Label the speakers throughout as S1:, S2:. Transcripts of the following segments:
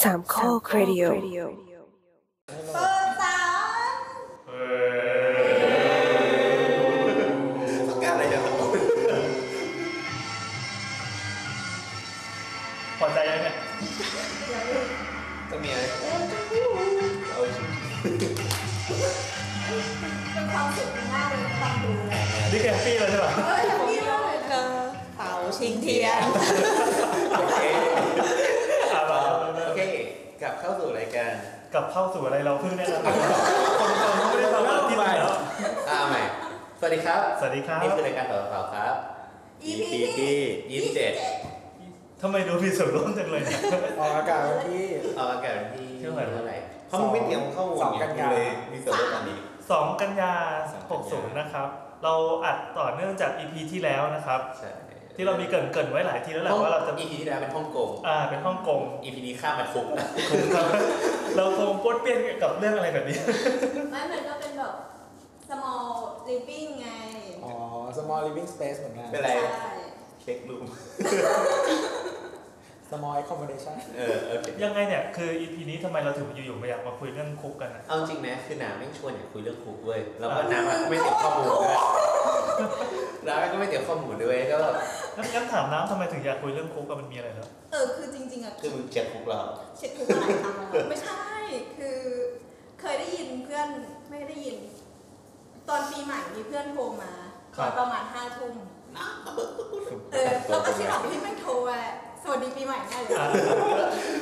S1: สามข้อครดิโอ
S2: พอใจยังเนี่ย
S3: ก็มีอะไร
S4: เป็นความสุขมากเลยความดูเลย
S2: นี่แกแฮปปี้แล้วใช่ปะ
S4: เออพี่เล่าเลยเธอเป่าชิงเทียน
S3: โอเค
S2: อ่ะมา
S3: โอเคกลับเข้าสู่รายการ
S2: กลับเข้าสู่อะไรเราเพิ่งได้แล้วคนคนไม่ได้ทำอะไรที่ไหนแล้ว
S3: อ่าใหม่สวัสดีครับ
S2: สวัสดีครับ
S3: นี่คือรายการต่อข่าวครับ
S4: EP
S3: ที่ยี่สิบเจ็ด
S2: ทำไมดูมีส่วนร่วมจังเลยเนี่ย
S5: ออกอากาศวันที่
S3: เอาอากาศวันที่
S2: เท่าไหร่
S3: ไหร่เพราะมึงไม่เตรียมข้อมูล
S5: สองกันยา
S3: เลยมีส่วนลดอันนี้
S2: สองกันยา
S3: สองกันยา
S2: 60นะครับ เราอัดต่อเนื่องจาก EP ที่แล้วนะครับ
S3: ใช่
S2: ที่เรามีเกรินเกรินไว้หลายทีแล้วแหละว่าเราจะ
S3: อีพีที่แล้วเป็นฮ่องกง
S2: อ่าเป็นฮ่องกง
S3: อีพีนี้ข้ามมาคุกนะ
S2: เราคงป้วนเปี้ยนกับเรื่องอะไรแบบนี้
S4: ไม่มันก็เป็นแบบ small living ไง
S5: อ๋อ small living space เหมือนกัน
S3: เป็นไร
S4: ใช่
S3: เช็ครูม
S5: small accommodation
S3: เออโอเค
S2: ยังไงเนี่ยคือ EP นี้ทำไมเราถึงอยู่ๆมาอยากมาคุยเรื่องคุกกันนะ
S3: เอาจริงนะคือน้ำไม่งชวนอยากคุยเรื่องคุกเว้ยแล้วก็น้ำอะไม่เตรียมข้อมูลด้วยน้ำก็ไม่เตรียมข้อมูลด้วยก็แบบ
S2: งั้นงั้นถามน้ำทำไมถึงอยากคุยเรื่องคุกกันมันมีอะไรเหรอ
S4: เออ คือจริง ๆอะ
S3: คือมึงเจ็บคุกเรา
S4: เช็คทุกหลายครั้งแล้วไม่ใช่ คือ เคยได้ยินเพื่อนไม่ได้ยิน ตอนปีใหม่มีเพื่อนโทรมาตอนประมาณห้าทุ่มเออแล้วก็คิดออกที่ไม่งโทรอะสวัสดีปีใหม่แน่เลย
S2: อ่า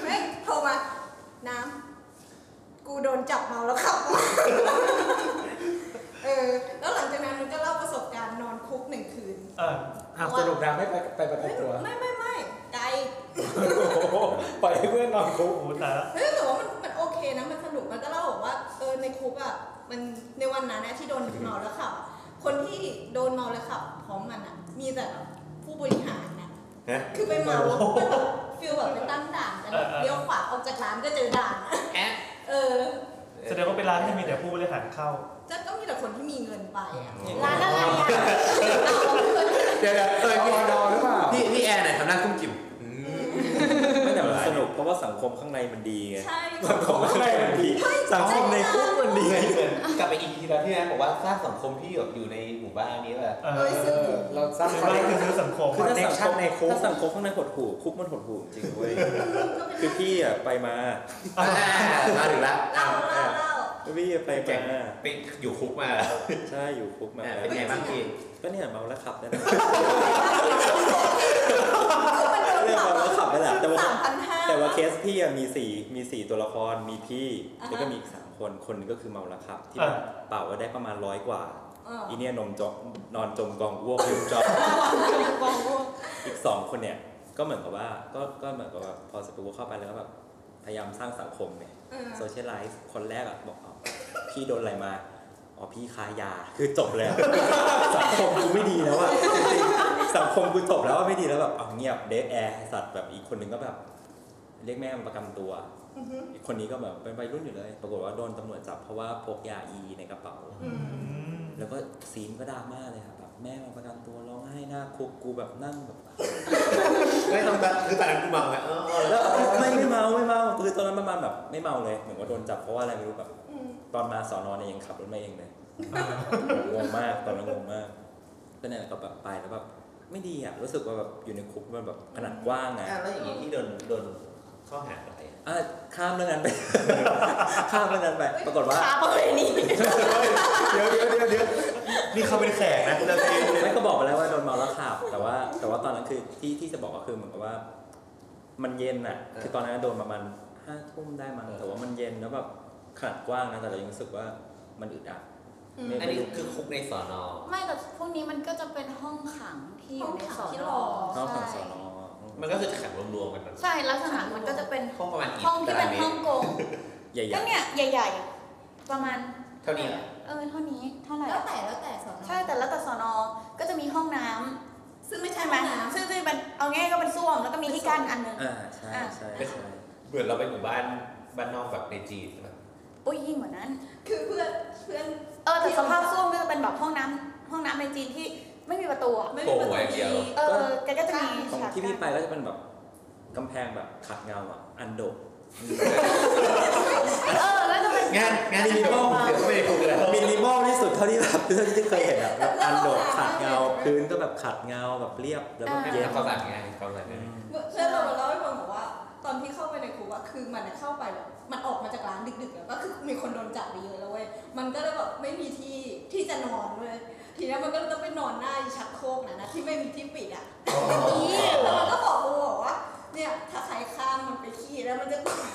S4: ไม่งโทรมา น้ำ กูโดนจับเมาแล้วขับ เออ แล้วหลังจากนั้นมันก็เล่าประสบการณ์นอนคุกหนึ่งคืน
S2: อ่า
S5: อ่ะสรุปดังไม่ไปไปประกันตัว
S4: ไม่ไม่ไม่ไกล
S5: ปล่อยให้เพื่อนนอนคุก
S2: โอ้โหตายแล้ว
S4: เฮ้ยแต่ว่ามันมันโอเคนะ มันสนุก มันก็เล่าบอกว่า เออ ในคุกอ่ะ มันในวันนั้นนะที่โดนเมาแล้วขับ คนที่โดนเมาแล้วขับพร้อมมันอ่ะ มีแต่แบบผู้บริหารนะ
S3: ฮะ
S4: คือไปเมาแล้วมันแบบฟิลแบบไปตั้งด่านกันแบบเลี้ยวขวาออกจากร้านก็เจอด่าน
S3: แอะ
S4: เออ
S2: แสดงว่าเป็นร้านที่มีแต่ผู้บริหารเข้า
S4: จะก็มีแต่คนที่มีเงินไปอ่ะ ร้านอะไรอ่ะเอาเงิน
S3: เดี๋ยวเดี๋ยวเอ
S5: อ
S3: อพี่
S5: อดอหรือเปล่า
S3: พี่พี่แอนน่ะทำหน้ากุ้มกิ่ม
S6: ไม่แต่มันสนุกเพราะว่าสังคมข้างในมันดีไง
S4: ใช่
S6: สังคมข้างในมันดีสังคมในคุกมันดี
S3: เหมือนเหมือนกลับไปอีกทีแล้วที่แอนบอกว่าสร้างสังคมที่แบบอยู่ในหมู่บ้านนี้แบบ
S2: เออ
S4: เออ
S5: เออเราสร้าง
S2: คือ
S5: คอน
S2: บ้าน
S5: เนค
S2: คือ
S5: ชั่น
S2: ซื้อสังคม
S6: คือถ้าสังคม
S5: ในคุก
S6: ถ้าสังคมข้างในหดหู่คุกมันหดหู่จริงเว้ย คือพี่อ่ะไปมา
S3: อ่ามาถึงละ
S4: เล่าเล่าเล่า
S6: พี่อะไป
S3: แกง
S6: มา
S3: ไปอยู่คุกมาแล้ว
S6: ใช่อยู่คุกมา
S3: อ่ะเป็นไงบ้างพี่
S6: ก็เนี่ยเมาแล้วขับนั่นแหละ
S4: มันโดน
S6: เรื่อง
S4: ปรับ
S6: เมาแล้วขับนั่นแหละแต่ว่า
S4: สามพันห้า
S6: แต่ว่าเคสพี่อะมีสี่มีสี่ตัวละครมีพี่
S4: อ่าฮะ
S6: แล้วก็มีอีกสามคนคนหนึงก็คือเมาแล้วขับ ที่
S2: อ่า
S6: เป่าก็ได้ประมาณร้อยกว่า
S4: เออ
S6: อีเนี่ยนมจมนอนจมกองอ้วกอยู่จ อม
S4: กองพวก
S6: อีกสองคนเนี่ยก็เหมือนกับว่าก็ก็เหมือนกับว่าพอสปูเข้าไปแล้วก็แบบพยายามสร้างสังคมเนี่ย
S4: เออ
S6: โซเชียลไลฟ์คนแรกอะบอกอ๋อพี่โดนอะไรมาอ๋อพี่ค้ายาคือจบ แล้ว สังคมกูไม่ดีแล้วอะสังคมกูจบแล้วอะไม่ดีแล้วแบบเอาเงียบเดทแอร์สัตว์แบบอีกคนนึงก็แบบ เรียกแม่มาประกันตัว
S4: อือหือ
S6: อีกคนนี้ก็แบบเป็นวัยรุ่นอยู่เลย ปรากฏว่าโดนตำรวจจับเพราะว่าพกยาอีในกระเป๋า
S4: อืม
S2: อืม
S6: แล้วก็ซีนก็ดราม่าเลยครับแบบแม่มาประกันตัวร้องไห้หน้าคุกกูแบบนั่งแบบ
S3: ไม่ต้องตัดคือตอนนั้นกูเมาไงเออเออ
S6: แล้วไม่ไม่เมาไม่เมาคือตอนนั้นประมาณแบบไม่เมาเลยเหมือนว่าโดนจับเพราะว่าอะไรไม่รู้แบบ
S4: อืม
S6: ตอนมาสอนอนเนี่ยยังขับรถมาเองเลยงงมากตอนนั้นงงมากก็เนี่ยก็แบบไปแล้วแบบไม่ดีอ่ะรู้สึกว่าแบบอยู่ในคุกมันแบบขนาดกว้างอ่ะ
S3: อ่ะแล้วอย่างนี้พี่โดนโดนข้อหาอะไรอ่ะ
S6: อ่ะข้ามเรื่องนั้นไป ข้ามเรื่องนั้นไปปรากฏว่า
S4: ค้าประเวณี
S3: เดี๋ยวเดี๋ยวเดี๋ยวเดี๋ยว นี่เขาเป็นแขกนะเราเป็น
S6: ไม่ก็บอกไปแล้วว่าโดนเมาแล้วขับ แต่ว่าแต่ว่าตอนนั้นคือที่ที่จะบอกก็คือเหมือนกับว่า มันเย็นอ่ะคือตอนนั้นโดนประมาณห้าทุ่มได้มั้งแต่ว่ามันเย็นแล้วแบบขนาดกว้างนะแต่เรายังรู้สึกว่ามันอึดอัด
S4: อืม
S3: อันนี้คือคุกในสอนอ
S7: ไม่แต่พวกนี้มันก็จะเป็นห้องขังที่อยู่ในสอน
S6: ห้องของส
S7: ใช่
S6: อนอ
S3: มันก็คือขังรวมๆกันนะ
S7: ใช่ลักษณะมันก็จะเป็น
S3: ห้องประมาณกี่
S7: ห้องที่เป็นห้องกง
S6: ใหญ่
S7: ก็เนี่ยใหญ่ ๆ ประมาณ
S3: เท่านี้เหรอ
S7: เออเท่านี้เท่าไหร่
S4: แล้วแต่แล้วแต่สอนอ
S7: ใช่แต่แล้วแต่สอนอก็จะมีห้องน้ำ
S4: ซึ่งไม่ใช่
S7: ใช่ไหม
S4: ห้องน้ำ
S7: ซึ่งจะเป็นเอาง่ายก็เป็นส้วมแล้วก็มีที่กั้นอันหนึง
S6: ๆอ่าใช่ใช่ใช่
S3: เหมือนเราไปหมู่บ้านบ้านนอกแบบในจีนแบบ
S7: อุ้ยยิ่งกว่านั้น
S4: คือเพื่อนเพื่อน
S7: เออแต่สภาพส้วมก็จะเป็นแบบห้องน้ำห้องน้ำในจีนที่ไม่มีประตูอะ
S4: ไม่มีประ
S3: โป่งอย่างเดี
S4: ตู
S3: ยว
S7: เออแกก็จะมี
S6: ของ
S7: ฉาก
S6: ที่พี่
S7: กั้น
S6: ไปก็จะเป็นแบบกำแพงแบบขัดเงาอ่ะอันโดก
S7: เออแล้วจะเป็น
S3: งานงานที่ห้องเดี๋ยวไม่ได้คุยเลย
S8: มินิมอลที่สุดเท่าที่แบบเท่าที่เคยเห็นอะแบบอันโดดขัดเงาพื้นก็แบบขัดเงาแบบเรียบแล้วก็
S3: ไม่
S8: เย็
S3: ได้
S8: น
S3: ทำความสะอาดไงทำความสะอาดไง
S4: เพื่อนเราเล่าให้ฟังบอกว่า ตอนที่เข้าไปในคุกอะคือมันอะเข้าไปแบบมันออกมาจากร้านดึกๆแล้วก็คือมีคนโดนจับไปเยอะแล้วเว้ยมันก็เลยแบบไม่มีที่ที่จะนอนเลยทีเนี้ยมันก็ต้องไปนอนหน้าชักโครกนะนะที่ไม่มีที่ปิดอะแล้วมันก็บอกกูบอกว่าเนี่ยถ้าใครข้ามมันไปขี้แล้วมันจะตาย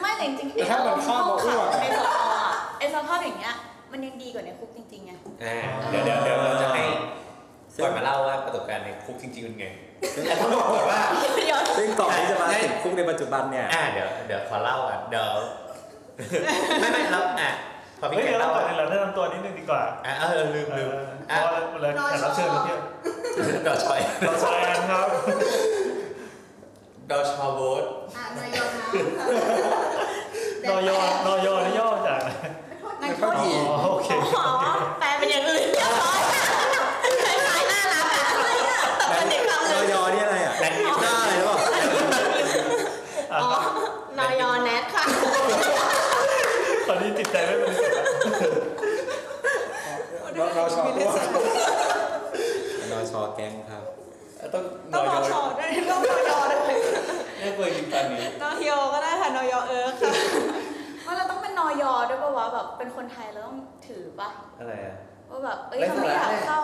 S7: ไม่แต่จริงๆ
S6: แต่ถ้ามันข้ามมาอ้วก
S7: ไอ้สภาพอะไอ้สภาพอย่างเงี้ยมันยังดีกว่าในคุกจริงๆไง
S3: อ่าเดี๋ยวเดี๋ยวเดี๋ยวเราจะให้ก่อนมาเล่าว่าประสบการณ์ในคุกจริงๆเป็นไงแต่ต้องบอกก่อนว่า
S8: ซึ่งก่อนที่จะมาถึงคุกในปัจจุบันเนี่ย
S3: อ่าเดี๋ยวเดี๋ยวขอเล่าอ่ะเดี๋ยวไม่ไม่แล้วอ่ะพอพี่
S2: เฮ้ย
S3: แก
S2: เดี๋ยวเรา
S3: เล่า
S2: ก่อน
S3: อ่ะ
S2: เดี๋ยวเราแนะนำตัวนิดนึงดีกว่า
S3: อ่ะเออลืม
S2: เอ
S3: ลืม
S2: อ
S3: อ่ะ
S2: เพราะว่าเราแขกรับเชิญเราเที่ยว
S3: ดอชอย
S2: เราแสดงครับ
S3: ดอชอโบส
S4: อ่ะนายยอมนะ
S2: นอยอนอยอนี่ย่อจาก
S7: นักโทษหญิง
S2: อ๋อโอเค
S7: หมอแปลเป็นอย่างอื่นเรียบร้อยอะคล้ายๆน่ารักอะแต่เป็นเด็กทำ
S8: ย
S7: เล
S8: อยยอนี่อะไรอ่ะ
S3: และ
S8: หน้าอะไรหรือเปล่า
S7: อ๋อนอยอแนทค่ะ
S2: ตอนนี้จิตใจไม่เป็นสุขแล้ว
S6: เราเราชอบอ้วก
S8: นอชอแกงครับ
S6: ต้อง
S9: ต้องรอชอด้วยต้องรอยอด้วย
S3: เรื่องเวอร์จิงตอนนี้
S9: นอเฮียวก็ได้ค่ะนอยอเอิร์กค่ะ
S7: ว่าเราต้องเป็นนอยอด้วยปะวะแบบเป็นคนไทยเราต้องถือปะ
S3: อะไรอ่ะ
S7: ว่าแบบเอ้ยเรา
S3: ไร้
S7: ไม่
S3: สาระ
S7: อยากเข้า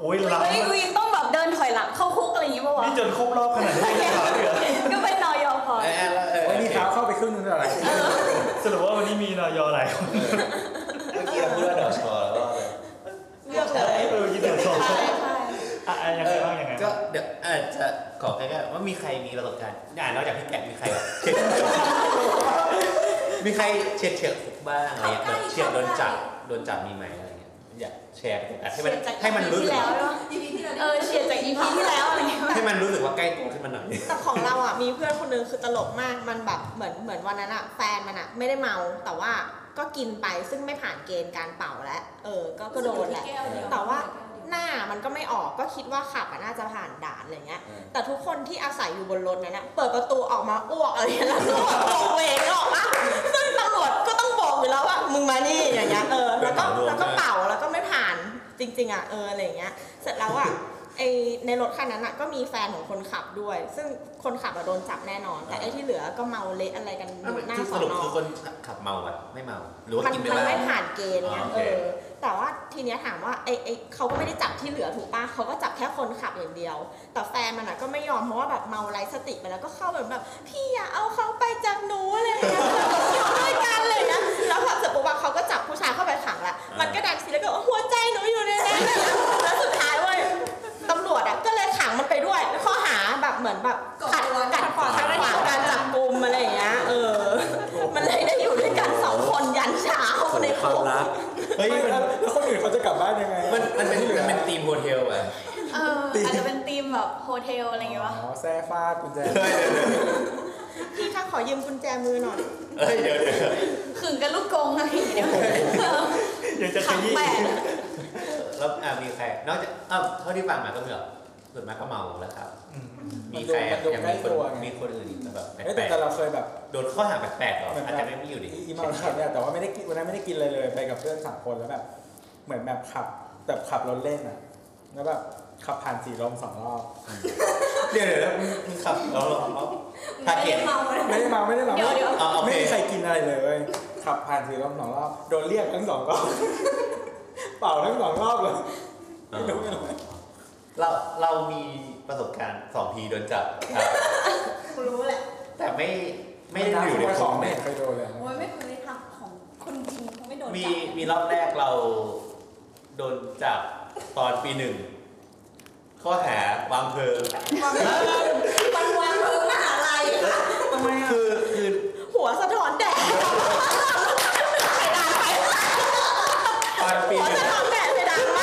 S2: โอ้ยหลับ
S7: เฮ้ยกูยังต้องแบบเดินถอยหลังเข้าคุกอะไรอย่างงี้ปะวะ
S2: นี่จนครบรอบขนาดนี้เลยเหรอเนี่ย
S7: ก็เป็นนอยอพอ
S3: เออแล้วเออ
S6: โอ้ยนี่เท้าเข้าไปครึ่งนึงเท่าไหร่
S2: สรุปว่าวันนี้มีนอยอหลายคน
S3: เมื่อกี้เราพูดว่าดอชอแล้วก็เลย
S9: เลือกเลย
S2: เออกินแต่สอง
S7: ใช่ใช่
S2: อ่ะอ่ะยังไงบ้างยังไง
S3: ก็
S2: บ้าง
S3: เดี๋ยวอาจจะขอแค่ว่ามีใครมีประสบการณ์อ่านอกจากพี่แกะ มีใครแบบมีใครเฉียดเฉียดคุกบ้างอะไรอย่างเงี้ยเฉียดโดนจับโดนจับมีไหมอะไรอย่างเงี้ยอยากแชร์ประสบการณ์ให้มันให้มันรู้
S7: ที่
S3: สึก
S7: แล้วด้วยปะ
S4: อีพีที่เราได้
S7: เออเฉียดจากอีพีที่แล้วอะไรเงี้ย
S3: ให้มันรู้สึกว่าใกล้ตัวขึ้นมาหน่อย
S9: แต่ของเราอ่ะมีเพื่อนคนนึงคือตลกมาก มันแบบเหมือนเหมือนวันนั้นอ่ะแฟนมันอ่ะไม่ได้เมา แต่ว่าก็กินไปซึ่งไม่ผ่านเกณฑ์การเป่าแล้วเออ ก็ก็โดนแหละ แต่ว่า หน้ามันก็ไม่ออกก็คิดว่าขับอะน่าจะผ่านด่านอะไรเงี้ย
S8: อืม
S9: แต่ทุกคนที่อาศัยอยู่บนรถนั้นนะเปิดประตูออกมาอ้วกอะไรเงี้ยแล้วก็แบบโบกเวกออกมาซึ่งตำรวจก็ต้องบอกอยู่แล้วว่ามึงมานี่อย่างเงี้ยเออแล้วก็
S3: เป็นตำรวจ
S9: แล้วก็เป่าแล้วก็ไม่ผ่านจริง ๆอ่ะเอออะไรเงี้ย เสร็จแล้วอ่ะไอในรถคันนั้นอ่ะก็มีแฟนของคนขับด้วย ซึ่งคนขับอะโดนจับแน่นอน แต่ไอที่เหลือก็เมาเละอะไรกันอยู่หน้า
S3: คือ
S9: ส
S3: ส
S9: อน
S3: รุป
S9: อ
S3: คือคนขับเมาอ่ะไม่เมาหรือว่า
S9: มัน
S3: กินไป
S9: มัน
S3: บ้าง
S9: ไม่ผ่านเกณฑ์ไง
S3: อ่าโอ
S9: เอ
S3: เค
S9: อ แต่ว่าทีเนี้ยถามว่าไอไอเขาก็ไม่ได้จับที่เหลือถูกปะเขาก็จับแค่คนขับอย่างเดียว แต่แฟนมันอ่ะก็ไม่ยอมเพราะว่าแบบเมาไร้สติไปแล้วก็เข้าแบบแบบ พี่อย่าเอาเขาไปจากหนูเลย นะอยู่ด้วยกันเลยนะ แล้วพอเสร็จปุ๊บอะเขาก็จับผู้ชายเข้าไปขังละ มันก็ดันซีแล้วก็บอกหัวใจหนูอยู่ในนั้น น่ะแล้วสุดท้ายเว้ยตำรวจอะก็เลยขังมันไปด้วย ข้อหาแบบเหมือนแบบขัดกัดขวางการจับกุมอะไรอย่างเงี้ย เออ มันเลยได้อยู่ด้วยกันสองคนยันเช้าใน
S8: ควา
S9: คุ
S8: ม
S9: ก
S8: รัก
S6: เฮ้ยมันแล้วคนอื่นเขาจะกลับบ้านยังไง
S3: มันมันเป็นมันเป็นทีมโฮเทลอ่ะ
S7: เอออาจจะเป็นธีมแบบโฮเทลอะไรอย่างเงี้ยวะ
S6: อ๋อแซ่ฟาดกุญแจ
S9: พี่คะขอยืมกุญแจมือหน่อย
S3: เอ้ยเดี๋ยวเดี๋ยว
S7: ขึงกันลูกกรงอะไรอย่างเงี้ย
S2: ยังจะข
S7: ขัง
S2: ยี้
S7: แปด
S3: แล้วอ่ะมีใครนอกจากอ้าวเท่าที่ฟังมาก็เหมือนส่วนมากก็เมาแล้วครับ
S2: อืม
S3: มีใคร
S6: มันดู
S3: ยัง
S6: ใกล้
S3: มีคน
S6: ตัวไง
S3: มีคนอื่นอีกแบบ
S6: เอ้ย
S3: แปลก
S6: แต่แต่เราเคยแบบ
S3: ๆโดนข้อหาแปลกๆหรอ
S6: เหมือนแบบ
S3: อาจจะไม่มีอยู่ดิ
S6: อีเมาแล้วขับเนี่ยแต่ว่าไม่ได้กินวันนั้นไม่ได้กินอะไรเลยไปกับเพื่อนสามคนแล้วแบบ เหมือนแบบขับแบบขับรถเล่นอ่ะแล้วแบบขับผ่านสีลมสองรอบ
S3: เดี๋ยวเดี๋ยวมึงขับเราเราเราทาเก็ต
S6: ไม่ได้เมาไม่ได้เมา
S7: เดี๋ยวเดี๋ยว
S6: ไม่
S3: อ่ะโอเค
S6: ไม่มีใครกินอะไรเลยเว้ยขับผ่านสีลมสองรอบโดนเรียกทั้งสองรอบ เป่าทั้งสองรอบเลยไม่รู้ไม่รู้
S3: เราเรามีประสบการณ์สองทีโดนจับครับ
S4: คุณรู้แหละ
S3: แต่ไม่ไม่ได้อยู่ใน
S6: ข
S3: คุ
S6: อก งไม่
S3: เนี่ย
S6: เคยโดนเลยนะ
S4: โอ้ยไม่เคยทำของคนจริงเขาไม่โดน
S3: มี
S4: จับ
S3: มีรอบแรกเราโดนจับตอนปีหนึ่งข้อหาวางเพลิง
S4: วันวันเพิ่งมหาลัยค่ะ
S6: ทำไมอ่ะ
S3: คือคือ
S9: หัวสะท้อนแดดไปด่าน
S3: ตอน
S9: ไป
S3: ปี
S9: หัว
S3: หนึ่ง
S9: สะท้อนแดดไปด่านไหม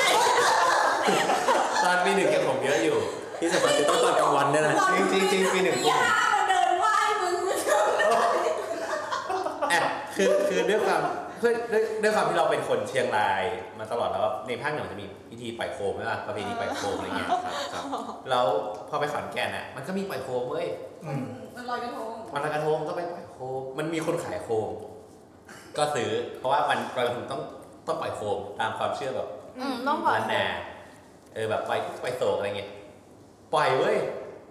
S3: ตอนปีหนึ่งยังผมเยอะอยู่
S8: ที่สำคัญคือต้องตอนกลางวันด้วยนะ
S3: จริงจริงจริงปีหนึ่ง
S4: ปีห้ามาเดินไหว้มึงไม่ต้องเดิน
S3: อ่ะคือคือด้วยความด้วยด้วยด้วยความที่เราเป็นคนเชียงรายมาตลอดแล้วในภาคเหนือมันจะมีพิธีปล่อยโคมใช่ป่ะประเพณีปล่อยโคมอะไรเงี้ยครับแล้วพอไปขอนแก่นอ่ะมันก็มีปล่อยโคมเว้ย
S2: อืม
S4: มันลอยกระทง
S3: วันลอยกระทงก็ไปปล่อยโค มมันมีคนขายโคม ก็ซื้อ เพราะว่ามันเราถึงต้องต้องปล่อยโคมตามความเชื่อแบบ
S10: อืมต้องปล่อย
S3: ล้านนาเออแบบไปไปโศกอะไรเงี้ยปล่อยเว้ย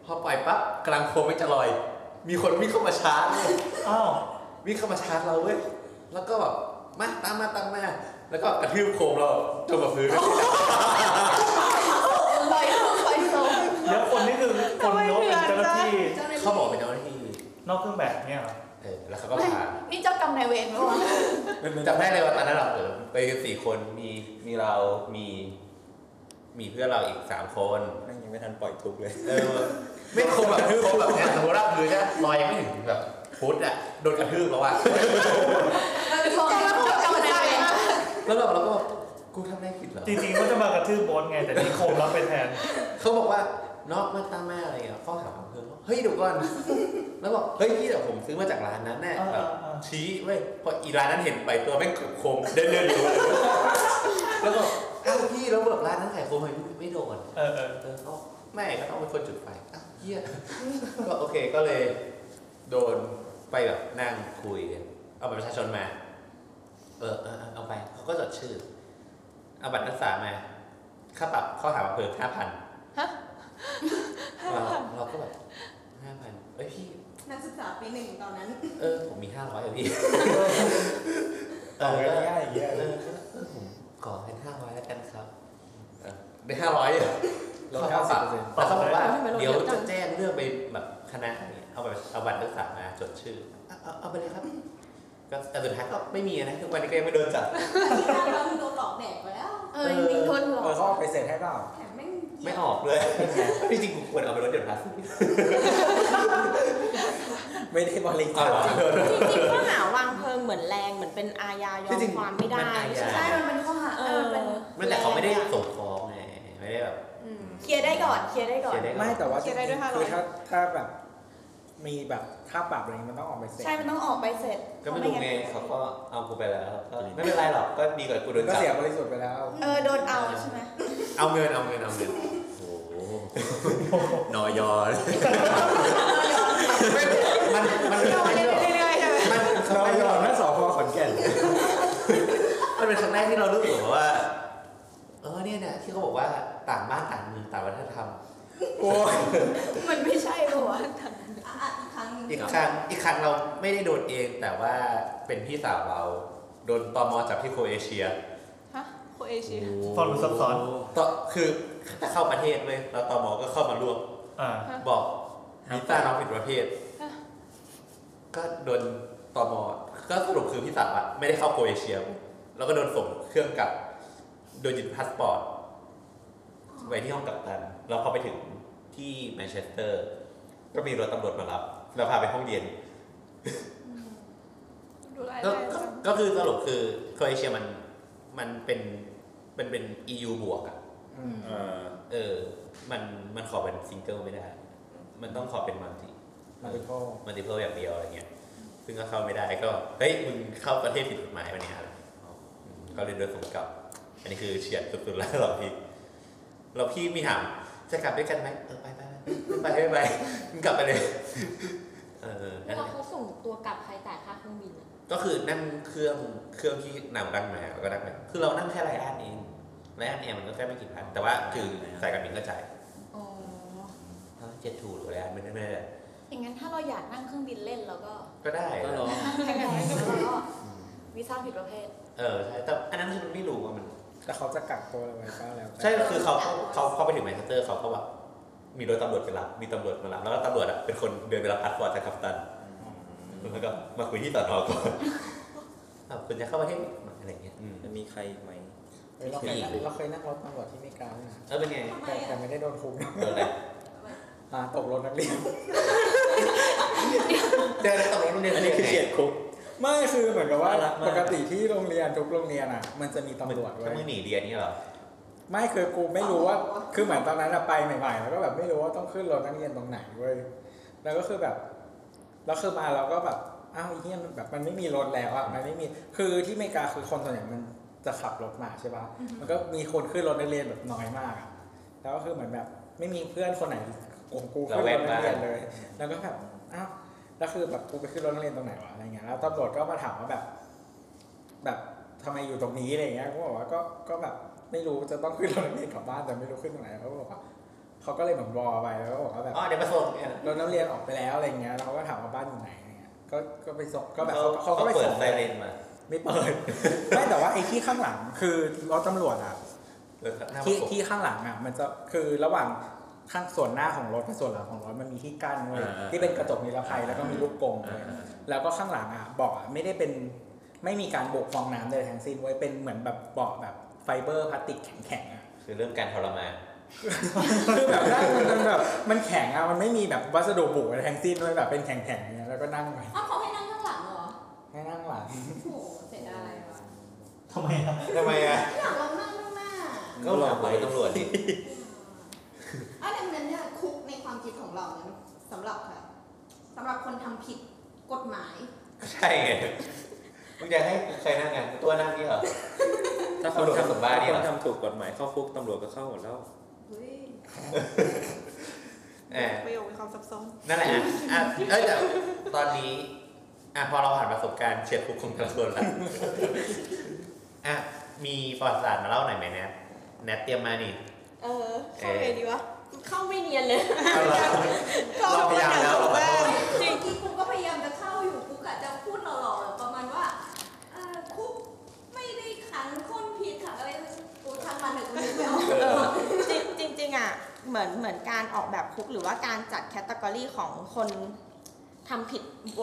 S3: พอปล่อยปั๊บกลางโคมไม่จะลอย มีคนวิ่งเข้ามาชาร์จเลย
S2: อ้าว
S3: วิ่งเข้ามาชาร์จเราเว้ย แล้วก็แบบมาตามมาตามมา แล้วก็กระทืบโคมเราจนกับพื้น
S4: ลอยลอยโซ
S2: แล้วคนนี่คือคนนกเป็นเจ้าหน้าที่
S3: เขาบอกเป็นเจ้าหน้าที่
S2: นอกเครื่องแบบเนี่ยเหรอ
S3: เออ แล้วเขาก็ พา
S10: นี่เจ้ากรรมนายเวรไหมวะ
S3: จำได้เลยว่าตอนนั้นเราเออไปกันสี่คน มีมีเรา มี มีเพื่อนเราอีกสามคน
S6: แม่งยังไม่ทันปล่อยทุกข์เลย
S3: เออ ไม่คมแบบทืบโคมแบบเนี้ยสมมติว่ามือจะลอยยังไม่ถึงแบบฟุตอะโดนกระทืบแล้วอะ
S4: จะมาพูดกับใคร
S3: แล้วแบบเราก็แบบกูทำได้ผิดเหรอ
S2: จริงๆก็จะมากระทืบบอสไง แต่นี่โคมรับไปแทน
S3: เขาบอกว่าเนาะมาตามแม่อะไรเงี้ยข้อหาของเธอเฮ้ยเดี๋ยวก่อน แล้วบอกเฮ้ยพี่แต่ผมซื้อมาจากร้านนั้นแน่
S2: อ่า
S3: แบบ
S2: อ่า
S3: ชี้เว้ยพออีร้านนั้นเห็นไปตัวแม่งโคมเดินเดินอยู่แล้วบอกเอ้าวพี่แล้วแบบร้านนั้นขายโคมทำไมพี่ไม่โดน
S2: เออเออ
S3: เออเขาแม่ก็ต้องเป็นคนจุดไฟอ้าวเฮียก็โอเคก็เลย โดนไปแบบนั่งคุย เอาบัตรประชาชนมา เออเออเออเอาไปเขาก็จดชื่อ เอาบัตรนักศึกษามาค่าปรับข้อหาบังเพิ่มห้าพัน เราเราก็แบบห้าพันเอ้ยพี่
S4: นักศึกษาปีหนึ่งตอนนั้น
S3: เออ ผมมีห้าร้อยอะพี่
S7: เอาง่ายๆอย่างเงี้ย
S3: เออเออผมขอเป็นห้าร้อยแล้วกันครับเออได้ห้าร้อย
S7: ล
S3: เรา
S7: ด
S3: เข้าปรับ
S7: 90%
S3: แล้วเขาบอกว่า
S9: ทำไมลดเย
S3: เดี๋ยว
S9: อะจั
S3: จะ
S9: ง
S3: แจ้งเรื่องไปแบบคณะอะไรเงี้ยเอาไปเอาบัตรนักศึกษามาจดชื่อเอาเอาเอาไปเลยครับก็แต่สุดท้ายก็ไม่มีนะทุกวันนี้ก็ยังไม่โดนจับ
S4: ที่หน้าเราโดนหลอกแดกไปแล้ว
S10: เออจริงๆทนหรอ
S7: เออเขาเอาไปเสร็จให้เปล่า
S4: แถมแม่งเหยี
S3: ไม่
S4: ยบ
S3: ออกเลย จริงๆผมควรเอาไปลดหย่อนภาษี
S7: ไม่ได้บริ
S3: เอา
S7: จา
S3: เห
S7: ค
S3: รอ
S9: จริงๆข้อหาวางเพลิงเหมือนแรงเหมือนเป็นอาญายอม
S3: จริงๆ
S9: ความไม่ได้
S3: มันอาญา
S9: ใช่
S4: ใช่ มันเป็นข้อหา
S9: เอ
S4: เอ
S9: อ
S4: อเป็น
S3: ไม่แต่เขาไม่ได้ส่งฟ้องไงไม่ได้แบบ
S4: ม
S9: เคลียร์ได้ก่อนเคลียร์ได้ก่อน
S3: เคลียร์ด้ก่อน
S7: ไม่แต่ว่า
S9: เคลียร์ได้ด้วย500
S7: คือถ้าถ้าแบบมีแบบค่าปรับอะไรเงี้ยมันต้องออกไปเสร็จ
S4: ใช่ มันต้องออกใบเสร็จ
S3: ก็ไม่รู้ไงเขาก็เอากูไปแล้วก็ไม่เป็นไรหรอกก็ดีกว่ากูโดน
S7: ก็
S3: จับ
S7: เสียบริสุทธิ์ไปแล้ว
S4: เออ โดนเอาใช่ไหม
S3: เอาเงินเอาเงินเอาเงินโอ้นอยอมันมันมัน
S9: เรื่อยๆใช่ไหม
S3: มัน
S7: เราหยอดนะสพขอนแก่น
S3: มันเป็นครั้งแรกที่เรารู้สึกว่า เออเนี่ยเนี่ยที่เขาบอกว่าต่างบ้านต่างเมืองต่างวัฒนธรรม
S7: โอ้ย
S10: มันไม่ใช่หรอวะ
S4: อ่ะอ่ะอีกครั้งหนึ่ง
S3: อีกครั้งอีกครั้งเราไม่ได้โดนเอง แต่ว่าเป็นพี่สาวเราโดนตอมอจับที่โครเอเชีย
S10: ฮะโคเอเชีย
S2: ฟังดูซับซ้อน
S3: ต่อคือถ้าเข้าประเทศเลยแล้วตมก็เข้ามารวม
S2: อ่า
S3: บอกวีซ่าน้องผิดประเภท ก็โดนตมก็สรุปคือพี่สาวอะไม่ได้เข้าโครเอเชีย แล้วก็โดนส่งเครื่องกลับ โดยยึดพาสปอร์ตไว้ที่ห้องกักกันแล้วพอไปถึงที่แมนเชสเตอร์ ก็มีรถตำรวจมารับ แล้วพาไปห้องเย็น
S10: ดูราย
S3: ก็
S10: ได้
S3: ก็
S10: จัง
S3: ก็คือสรุปคือโครเอเชียมันมันเป็นมันเป็น EU บวกอ่ะ
S7: อืม
S3: เออเออ มันมันขอเป็นซิงเกิลไม่ได้ มันต้องขอเป็นมัลติ
S7: มาริโก้
S3: มัลติเพลอย่างเดียวอะไรเงี้ย ซึ่งก็เข้าไม่ได้ก็ เฮ้ย มึงเข้าประเทศผิดกฎหมายมาเนี่ยอะไรก็เลยโดนส่งกลับ อันนี้คือเฉียดสุดๆแล้วเราพี่เราพี่มีถามจะกลับด้วยกันไหมเออไปไปไปไปไปไปมึงกลับไปเลยเออนั่นแห
S9: แล้ว
S3: ละ
S9: เขาส่งตัวกลับใครจ่ายค่าเครื่องบินอะ
S3: ก็คือนั่งเครื่องเครื่องที่นำนั่งมาแล้วก็นั่งมาคือเรานั่งแค่ไรอันเองไรอันเองมันก็แค่ไม่กี่พันแต่ว่าคือสายการบินก็จ่าย
S10: อ๋อ
S3: เจ็ดทูหรือไรอันไม่ได้ไม่ได้
S10: อย่างนั้นถ้าเราอยากนั่งเครื่องบินเล่นเรา ก็
S3: ก็ได้
S6: ก็รอ
S10: แค่ไหนก็วีซ่าผิดประเภท
S3: เออใช่แต่อันนั้นคือมันไม่รู้ว่ามัน
S7: แต่เขาจะกักตัวเราไว้ก็แล้วแต่
S3: ใช่คือเขาเขาเขาไปถึงแมนเชสเตอร์เขาก็แบบมีรถตำรวจไปรับมีตำรวจมารับแล้วก็ตำรวจอ่ะเป็นคนเดินไปรับพาสปอร์ตจากกัปตันแล้วก็มาคุยที่ต่อนอ ก่อนอ่ะคุณจะเข้าประเทศไหมอะไรเงี้ยอืม
S6: จะมีใครอีกไหม
S7: เฮ้ยเราเคยนั่ง
S3: มี
S7: เราเคยนั่งรถตำรวจที่อเมริกาเนี่ย
S3: เออเป็นไง
S4: ทำไม
S7: แต่แต่
S4: อ่ะ
S7: ไม่ได้โดนคุม
S3: เดินอะไร
S7: อ่าตกรถนักเรียน
S3: เดินอะไรตำรวจมันเดิน
S6: อันนี้คือเฉียดคุก
S7: ไม่คือเหมือนกับว่า
S6: น่ารักมาก
S7: ปกติที่โรงเรียนทุกโรงเรียนอ่ะ มันจะมีตำรวจไว้
S3: ถ้ามึงหนีเรียนนี่เหรอ
S7: ไม่คือกูไม่รู้ว่า คือเหมือนตอนนั้นอะไปใหม่ๆ แล้วก็แบบไม่รู้ว่าต้องขึ้นรถนักเรียนตรงไหนเว้ยแล้วก็คือแบบแล้วคือมาเราก็แบบอ้าวไอ้เฮียมันแบบมันไม่มีรถแล้วอ่ะมันไม่มีคือที่อเมริกาคือคนส่วนใหญ่มันจะขับรถมาใช่ปะมันก็มีคนขึ้นรถนักเรียนแบบน้อยมากอะแล้วก็คือเหมือนแบบไม่มีเพื่อนคนไหนของกูขึ้นรถนักเรียนเลย แล้วก็แบบอ้าว แล้วคือแบบกูไปขึ้นรถนักเรียนตรงไหนวะอะไรเงี้ยแล้วตำรวจก็มาถามว่าแบบ แบบทำไมอยู่ตรงนี้อะไรเงี้ยกูบอกว่าก็ก็แบบไม่รู้จะต้องขึ้นรถนักเรียนกลับบ้านแต่ไม่รู้ขึ้นตรงไหนเขาก็บอกว่าเขาก็เลยแบบรอไปแล้วก็บอกว่าแบบ
S3: อ๋อเดี๋ยวมาส่งเนี่ย
S7: รถน้ำเรียนออกไปแล้วอะไรเงี้ยแล้วเขาก็ถามว่าบ้านอยู่ไหนอะไรเงี้ยก็ก็ไปส่งก็แบบ
S3: เขา
S7: เขาก็ไป
S3: เปิด
S7: ส่ง
S3: ไซเรนมา
S7: ไม่เปิด ไม่แต่ว่าไอ้ที่ข้างหลังคือรถตำรวจอ่ะ
S3: แล้วหน้ามา
S7: ที่
S3: ส่ง
S7: ที่ข้างหลังอ่ะมันจะคือระหว่างข้างส่วนหน้าของรถกับส่วนหลังของรถมันมีที่กั้นเว้ย
S6: อ่า
S7: ที่เป็นกระจกนิรภัยแล้วก็มีลูกกรงเว้ย
S6: อ่า
S7: แล้วก็ข้างหลังอ่ะเบาะอะไม่ได้เป็นไม่มีการโบกฟองน้ำใดทั้งสิ้นเว้ยเป็นเหมือนแบบเบาะแบบไฟเบอร์พลาสติกแข็งๆอ่ะ
S3: คือเรื่องการทรมาน
S7: คือแบบนั่งมันแบบมันแข็งอะมันไม่มีแบบวัสดุบุอะไรทั้งสิ้นด้วยแบบเป็นแข็งๆอย่างเงี้ยแล้วก็นั่งไป
S4: อ้าวเขาให้นั่งข้างหลังเหรอ
S7: ให้นั่งหลัง
S4: โอ้โหเสียดายว่ะ
S2: ทำไมอ่ะ
S3: ทำไมอ่ะ
S4: ข้างหลังเรานั่งข้างหน้า
S3: ก็หลอกไปตำรวจดิ
S4: อ้าวดังนั้นเนี่ยคุกในความคิดของเราเนี่ยสำหรับใครสำหรับคนทำผิดกฎหมาย
S3: ใช่ไง มึงอยากให้ใครนั่งไงตัวนั่งนี่เหรอ
S6: ถ้าคน
S3: ตำรวจกับ
S6: ทำ
S3: บ้าน
S6: ถ้า
S3: เนี่
S6: ค
S3: ย
S6: นทำถูกกฎหมายเข้าคุกตำรวจก็เข้าหมดแล้ว
S4: เฮ้ย
S3: เออ
S11: ประโยคมีความซับซ้อน
S3: นั่นแหละอ่ะอ่ะเอ้ยแต่ตอนนี้ อ่ะพอเราผ่านประสบการณ์เฉียดคุกของแต่ละคนแล้วอ่ะมีประวัติศาสตร์มาเล่าหน่อยไหมแนทแนทเตรียมมานี่
S9: เออเข้าไงดีวะเข้าไม่เนียนเลย
S3: เอาล่ะ
S9: ก็
S3: เราพยายามแล้วเราขอโทษ
S9: จริง
S4: เมื่อกี้กูก็พยายามจะเข้าอยู่กูกะจะพูดหล่อๆประมาณว่าเอ่อคุกไม่ได้ขังคนผิดขังอะไรกูทำมาหนึ่งกูนึกไม่ออก
S9: จริงจริงๆอ่ะเหมือนเหมือนการออกแบบคุกหรือว่าการจัดแคตตากรีของคนทำผิด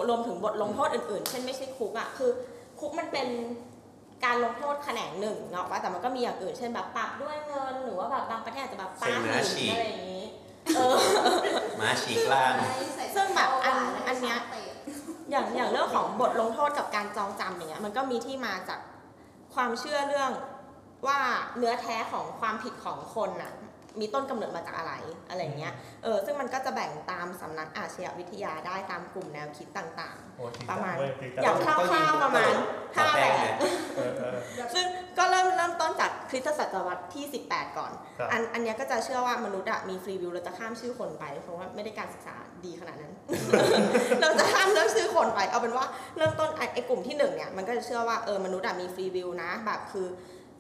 S9: รวมถึงบทลงโทษอื่นๆ เช่นไม่ใช่คุกอ่ะคือคุกมันเป็นการลงโทษแขนงหนึ่งเนาะว่าแต่มันก็มีอย่างอื่น เช่นแบบปรับด้วยเงินหรือว่าแบบบางประเทศอาจจะแบบป้าห
S3: เซ็น
S9: นี
S3: นะฉีก
S9: อะไรอย่างนี้เออ
S3: ม้าฉีกล่าง
S9: ซึ่งแบบอันอันเนี้ย อย่างอย่างเรื่องของบทลงโทษกับการจองจำอย่างเงี้ยมันก็มีที่มาจากความเชื่อเรื่องว่าเนื้อแท้ของความผิดของคนน่ะมีต้นกำเนิดมาจากอะไรอะไรอย่างเงี้ยเออซึ่งมันก็จะแบ่งตามสำนักอาชญาวิทยาได้ตามกลุ่มแนวคิดต่าง
S2: โอ้จง
S9: ประมาณ
S2: เว้ยจงจัง
S9: ๆอย่างคร่าวๆประมาณห้า
S3: ขอแป้
S9: แบ
S3: ง
S9: บ
S3: หน่อย
S2: เออเออ
S9: ซึ่งก็เริ่มเริ่มต้นจากคริสตศตวรรษที่ 18 ก่อน
S2: ครับ
S9: อันอันเนี้ยก็จะเชื่อว่ามนุษย์อะมีฟรีวิวเราจะข้ามชื่อคนไป เพราะว่าไม่ได้การศึกษาดีขนาด นั้น เราจะข้ามเรื่องชื่อคนไปเอาเป็นว่าเริ่มต้นไอ้ไอ้กลุ่มที่หนึ่งเนี่ยมันก็จะเชื่อว่าเออมนุษย์อะมีฟรีวิวนะแบบคือ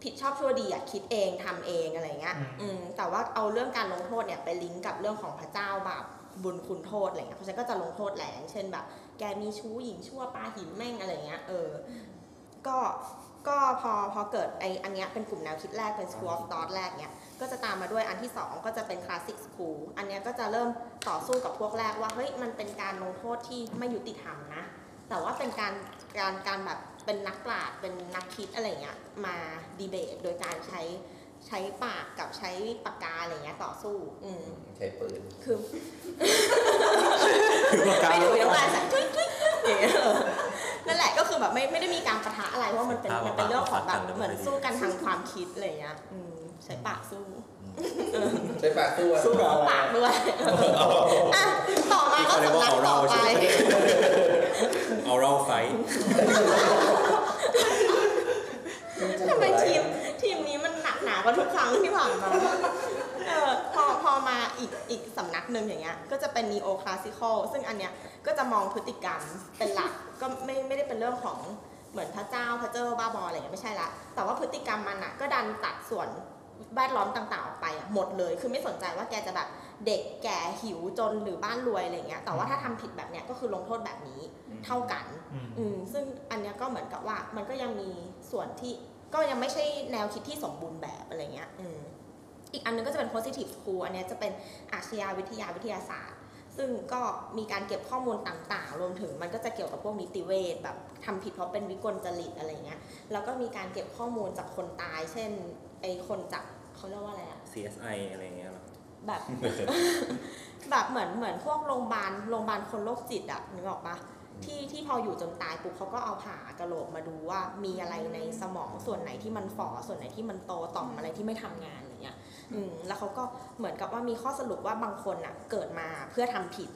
S9: ผิดชอบชั่วดีอะคิดเองทำเองอะไรเงี้ยอืมแต่ว่าเอาเรื่องการลงโทษเนี่ยไปลิงก์กับเรื่องของพระเจ้าบาปบุญคุณโทษอะไรเงี้ยเพราะฉะนั้นก็จะลงโทษแรงเช่นแบบ แกมีชู้หญิงชั่วปาหินแม่งอะไรเงี้ยเออก็ ก็พอพอเกิดไออันเนี้ยเป็นกลุ่มแนวคิดแรกเป็น school of thought แรกเนี้ยก็จะตามมาด้วยอันที่ 2 ก็จะเป็น classic school อันเนี้ยก็จะเริ่มต่อสู้กับพวกแรกว่าเฮ้ยมันเป็นการลงโทษที่ไม่ยุติธรรมนะ แต่ว่าเป็นการการการแบบเป็นนักปราชญ์เป็นนักคิดอะไรเงี้ยมาดีเบต โดยการใช้ใช้ปากกับใช้ปากกาอะไรเงี้ยต่อสู้อืม
S3: ใช้ปืน
S9: คือ
S7: คือว่าการ
S9: ไม่
S7: ล
S9: ถู
S7: ง
S9: ก
S7: โท
S9: ยั
S7: ษ
S9: งไงสักคลิกคลิกอย่างเงี้ยเออนั่นแหละก็คือแบบไม่ไม่ได้มีการประทะอะไรเพราะมันเป็นมันเป็นเรื่องของแบบเหมือนสู้กันทางความคิดอะไรเงี้ยอืมใช้ปากสู้
S3: ใช้ปากสู้อะ
S7: สู้กับอะไร
S9: ปากด้วยอ่ะต่อมาก็
S6: เขาเรียก
S9: สำ
S6: ว่าเอา
S9: นักต่
S6: เรา
S9: อไป
S6: ใช่ไหมเอาเราไฟ
S9: ทำไมทีมทีมนี้มันหนักหนากว่าทุกครั้งที่ผ่านมาเออพอพอมาอีกอีกสำนักหนึ่งอย่างเงี้ย ก็จะเป็น neo classical ซึ่งอันเนี้ยก็จะมองพฤติกรรมเป็นหลัก ก็ไม่ไม่ได้เป็นเรื่องของเหมือนพระเจ้าพระเจ้าบ้าบออะไรอย่างเงี้ยไม่ใช่ละ แต่ว่าพฤติกรรมมันอ่ะก็ดันตัดส่วนแวดล้อมต่างๆออกไปอะหมดเลย คือไม่สนใจว่าแกจะแบบเด็กแก่หิวจนหรือบ้านรวยอะไรอย่างเงี้ย แต่ว่าถ้าทำผิดแบบเนี้ยก็คือลงโทษแบบนี้เท่ากัน
S2: อืม
S9: อืมซึ่งอันเนี้ยก็เหมือนกับว่ามันก็ยังมีส่วนที่ก็ยังไม่ใช่แนวคิดที่สมบูรณ์แบบอะไรเงี้ยอืมอีกอันนึงก็จะเป็น positive school อันเนี้ยจะเป็นอาชญาวิทยาวิทยาศาสตร์ ซึ่งก็มีการเก็บข้อมูลต่างๆ รวมถึงมันก็จะเกี่ยวกับพวกนิติเวชแบบทำผิดเพราะเป็นวิกลจริตอะไรเงี้ย แล้วก็มีการเก็บข้อมูลจากคนตาย เช่นไอคนจากเขาเรียกว่าอะไรอะ
S6: CSI อะไรอย่างเงี้ยเหรอ
S9: แบบ แบบเหมือนเหมือนพวกโรงพยาบาลโรงพยาบาลคนโรคจิตอะนึกออกปะที่ที่พออยู่จนตายปุ๊บเขาก็เอาผ่ากระโหลกมาดูว่ามีอะไรในสมองส่วนไหนที่มันฝ่อส่วนไหนที่มันโตต่อมอะไรที่ไม่ทำงานอะไรเงี้ยอืมแล้วเขาก็เหมือนกับว่ามีข้อสรุปว่าบางคนอะเกิดมาเพื่อทำผิด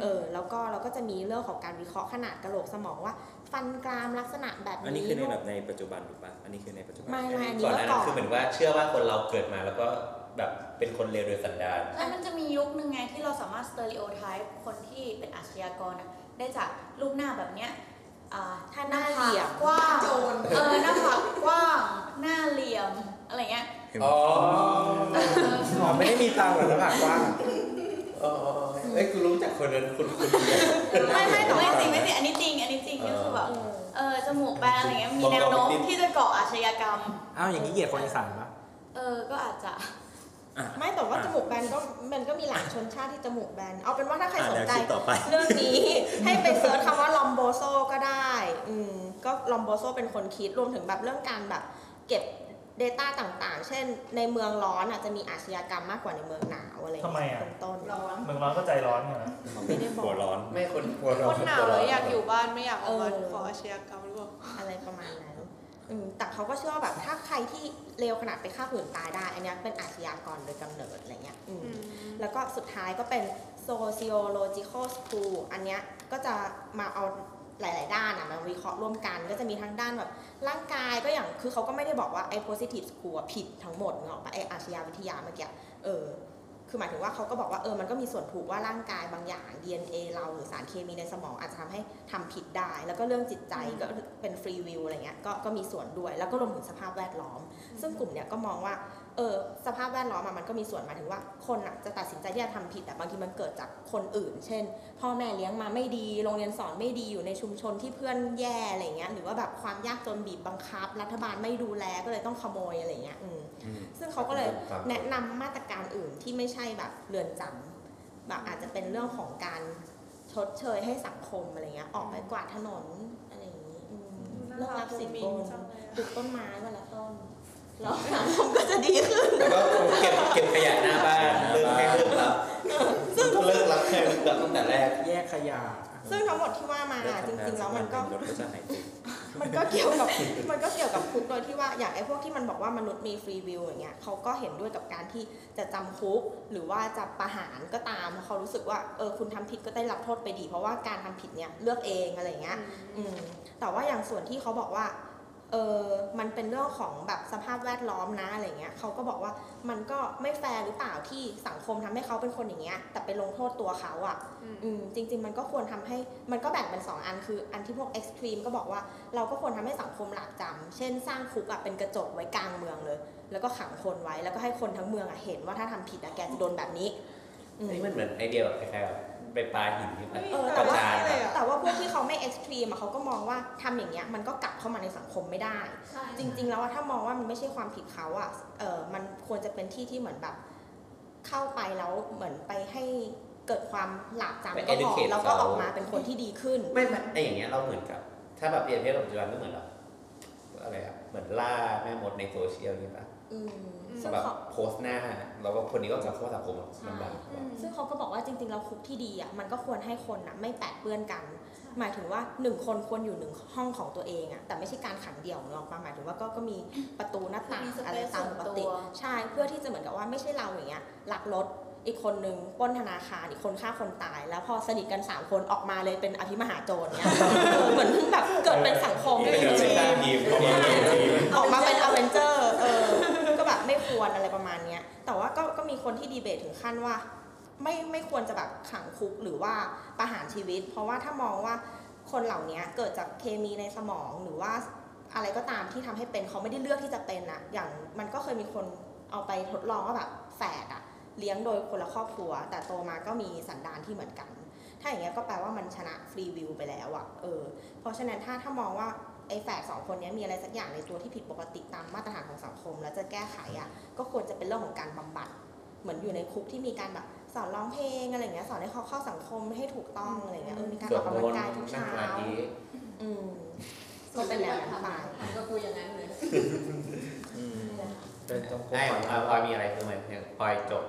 S9: เออแล้วก็เราก็จะมีเรื่องของการวิเคราะห์ขนาดกระโหลกสมองว่า ฟันกรามลักษณะแบบนี้
S6: อันนี้คือในแบบในปัจจุบันถูกปะอันนี้คือในปัจจุบัน
S9: ไม่ไม่อันนี้
S3: ก่อนห
S9: เมื่
S3: น้านั้
S9: อ
S3: น
S9: ก่อน
S3: คือเหมือนว่าเชื่อว่าคนเราเกิดมาแล้วก็แบบเป็นคนเลวโดยสันดาน
S4: แล้วมันจะมีโย
S7: ยุคนึงไงที่เราสามารถสเตอริโอไทป์คนที่เป็นอาชญากรน่ะได้จากรูปหน้าแบบเนี้ยอ่า
S9: ถ้าหน้าเหลี่ยม
S7: กว้าง
S9: โจร
S7: เออหน้าผากกว้าง หน้าเหลี่ยมอะไรเงี้ย
S12: อ๋อ
S7: เออ
S13: อ๋อไม่ได้มีตังค์เหรอแล้วแบบว่า
S12: อ๋อเอ้ยคุณรู้จักคนนั้นคุณคุณ
S7: ไม่ไม่แต่ไม่จริงไม่จริงอันนี้จริงอันนี้จริงก็คือแบบ
S9: อืม
S7: เออจมูกแปนอะไรเงี้ยมีแนวโน้มที่จะก่ออาชญากรรม
S13: อ้าวอย่างนี้เหยียดคนอีสานปะ
S7: เออก็อาจจะ
S9: ไม่แต่ว่าจมูกแบนก็มันก็มีหลายชนชาติที่จมูกแบนเอาเป็นว่าถ้าใคร
S6: อ่า
S9: สน
S6: แล้ว
S9: ใจ
S6: คิดต่อไป
S9: เรื่องนี้ให้ไปเซิร์ชคำว่าลอมโบโซก็ได้ อืมก็ลอมโบโซเป็นคนคิดรวมถึงแบบเรื่องการแบบเก็บ Data ต่างๆ เช่น ในเมืองร้อนอ่ะจะมีอาชญากรรมมากกว่าในเมืองหนาวอะไรย่าง
S2: ทำไม
S9: เงี้ย
S2: อ่ะ
S9: เป็นต้น
S4: ร้อน
S2: เมืองร้อนก็ใจร้อนไงนะ
S9: เขาไม่ได้บอก
S6: หัวร้อน
S12: ไม่คน
S14: คนหนาวเลยอยากอยู่บ้านไม่อยากออกมา
S9: เออ
S14: ขออาชญากรรมหรือเปล่า
S9: อะไรประมาณนั้นอืมแต่เขาก็เชื่อว่าแบบถ้าใครที่เลวขนาดไปฆ่าคนอื่นตายได้ อันเนี้ยเป็นอาชญากรโดยกำเนิดอะไรเงี้ยอืม แล้วก็สุดท้ายก็เป็น sociological school อันเนี้ยก็จะมาเอาหลาย ๆ ด้านอะมาวิเคราะห์ร่วมกัน ก็จะมีทั้งด้านแบบร่างกายก็อย่างคือเขาก็ไม่ได้บอกว่าไอ้ positive school อะผิดทั้งหมดเนาะไอ้อาชญาวิทยาเมื่อกี้เออ คือหมายถึงว่าเขาก็บอกว่าเออมันก็มีส่วนถูกว่าร่างกายบางอย่าง DNA เราหรือสารเคมีในสมองอาจจะทำให้ทำผิดได้ แล้วก็เรื่องจิตใจก็เป็นฟรีวิวอะไรเงี้ยก็ก็มีส่วนด้วยแล้วก็รวมถึงสภาพแวดล้อม ซึ่งกลุ่มเนี้ยก็มองว่า เออสภาพแวดล้อมอะมันก็มีส่วนหมายถึงว่าคนอะจะตัดสินใจที่จะทำผิดแต่บางทีมันเกิดจากคนอื่น เช่น พ่อแม่เลี้ยงมาไม่ดี โรงเรียนสอนไม่ดีอยู่ในชุมชนที่เพื่อนแย่อะไรเงี้ยหรือว่าแบบความยากจนบีบบังคับ รัฐบาลไม่ดูแลก็เลยต้องขโมยอะไรเงี้ยอืมซึ่งเขาก็เลยแนะนำมาตรการอื่นที่ไม่ใช่แบบเรือนจำแบบอาจจะเป็นเรื่องของการชดเชยให้สังคมอะไรเงี้ยออกไปกวาดถนนอะไรอย่างงี้อืมเลิกรับสินบนปลูกต้นไม้วันละต้นแล้วสังคมก็จะดีขึ้น
S12: แล้วก็เก็บเก็บขยะหน้าบ้าน
S6: ห
S12: เลิก
S6: น้า
S12: ให้
S6: บ้าน
S12: เลิกรับเลิกรับแค่เลิกรับตั้งแต่แรก
S13: แยกขยะ
S9: ซึ่งทั้งหมดที่ว่ามา
S6: เลิก
S9: จ
S6: ทำา
S9: ริง ๆ แล้วมันก็
S6: รถก็จะหายติด
S9: มันก็เกี่ยวกับมันก็เกี่ยวกับคุกโดยที่ว่าอย่างไอ้พวกที่มันบอกว่ามนุษย์มีฟรีวิลอย่างเงี้ยเขาก็เห็นด้วยกับการที่จะจำคุก หรือว่าจะประหารก็ตามเพราะเขารู้สึกว่าเออคุณทำผิดก็ได้รับโทษไปดี เพราะว่าการทำผิดเนี่ยเลือกเองอะไรอย่างเงี้ย อืมแต่ว่าอย่างส่วนที่เขาบอกว่า เออมันเป็นเรื่องของแบบสภาพแวดล้อมนะอะไรเงี้ยเขาก็บอกว่ามันก็ไม่แฟร์หรือเปล่าที่สังคมทำให้เขาเป็นคนอย่างเงี้ย แต่ไปลงโทษตัวเขาอะ่ะ
S14: อืม
S9: อืมจริง ๆ มันก็ควรทำให้มันก็แบ่งเป็นสองอันคือ อันที่พวกเอ็กซ์ตรีมก็บอกว่าเราก็ควรทำให้สังคมหลาบจำเช่น สร้างคุกอะเป็นกระจกไว้กลางเมืองเลย แล้วก็ขังคนไว้แล้วก็ให้คนทั้งเมืองอะเห็นว่าถ้าทำผิดอะแกจะโดนแบบนี้อืม
S12: นี่มันเหมือนไอเดียแบบคล้ายๆแบบไปปลาหินที่มัน
S14: ไม่มี
S9: เออ
S14: ใคร
S9: แต่ว่า
S14: ได้เลยอะ
S9: แต่ว่าพวกที่เขาไม่เอ็กซ์ตรีมอะเขาก็มองว่าทำอย่างเงี้ยมันก็กลับเข้ามาในสังคมไม่ได้
S4: ใช่
S9: จริง ๆ แล้วอะถ้ามองว่ามันไม่ใช่ความผิดเขาอะเออมันควรจะเป็นที่ที่เหมือนแบบ เข้าไปแล้วเหมือนไปให้เกิดความหลาบจำก็พอแล้วก็ออกมาเป็นคนที่ดีขึ้น
S12: ไม่ไม่ไออย่างเงี้ยเราเหมือนกับ ถ้าแบบเปรียบเทียบกับปัจจุบันก็เหมือนเราอะไรอะเหมือนล่าแม่มดในโซเชียลนี่ปะ
S9: อืม
S14: ม
S9: ซึ่ง
S12: แบบ
S9: เขา
S12: โพสต์หน้า แล้วก็คนนี้ก็กลับเข้าสังคมแบบลำบาก
S14: อืม
S9: ซึ่งเขาก็บอกว่าจริงๆแล้วคุกที่ดีอะมันก็ควรให้คนอะไม่แปดเปื้อนกัน หมายถึงว่าหนึ่งคนควรอยู่หนึ่งห้องของตัวเองอะแต่ไม่ใช่การขังเดี่ยวหรอกปะหมายถึงว่าก็ก็มีประตูหน้าต่าง
S4: มีส
S9: อะ
S4: เป
S9: ไร
S4: ซ
S9: ตา
S4: ส่
S9: ม
S4: วน
S9: ปก
S4: ตั
S9: ติ
S4: ว
S9: ใช่เพื่อที่จะเหมือนกับว่าไม่ใช่เราอย่างเงี้ยลักรถอีกคนนึงปล้นธนาคารอีกคนฆ่าคนตาย แล้วพอสนิทกันสามคนออกมาเลยเป็นอภิมหาโจรเงี้ย เออเหมือนเพิ่งแบบเกิดเป็นสังคม
S12: เป็นแบบเป็นด้านทีมเข้ามาเป็นทีม
S9: ออกมาเป็นอเวนเจอร์เออก็แบบไม่ควรอะไรประมาณเนี้ยแต่ว่าก็ก็มีคนที่ดีเบตถึงขั้นว่า ไม่ไม่ควรจะแบบขังคุกหรือว่าประหารชีวิต เพราะว่าถ้ามองว่าคนเหล่านี้เกิดจากเคมีในสมองหรือว่า อะไรก็ตามที่ทำให้เป็นเขาไม่ได้เลือกที่จะเป็นอะอย่างมันก็เคยมีคนเอาไปทดลองว่าแบบแฝดอะเลี้ยงโดยคนละครอบครัว แต่โตมาก็มีสันดานที่เหมือนกัน ถ้าอย่างเงี้ยก็แปลว่ามันชนะฟรีวิวไปแล้วอะเออ เพราะฉะนั้นถ้าถ้ามองว่าไอ้แฝดสองคนเนี้ยมีอะไรสักอย่างในตัวที่ผิดปกติตามมาตรฐานของสังคม แล้วจะแก้ไขอะก็ควรจะเป็นเรื่องของการบำบัด เหมือนอยู่ในคุกที่มีการแบบสอนร้องเพลงอะไรอย่างเงี้ยสอนให้เขาเข้าสังคมให้ถูกต้องอะไรอย่างเงี้ยเออมีการออกกำลังกายทุกเช้าอืมก็เป็นแนวนั้นไป
S4: มันก็กูอย่างนั้นเลย
S13: เป็นตรงกล
S12: ใช่
S13: ม
S12: พลอยมีอะไรคือเหมือนอย่างพลอยจบ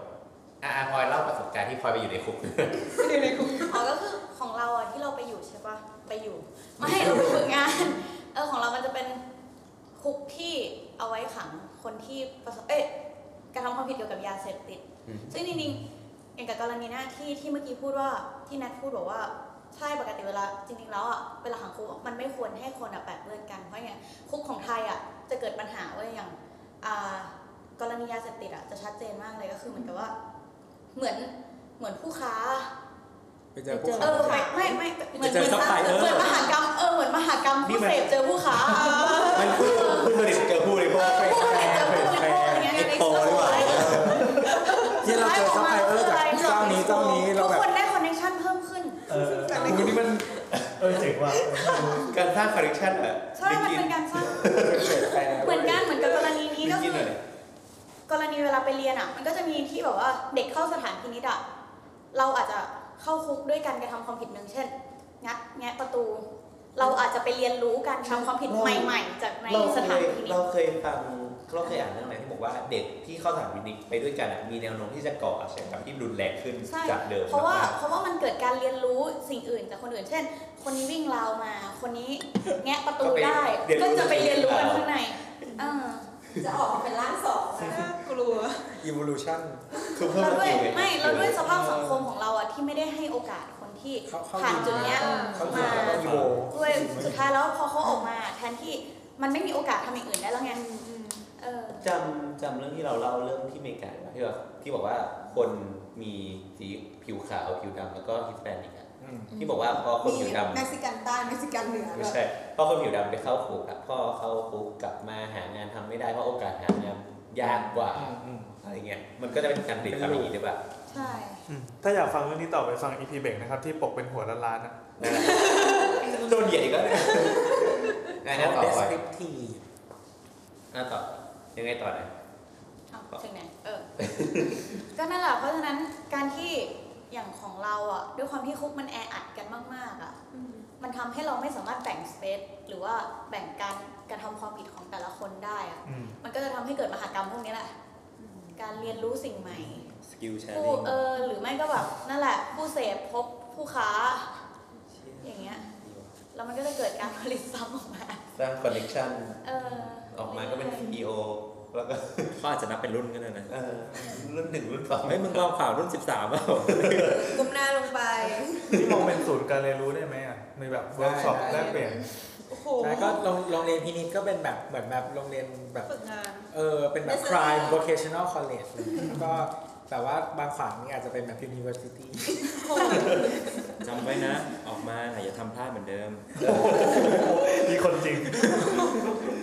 S12: อ่ะอ่ะพลอยเล่าประสบการณ์ที่พลอยไปอยู่ในคุก
S7: อ๋อก็คือของเราอ่ะที่เราไปอยู่ใช่ปะไปอยู่ ไม่ เราไปฝึกงาน เออของเรามันจะเป็นคุกที่เอาไว้ขังคนที่ประสบเอ๊ะกระทำความผิดเกี่ยวกับยาเสพติด
S12: อืม
S7: ซึ่งจริงๆอย่างกับกรณีหน้าที่ที่เมื่อกี้พูดว่าที่นัทพูดบอกว่าใช่ปกติเวลาจริงๆแล้วอ่ะเวลาขังคุกอะมันไม่ควรให้คนอ่ะแปดเปื้อนกันเพราะอย่างคุกของไทยอ่ะจะเกิดปัญหาเว่าอย่างอ่ากรณียาเสพติดอ่ะจะชัดเจนมากเลยก็คือเหมือนกับว่า เหมือน เหมือนผู้ค้า
S6: ไปเจอผู้
S7: เอ
S6: ค้า
S7: อไปไม่ไม่เหมือน
S15: เจอซัพพลายเออร์
S7: เหมือนมหากรรมเออเหมือนมหากรรมผู้เสพเจอผู้ค้า
S15: มันพูดพูดผลิตเจอพูดเลยพวก
S7: เออผู้เสพเจอผู้บริโภคอะไรเงี้ย
S15: เอ็ก
S7: ใน
S15: โปหรือเปล่า
S7: อะไรเงี้ย
S6: ที่เราเจอซัพพลายเออร์จากเจ้านี้เจ้านี้
S7: ทุ
S6: เรา
S7: ก
S6: แบบ
S7: คนได้คอนเนคชั่นเพิ่มขึ้น
S2: เออ
S6: โอ้โหนี่มัน
S2: เออเจ๋งว่ะเออ
S3: การสร้างคอนเนคชั่นอะ
S7: ใช่มัน
S3: กิ
S7: เป็นการสร้าง
S6: เกิดแฟน
S7: เหมือนกันเหมือนกับกรณีนี้
S3: ลิ
S7: ก็
S3: กิน
S7: คื
S3: หน่
S7: อ
S3: อย
S7: กรณีเวลาไปเรียนอ่ะ มันก็จะมีที่แบบว่าเด็กเข้าสถานพินิจอ่ะ เราอาจจะเข้าคุกด้วยการกระทำความผิดหนึ่งเช่น งัดแงะประตู เราอาจจะไปเรียนรู้การทำความผิด
S3: เรา
S7: ใหม่ ๆ จากใน
S3: เรา
S7: ส
S3: เค
S7: ถาน
S3: ย
S7: พินิจ
S3: เราเคยฟังเราเคยอ่านเรื่องไหนที่บอกว่าเด็กที่เข้าสถานวินิจไปด้วยกันอะมีแนวโน้มที่จะก่ออาชญากรรมที่รุนแรงขึ้น
S7: ใช่
S3: จากเดิม
S7: เพราะว่าม
S3: ก
S7: เพราะว่ามันเกิดการเรียนรู้สิ่งอื่นจากคนอื่น เช่น คนนี้วิ่งราวมา คนนี้แงะประตูได้ ก็จะไปเรียนรู้กันข้างในเออ
S4: จะออกมาเป็นร่างสองนะ
S16: กลัว
S6: อีวลูชั่น
S3: ๆคือเพิ่ม
S7: เราด้วย
S3: อีกล
S7: ไม่เราด้วยสภาพสังคมของเราอ่ะที่ไม่ได้ให้โอกาสคนที่
S6: เขาเขา
S7: ผ่านจุดเนี้ย
S6: เขา
S7: มา
S6: เขียนว่าอีโว
S7: ด้วยสุดท้ายแล้วพอเขาออกมาแทนที่มันไม่มีโอกาสทำอย่างอื่นได้แล้วไงเออ
S3: จำจำเรื่องที่เราเล่าเรื่องที่อเมริกาได้ไหมที่แบบที่บอกว่าคนมีสีผิวขาวผิวดำแล้วก็ฮิสแปนิกอะ
S6: อืม
S3: ที่บอกว่าพอคน
S4: มี
S3: ผิว
S4: เม็ก
S3: ดำ
S4: ซิกันใต้เม็กซิกันเหนือ
S3: ไม่ใช่พอคนผิวดำไปเข้าคุกอะพอเข้าคุกกลับมาหางานทำไม่ได้เพราะโอกาสหางานยากกว่าอะไรเงี้ยมันก็จะเป็นการติดคำอย่างนี้ได้ป่ะ
S7: ใช่
S2: ถ้าอยากฟังเรื่องนี้ต่อไปฟังอีพีเบกนะครับ ที่ปกเป็นหัวล้านล้านๆนะ
S3: นั่นแหละโดนเหยียดอีกแล้วเนี่ยอ่ะ งั้นต่อไปอ่ะต่อยังไงต่อนะ
S7: เอาถึงไหนเออ ก็นั่นแหละเพราะฉะนั้นการที่อย่างของเราอ่ะ ด้วยความที่คุกมันแออัดกันมาก ๆ อ่ะ มันทำให้เราไม่สามารถแบ่งสเปซหรือว่าแบ่งการการทำความผิดของแต่ละคนได้อ่ะ
S2: อืม
S7: มันก็จะทำให้เกิดมหากรรมพวกนี้แหละ การเรียนรู้สิ่งใหม่
S15: สกิลแชร์
S7: ผู้
S15: ลิง
S7: เออหรือไม่ก็แบบนั่นแหละ ผู้เสพพบผู้ค้า อย่างเงี้ย แล้วมันก็จะเกิดการผลิตซ้ำออกมา
S3: สร้างคอนเนคชั่น
S7: เออ
S3: ออกมาก็เป็น
S7: รื่ย
S3: ซีโอแล้วก็
S15: เขาอาจจะนับเป็นรุ่นก็ได้นะ
S3: เออรุ่นหนึ่งรุ่นสอง
S15: เฮ้ยมึงลองข่าวรุ่น 13เปล่า
S4: กุมหน้าลงไป
S2: นี่มองเป็นศูนย์การเรียนรู้ได้ไหมอ่ะในแบบเวิร์กช็อป
S6: ได้
S2: แลกเปลี่ยน
S16: โอ้โห
S6: แล้วก็โรงโรงเรียนพินิจก็เป็นแบบเหมือนแบบโรงเรียนแบบ
S16: ฝึกงาน
S6: เออเป็นแบบ
S4: Nursery
S6: crime vocational college แล้วก็แต่ว่าบางฝั่งนี่อาจจะเป็นแบบ university
S15: จำไว้นะ ออกมาอย่าทำพลาดเหมือนเดิม
S2: มีคนจริง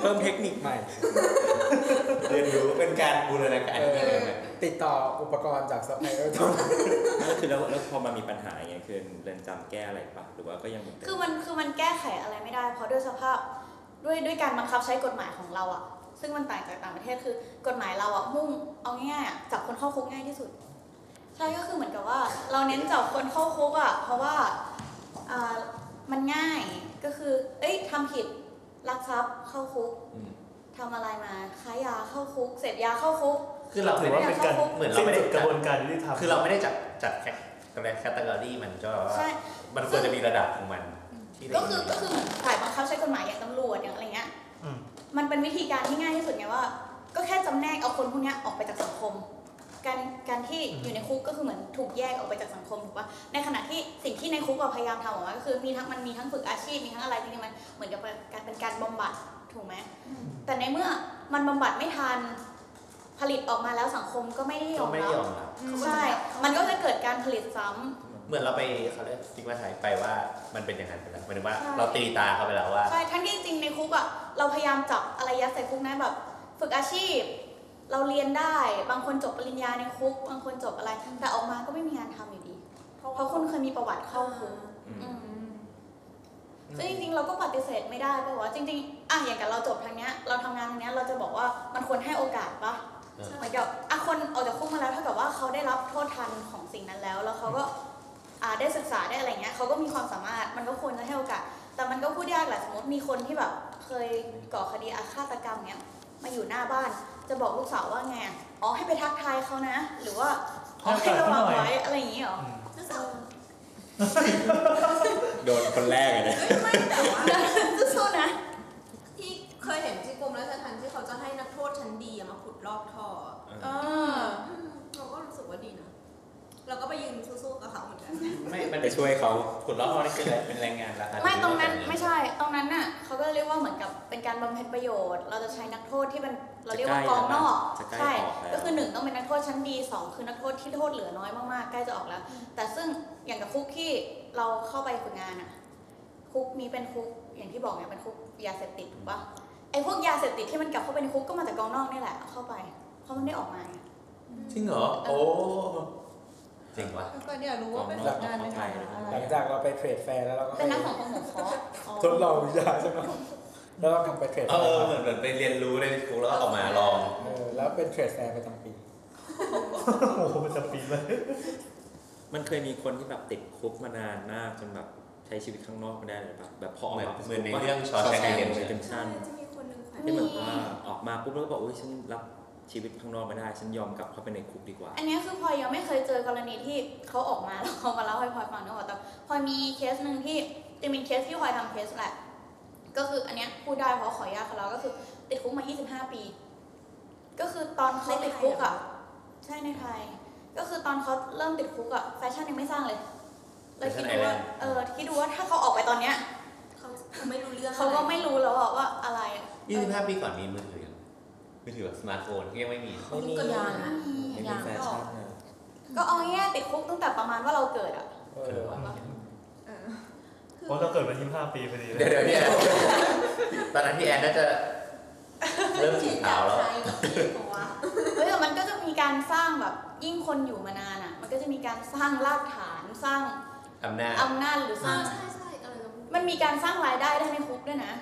S6: เพิ่มเทคนิคใหม่
S3: เรียนรู้เป็นการบูรณาการ
S6: เอ
S3: ที่
S6: อ
S3: ดีเลยนะ
S6: ติดต่ออุปกรณ์จากซัพพลายเออร์
S15: แล้วคือแล้วแล้วพอมันมีปัญหาอย่างเงี้ยคือเรือนจำแก้อะไรปะหรือว่าก็ยังเหมือนเดิม
S7: คือมันคือมันแก้ไขอะไรไม่ได้ เพราะด้วยสภาพด้วยด้วยการบังคับใช้กฎหมายของเราอะซึ่งมันต่างจากต่างประเทศคือกฎหมายเราอะมุ่งเอาง่ายๆอะจับคนเข้าคุกง่ายที่สุด ใช่ก็คือเหมือนกับว่า เราเน้นจับคนเข้าคุกอะเพราะว่าอ่ามันง่ายก็คือ เอ้ยทำผิดลักทรัพย์เข้าคุก
S3: อืม
S7: ทำอะไรมาค้ายาเข้าคุกเสพยาเข้าคุก
S3: คือเรา
S2: ถื
S3: ไม่
S2: อ
S3: ได้
S2: ว่าเป็นการ
S3: เหมือนเรา
S2: สิ้น
S3: ไม่ได้
S2: สุดก
S3: จั
S2: ระ
S3: ด
S2: บวนการยุติธรรม
S3: คือเราไม่ได้จัดจัดแคแคตตาล็อมันก็แบบว่า
S7: ใช่
S3: มันควรจะมีระดับของมันที่ได้
S7: ก็คือก็คือเหมือนฝ่ายบังคับใช้กฎหมายอย่างตำรวจอย่างอะไรเงี้ย
S2: อืม
S7: มันเป็นวิธีการที่ง่ายที่สุดไงว่า ก็แค่จำแนกเอาคนพวกเนี้ยออกไปจากสังคม การการที่อยู่ในคุกก็คือเหมือนถูกแยกออกไปจากสังคมถูกปะในขณะที่สิ่งที่ในคุกเราพยายามทำออกมาก็คือมีทั้งมันมีทั้งฝึกอาชีพมีทั้งอะไรจริงๆมันเหมือนกับการเป็นการบำบัดถูกไหมแต่ในเมื่อมันบำบัดไม่ทันผลิตออกมาแล้วสังคมก็ไม่ได้ย
S3: ก็
S7: อม
S3: ไม่
S7: รั
S3: ยอบ มรับ
S7: ใช่ มันก็จะเกิดการผลิตซ้ำ
S3: เหมือนเราไปเขาเรียกสติ๊กมาถ่ายไปว่ามันเป็นอย่างนั้นไปแล้วหมายถึงว่า
S7: ใช่
S3: เราตีตาเขาไปแล้วว่า
S7: ใช่ ทั้งที่จริงๆในคุกอ่ะ เราพยายามจับอะไรยัดใส่คุกนะแบบ ฝึกอาชีพ เราเรียนได้ บางคนจบปริญญาในคุก บางคนจบอะไร แต่ออกมาก็ไม่มีงานทำอยู่ดี เพราะคุณเคยมีประวัติเข้าคุกอืมซึ่งจริงๆ เราก็ปฏิเสธไม่ได้เพราะว่าจริงๆ อ่ะอย่างกับเราจบทางเนี้ย เราทำงานทางเนี้ย เราจะบอกว่ามันควรให้โอกาสปะ
S3: เออ
S7: เหมือนกับอ่ะคนออกจากคุกมาแล้วเท่ากับว่าเขาได้รับโทษทันของสิ่งนั้นแล้ว แล้วเขาก็อ่าได้ศึกษาได้อะไรเงี้ยเขาก็มีความสามารถ มันก็ควรจะให้โอกาส แต่มันก็พูดยากแหละสมมติมีคนที่แบบเคยก่อคดีอาฆาตกรรมเนี้ยมาอยู่หน้าบ้าน จะบอกลูกสาวว่าไงอะอ๋อให้ไปทักทายเขานะ หรือว่าอ๋อให้ระวังไว้อะไรอย่างนี้เหรอ
S4: ลูกสาว
S15: โดนคนแรกอะนะ
S4: เอ้ยไม่แต่ว่า
S7: สู้ๆนะ
S4: ที่เคยเห็นที่กรมราชทัณฑ์ที่เขาจะให้นักโทษชั้นดีอะมาขุดลอกท่ออะ
S16: เออ
S4: อืมเราก็รู้สึกว่าดีนะ เราก็ไปยืนสู้ๆกับเขาเหมือนกัน
S3: ไม่มัน
S6: ไปช่วยเขา
S3: ขุดลอกห้องนี่คืออะไรเป็นแรงงานละ
S7: ไม่ตรงนั้นไม่ใช่ตรงนั้นน่ะเขาก็เรียกว่าเหมือนกับเป็นการบำเพ็ญประโยชน์ เราจะใช้นักโทษที่เป็นเราเรียกว่ากองนอก
S6: จะใกล้
S7: ใช่
S6: ออกแล้ว
S7: ก็คือหนึ่งต้องเป็นนักโทษชั้นดีสองคือนักโทษที่โทษเหลือน้อยมากๆใกล้จะออกแล้ว แต่ซึ่งอย่างกับคุกที่เราเข้าไปฝึกงานอ่ะคุกนี้เป็นคุกอย่างที่บอกไงเป็นคุกยาเสพติดถูกปะไอ้พวกยาเสพติดที่มันกลับเข้าไปในคุกก็มาจากกองนอกนี่แหละเอาเข้าไปเพราะมันได้ออกมาไง
S12: จริงเหรอ โอ้จริงวะ
S14: ก็เนี่ยรู้ว่าเป็นฝึกงานในฐานะอะไร
S13: หลังจากเราไปเทรดแฟร์แล้วเราก็
S7: เป็นนักสังคมสงเคราะห์อ๋อ
S13: ทดลองวิชาใช่ไหมแล้วเรากลับไปเทรด
S12: เอ
S13: แฟร์
S12: อเหมือนเหมือนไปเรียนรู้ในคุกแล้วก็ออกมาลอง
S13: เออแล้วเป็นเทรดแฟร์ประจำปี
S2: โอ้โหจะปีนเลย
S6: มันเคยมีคนที่แบบติดคุกมานานมากจนแบบใช้ชีวิตข้างนอกไม่ได้เลยแบบแบบพอออกมา
S12: เหมือนเหมือนในเรื่อง Shawshank
S6: เด
S12: Redemption
S6: มชั่น
S4: จะมีคนหนึ่งแขวน
S6: ที่เหมือนว่าออกมาปุ๊บแล้วก็บอกอุ้ยฉันรับชีวิตข้างนอกไม่ได้ฉันยอมกลับเข้าไปในคุกดีกว่า
S7: อันเนี้ยคือพลอยยังไม่เคยเจอกรณีที่เขาออกมา แล้วเขามาเล่าให้พลอยฟังนะว่าแต่พลอยมีเคสหนึ่งที่จะเป็นเคสที่พลอยทำเคสแหละ ก็คืออันเนี้ยพูดได้เพราะขออนุญาตเขาแล้วก็คือ ติดคุกมา 25 ปี ก็คือตอนเขาติดคุกอ่ะใช่ในไทย ก็คือตอนเขาเริ่มติดคุกอ่ะแฟชั่นยังไม่สร้างเลยเลยคิดดูว่า
S12: Fashion Island
S7: เออคิดดูว่าถ้าเขาออกไปตอนเนี้ย
S4: เขาไม่รู้เรื่อง
S7: เขาก็ไม่รู้แล้วอะว่าอะไร
S12: ยี่สิบห้าปีก่อนมีมือถือยังมือถือแบบสมาร์ทโฟนยังไม่มี
S13: ไม่มี
S7: ก็ยาง
S6: ไม่มีแฟชั่นนะ
S7: ก็เอาง่ายๆติดคุกตั้งแต่ประมาณว่าเราเกิดอ่ะ
S13: เออ
S4: เออคือ
S2: เพราะเราเกิดมา25 ปีพอดีเล
S12: เดี๋ยวย เดี๋ยวพี่ แอนตอนนั้นพี่แอนน่าจะเริ่มจีบสาวแล้ว
S4: ใครกับพี่เพราะว่า
S7: เฮ้ยแต่มันก็จะมีการสร้างแบบยิ่งคนอยู่มานานอ่ะ มันก็จะมีการสร้างรากฐานสร้าง
S12: อำนาจ
S7: อำนาจหรือสร้าง
S4: ใช่ใช่อะไรก็พูด
S7: มันมีการสร้างรายได้ได้ในคุกด้วยนะ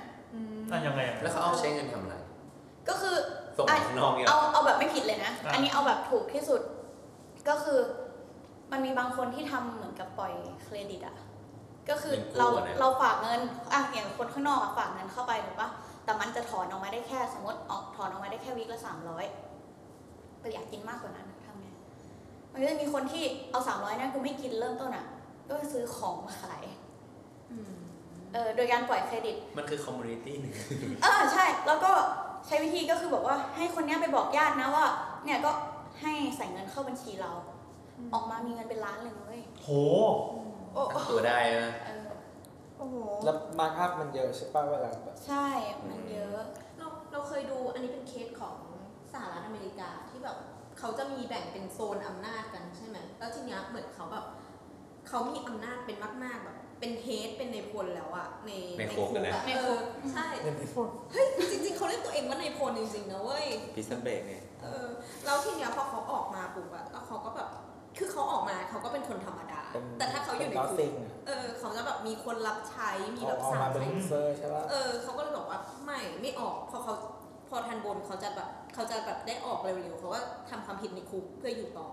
S2: อ่ะยังไงอ่ะ
S12: แล้วเขาเอาใช้เงินทำอะไร
S7: ก็คือ
S12: ส่งไปข้างนอกเนี่ยเหร
S7: เอา
S12: อ
S7: เอาแบบไม่ผิดเลยนะ
S2: อ่ะ
S7: อันนี้เอาแบบถูกที่สุด ก็คือมันมีบางคนที่ทำเหมือนกับปล่อยเครดิตอะก็คือ
S12: เป็นกู้
S7: เรา
S12: อะนะ
S7: เราฝากเงินอ่ะอย่างคนข้างนอกอะฝากเงินเข้าไปถูกปะแต่มันจะถอนออกมาได้แค่สมมติออกถอนออกมาได้แค่วีคละสามร้อยแต่อยากกินมากกว่านั้นทำไงมันก็จะมีคนที่เอาสามร้อยนั่นกูไม่กินเริ่มต้นอะก็ซื้อของมาขายเออโดยการปล่อยเครดิต
S12: มันคือคอมมูนิตี้หนึ่ง
S7: เออใช่แล้วก็ใช้วิธีก็คือบอกว่าให้คนเนี้ยไปบอกญาตินะว่า เนี่ยก็ให้ใส่เงินเข้าบัญชีเรา ออกมามีเงินเป็นล้านเลยเว้ย
S2: โห
S7: โอ้โอ้
S12: ตัวได้นะ
S7: เออ
S14: โอ้โห
S13: แล้วมาร์กอัพมันเยอะใช่ป่ะเวลาแบบ
S7: ใช่มันเยอะ
S4: เราเราเคยดูอันนี้เป็นเคสของสหรัฐอเมริกาที่แบบเขาจะมีแบ่งเป็นโซนอำนาจกันใช่ไหมแล้วทีเนี้ยเหมือนเขาแบบเขามีอำนาจเป็นมาก ๆ แบบ เป็นเฮดเป็นในพลแล้วอะใน
S12: ในคุกอะนะ
S4: อะ
S7: ใน
S4: เอ
S7: คุ
S4: อก ใช่เฮ้ยจริง ๆเขาเรียกตัวเองว่าในพลจริงๆนะเว้ย
S6: พิซซันเบรกไง
S4: เออแล้วทีเนี้ยพอเขาออกมาปุ๊บอะแล้วเขาก็แบบคือเขาออกมาเขาก็เป็นคนธรรมดา
S13: เป็น
S4: แต่ถ้าเขาอยู่ใน
S13: เป็น
S4: คุก
S13: Nothing อะ
S4: เออเขาจะแบบมีคนรับใช้มี
S13: เอา
S4: แบบ
S13: เอา
S4: สั่ง
S13: มาเป็น
S4: ให้
S13: ลูเซอร์ใช่ป่ะ
S4: เออเขาก็เลยบอกว่าไม่ไม่ออกเพอเขาพอทันบนเขาจะแบบเขาจะแบบได้ออกเร็วๆเขาว่าทำความผิดในคุกเพื่ออยู่ต่อ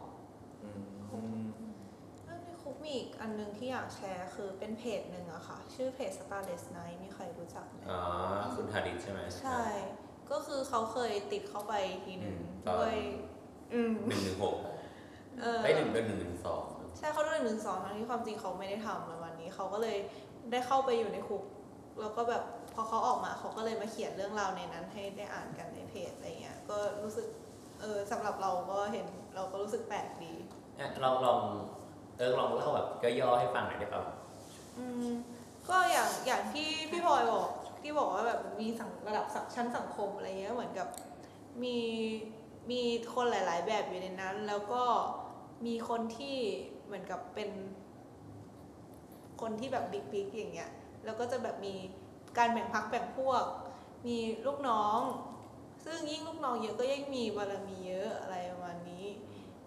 S14: เรื่องในคุกมีอีกอันหนึงที่อยากแชร์คือเป็นเพจหนึ่งอะค่ะ ชื่อเพจ Starless Night มีใครรู้จักไหม
S12: อ๋อ คุณฮาริสใช่ไหม
S14: ใช่ ก็คือเขาเคยติดเข้าไปทีหนึ่ง
S12: อืม
S14: ด้วย อืม
S12: หนึ่งหนึ่งหก
S14: เออ
S12: ได้หนึ่งเป็นหนึ่งหนึ่งสอง
S14: ใช่เขาโดนหนึ่งสองทั้งที่ความจริงเขาไม่ได้ทำประมาณนี้เขาก็เลยได้เข้าไปอยู่ในคุก แล้วก็แบบพอเขาออกมาเขาก็เลยมาเขียนเรื่องราวในนั้นให้ได้อ่านกันในเพจอะไรเงี้ยก็รู้สึกเออสำหรับเราก็เห็นเราก็รู้สึกแปลกดี
S12: อ่ะลองลองเออลองเล่าแบบย่อๆให้ฟังหน่อยได้ป่าว
S14: อืมก็อย่างอย่างที่พี่พลอยบอกที่บอกว่าแบบมีสังระดับสังชั้นสังคมอะไรเงี้ยเหมือนกับมีมีคนหลาย ๆ แบบอยู่ในนั้น แล้วก็มีคนที่เหมือนกับเป็น คนที่แบบบิ๊กๆอย่างเงี้ยแล้วก็จะแบบมีการแบ่งพักแบ่งพวก มีลูกน้อง ซึ่งยิ่งลูกน้องเยอะก็ยิ่งมีบารมีเยอะอะไรประมาณนี้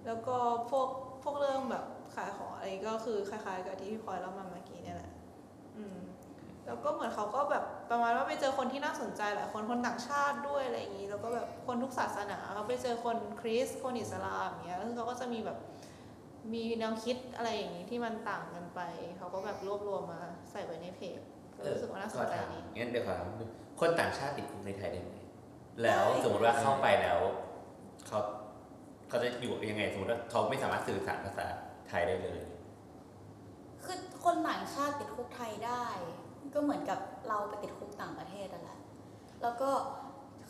S14: แล้วก็พวกพวกเรื่องแบบขายของอะไรก็คือคล้าย ๆ กับที่พี่พลอยเล่ามาเมื่อกี้เนี่ยแหละ อืม แล้วก็เหมือนเขาก็แบบประมาณว่าไปเจอคนที่น่าสนใจหลายคนคนต่างชาติด้วยอะไรอย่างนี้ แล้วก็แบบคนทุกศาสนาเขาไปเจอคนคริสต์คนอิสลามอย่างเงี้ยแล้วเขาก็จะมีแบบมีแนวคิดอะไรอย่างนี้ที่มันต่างกันไป เขาก็แบบรวบรวมมาใส่ไว้ในเพจก็รู้สึกว่าน่าสนใจดี
S12: งั้นเดี๋ยวขอถามคนต่างชาติติดคุกในไทยได้ไหม แล้วสมมติว่าเข้าไปแล้วเขาเขาจะอยู่ยังไงสมมติว่าเขาไม่สามารถสื่อสารภาษาไทยได้เลย
S7: คือคนต่างชาติติดคุกไทยได้ ก็เหมือนกับเราไปติดคุกต่างประเทศนั่นแหละแล้วก็